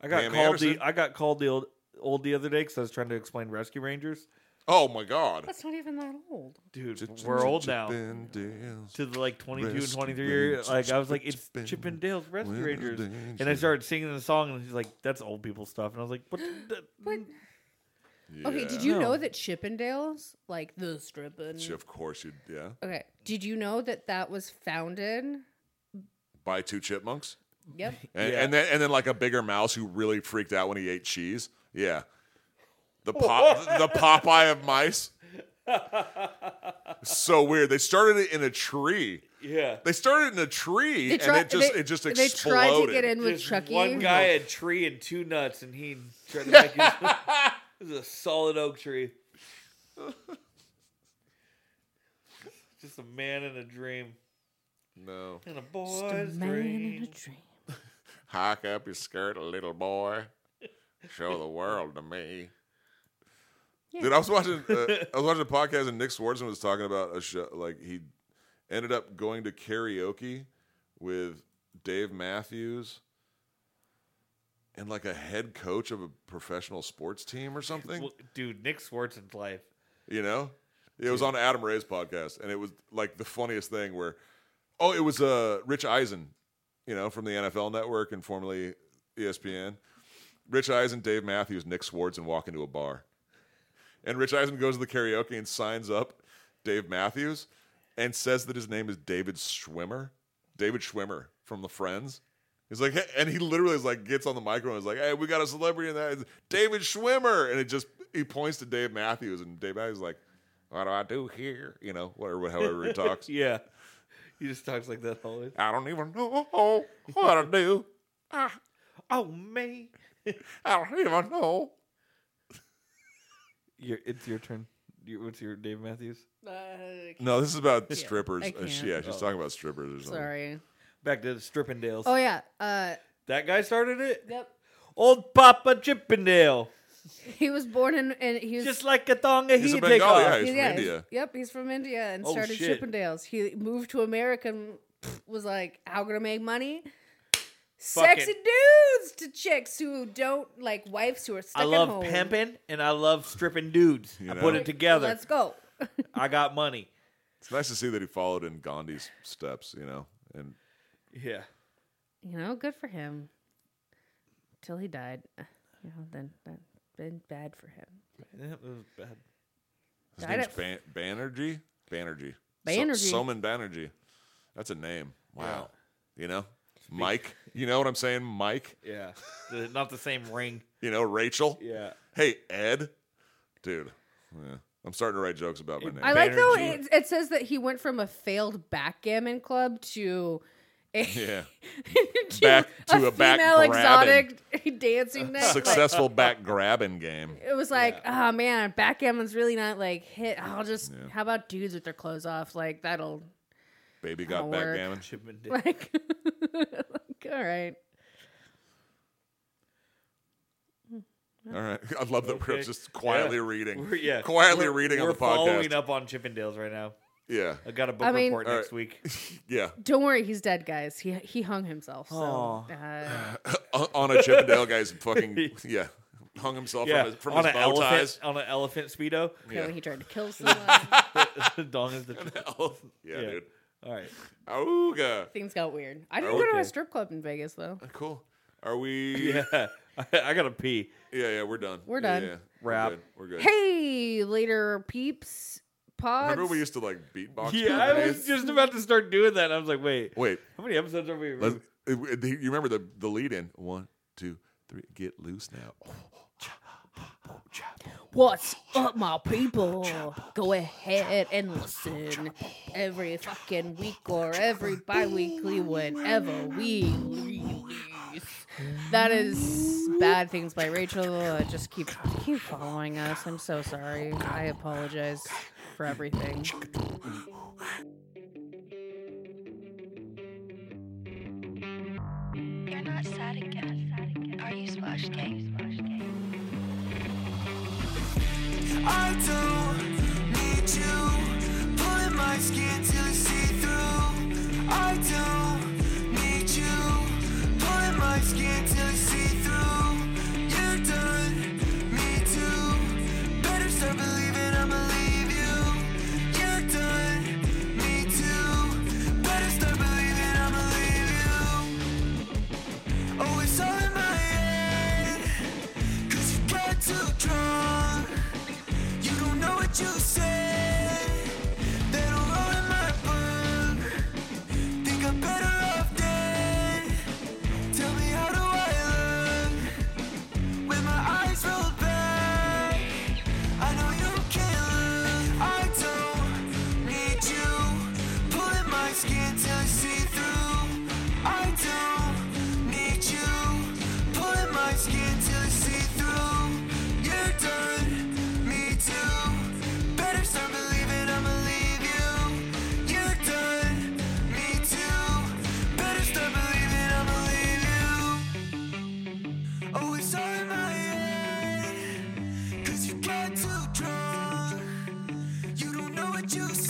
Speaker 1: I got
Speaker 2: Pam
Speaker 1: called
Speaker 2: Anderson?
Speaker 1: the I got called the old, old the other day because I was trying to explain Rescue Rangers.
Speaker 2: Oh my god.
Speaker 3: That's not even that old.
Speaker 1: Dude, we're old now.
Speaker 2: Chippendales.
Speaker 1: to the like 22 and
Speaker 2: Rescue
Speaker 1: 23 year
Speaker 2: Rangers,
Speaker 1: like i was like it's
Speaker 2: Chippendales,
Speaker 1: chip and dale's rescue
Speaker 2: Little
Speaker 1: rangers
Speaker 2: Danger.
Speaker 1: and i started singing the song and he's like that's old people stuff and i was like what the-
Speaker 3: But okay, Oh, did
Speaker 2: Yeah.
Speaker 3: you
Speaker 1: No.
Speaker 3: know that Chippendales, like the strippin'?
Speaker 2: Ch- Of course you. Yeah.
Speaker 3: okay, did you know that that was founded?
Speaker 2: By two chipmunks.
Speaker 3: Yep.
Speaker 2: And,
Speaker 1: Yeah.
Speaker 2: and then and then like a bigger mouse who really freaked out when he ate cheese. Yeah. The pop the Popeye of mice. so weird. They started it in a tree.
Speaker 1: yeah
Speaker 2: They started in a tree
Speaker 3: They tri-
Speaker 2: and it just
Speaker 3: they-
Speaker 2: it just
Speaker 3: They
Speaker 2: exploded.
Speaker 3: tried to get in with E.
Speaker 1: Just
Speaker 3: Chucky.
Speaker 1: one guy a tree and two nuts and he tried to make his it was a solid oak tree just a man in a dream
Speaker 2: No.
Speaker 1: and a boy's dream
Speaker 2: Hike up your skirt, little boy. Show the world to me. Dude, I was watching. Uh, I was watching a podcast, and Nick Swartzen was talking about a show. Like he ended up going to karaoke with Dave Matthews and like a head coach of a professional sports team or something.
Speaker 1: well, dude nick swartzen's life
Speaker 2: You know, it was on Adam Ray's podcast, and it was like the funniest thing. Where, oh, it was uh, Rich Eisen, you know, from the NFL Network and formerly E ESPN. Rich Eisen, Dave Matthews, Nick Swartz, and walk into a bar, and Rich Eisen goes to the karaoke and signs up Dave Matthews, and says that his name is David Schwimmer, David Schwimmer from The Friends. He's like, "Hey," and he literally is like, gets on the microphone. And is like, hey, we got a celebrity in that, It's David Schwimmer, and it just he points to Dave Matthews, and Dave Matthews is like, what do I do here? You know, whatever, however he talks.
Speaker 1: yeah he just talks like that always
Speaker 2: I don't even know what I do.
Speaker 1: oh me
Speaker 2: I don't even know.
Speaker 1: your it's your turn. You, what's your Dave Matthews?
Speaker 3: Uh,
Speaker 2: No, this is about
Speaker 3: Yeah,
Speaker 2: strippers.
Speaker 3: I
Speaker 2: Uh, she-
Speaker 3: can't.
Speaker 2: yeah, she's talking about strippers or something.
Speaker 3: sorry.
Speaker 1: Back to the Strippendales.
Speaker 3: Oh yeah. Uh,
Speaker 1: That guy started it.
Speaker 3: yep.
Speaker 1: Old Papa Chippendale,
Speaker 3: He was born in, and he was
Speaker 1: just like a thong of
Speaker 2: He's a
Speaker 1: heat take off.
Speaker 2: Bengali, yeah, he's from
Speaker 3: yeah,
Speaker 2: India.
Speaker 3: Yep, he's from India and
Speaker 1: Oh,
Speaker 3: started
Speaker 1: shit.
Speaker 3: Chippendales. He moved to America and was like, "How gonna make money?
Speaker 1: Fuck it.
Speaker 3: Sexy dudes to chicks who don't like wives who are stuck
Speaker 1: I love
Speaker 3: at home.
Speaker 1: pimping and I love stripping dudes.
Speaker 2: You
Speaker 1: I
Speaker 2: know?
Speaker 1: put it together.
Speaker 3: Let's go.
Speaker 1: I got money.
Speaker 2: It's nice to see that he followed in Gandhi's steps, you know, and
Speaker 1: Yeah.
Speaker 3: You know, good for him. Till he died, you know, then that been bad for him.
Speaker 1: That was bad.
Speaker 2: His
Speaker 3: Died
Speaker 2: name's
Speaker 3: at-
Speaker 2: Ban- Banerjee. Banerjee. So-
Speaker 3: Banerjee.
Speaker 2: Soman Banerjee. That's a name. Wow. You know, Mike. You know what I'm saying, Mike.
Speaker 1: Yeah. The- not the same ring.
Speaker 2: You know, Rachel.
Speaker 1: Yeah.
Speaker 2: Hey, Ed. Dude, yeah. I'm starting to write jokes about my name.
Speaker 3: I like though
Speaker 1: Banerjee.
Speaker 3: it, it says that he went from a failed backgammon club to a,
Speaker 2: yeah,
Speaker 3: to
Speaker 2: Back to a back
Speaker 3: female
Speaker 2: grabbing.
Speaker 3: exotic dancing night. Like,
Speaker 2: successful back grabbing game.
Speaker 3: it was like, oh man, backgammon's really not like hit. I'll just
Speaker 2: Yeah.
Speaker 3: how about dudes with their clothes off? Like that'll
Speaker 2: Baby got
Speaker 3: That'll work.
Speaker 2: backgammon.
Speaker 1: Chippendale.
Speaker 3: like, like, all right.
Speaker 2: All right, I love that we're
Speaker 1: Okay.
Speaker 2: just quietly
Speaker 1: Yeah.
Speaker 2: reading.
Speaker 1: We're, yeah.
Speaker 2: quietly
Speaker 1: We're-
Speaker 2: reading on
Speaker 1: we're
Speaker 2: the podcast.
Speaker 1: following up on Chippendales right now.
Speaker 2: Yeah,
Speaker 1: I got a book
Speaker 3: I mean-
Speaker 1: report
Speaker 2: All
Speaker 1: next
Speaker 2: right.
Speaker 1: week.
Speaker 2: yeah.
Speaker 3: Don't worry, he's dead, guys. He he hung himself. So
Speaker 1: Aw.
Speaker 3: uh,
Speaker 2: On- on a Chippendale guy's fucking yeah, hung himself
Speaker 1: Yeah.
Speaker 2: from his, from
Speaker 1: on
Speaker 2: his
Speaker 1: an
Speaker 2: bow
Speaker 1: elephant
Speaker 2: ties.
Speaker 1: on an elephant speedo.
Speaker 3: apparently
Speaker 2: Yeah.
Speaker 3: he tried to kill someone.
Speaker 1: Dong is the
Speaker 2: yeah,
Speaker 1: Yeah.
Speaker 2: dude.
Speaker 1: All right.
Speaker 2: Auga.
Speaker 3: Things got weird. I didn't go to
Speaker 1: Okay.
Speaker 3: a strip club in Vegas though.
Speaker 2: Cool. Are we? Yeah,
Speaker 1: Yeah. I gotta pee.
Speaker 2: yeah, we're done.
Speaker 3: We're
Speaker 2: Yeah,
Speaker 3: done.
Speaker 2: Yeah,
Speaker 1: Wrap.
Speaker 2: We're good. We're good.
Speaker 3: Hey, later peeps. Pods.
Speaker 2: Remember we used to like beatbox?
Speaker 1: Yeah, I
Speaker 2: companies?
Speaker 1: was just about to start doing that. and I was like, wait,
Speaker 2: Wait,
Speaker 1: how many episodes are we?
Speaker 2: let's, it- it- you remember the the lead in? One, two, three. Get loose now.
Speaker 3: What's up, my people? Go ahead and listen every fucking week or every bi weekly, whenever we release. That is Bad Things by Rachel. Uh, Just keep, keep following us. I'm so sorry. I apologize for everything.
Speaker 6: You're not sad again. Are you splashed gay?
Speaker 7: I don't need you pulling my skin till it's see through. I don't need you pulling my skin till it's see through. You're done, me too. Better start believing I'm Oh, what you said. They don't roll in my book. Think I'm better off dead. Tell me how do I look when my eyes roll back? I know you can't look. I don't need you pulling my skin till I see through. I don't need you pulling my skin till I see through. You're done, me too. Better start believing I'ma leave you. You're done, me too. Better start believing I'ma leave you. Oh, it's all in my head. Cause you got too drunk. You don't know what you said.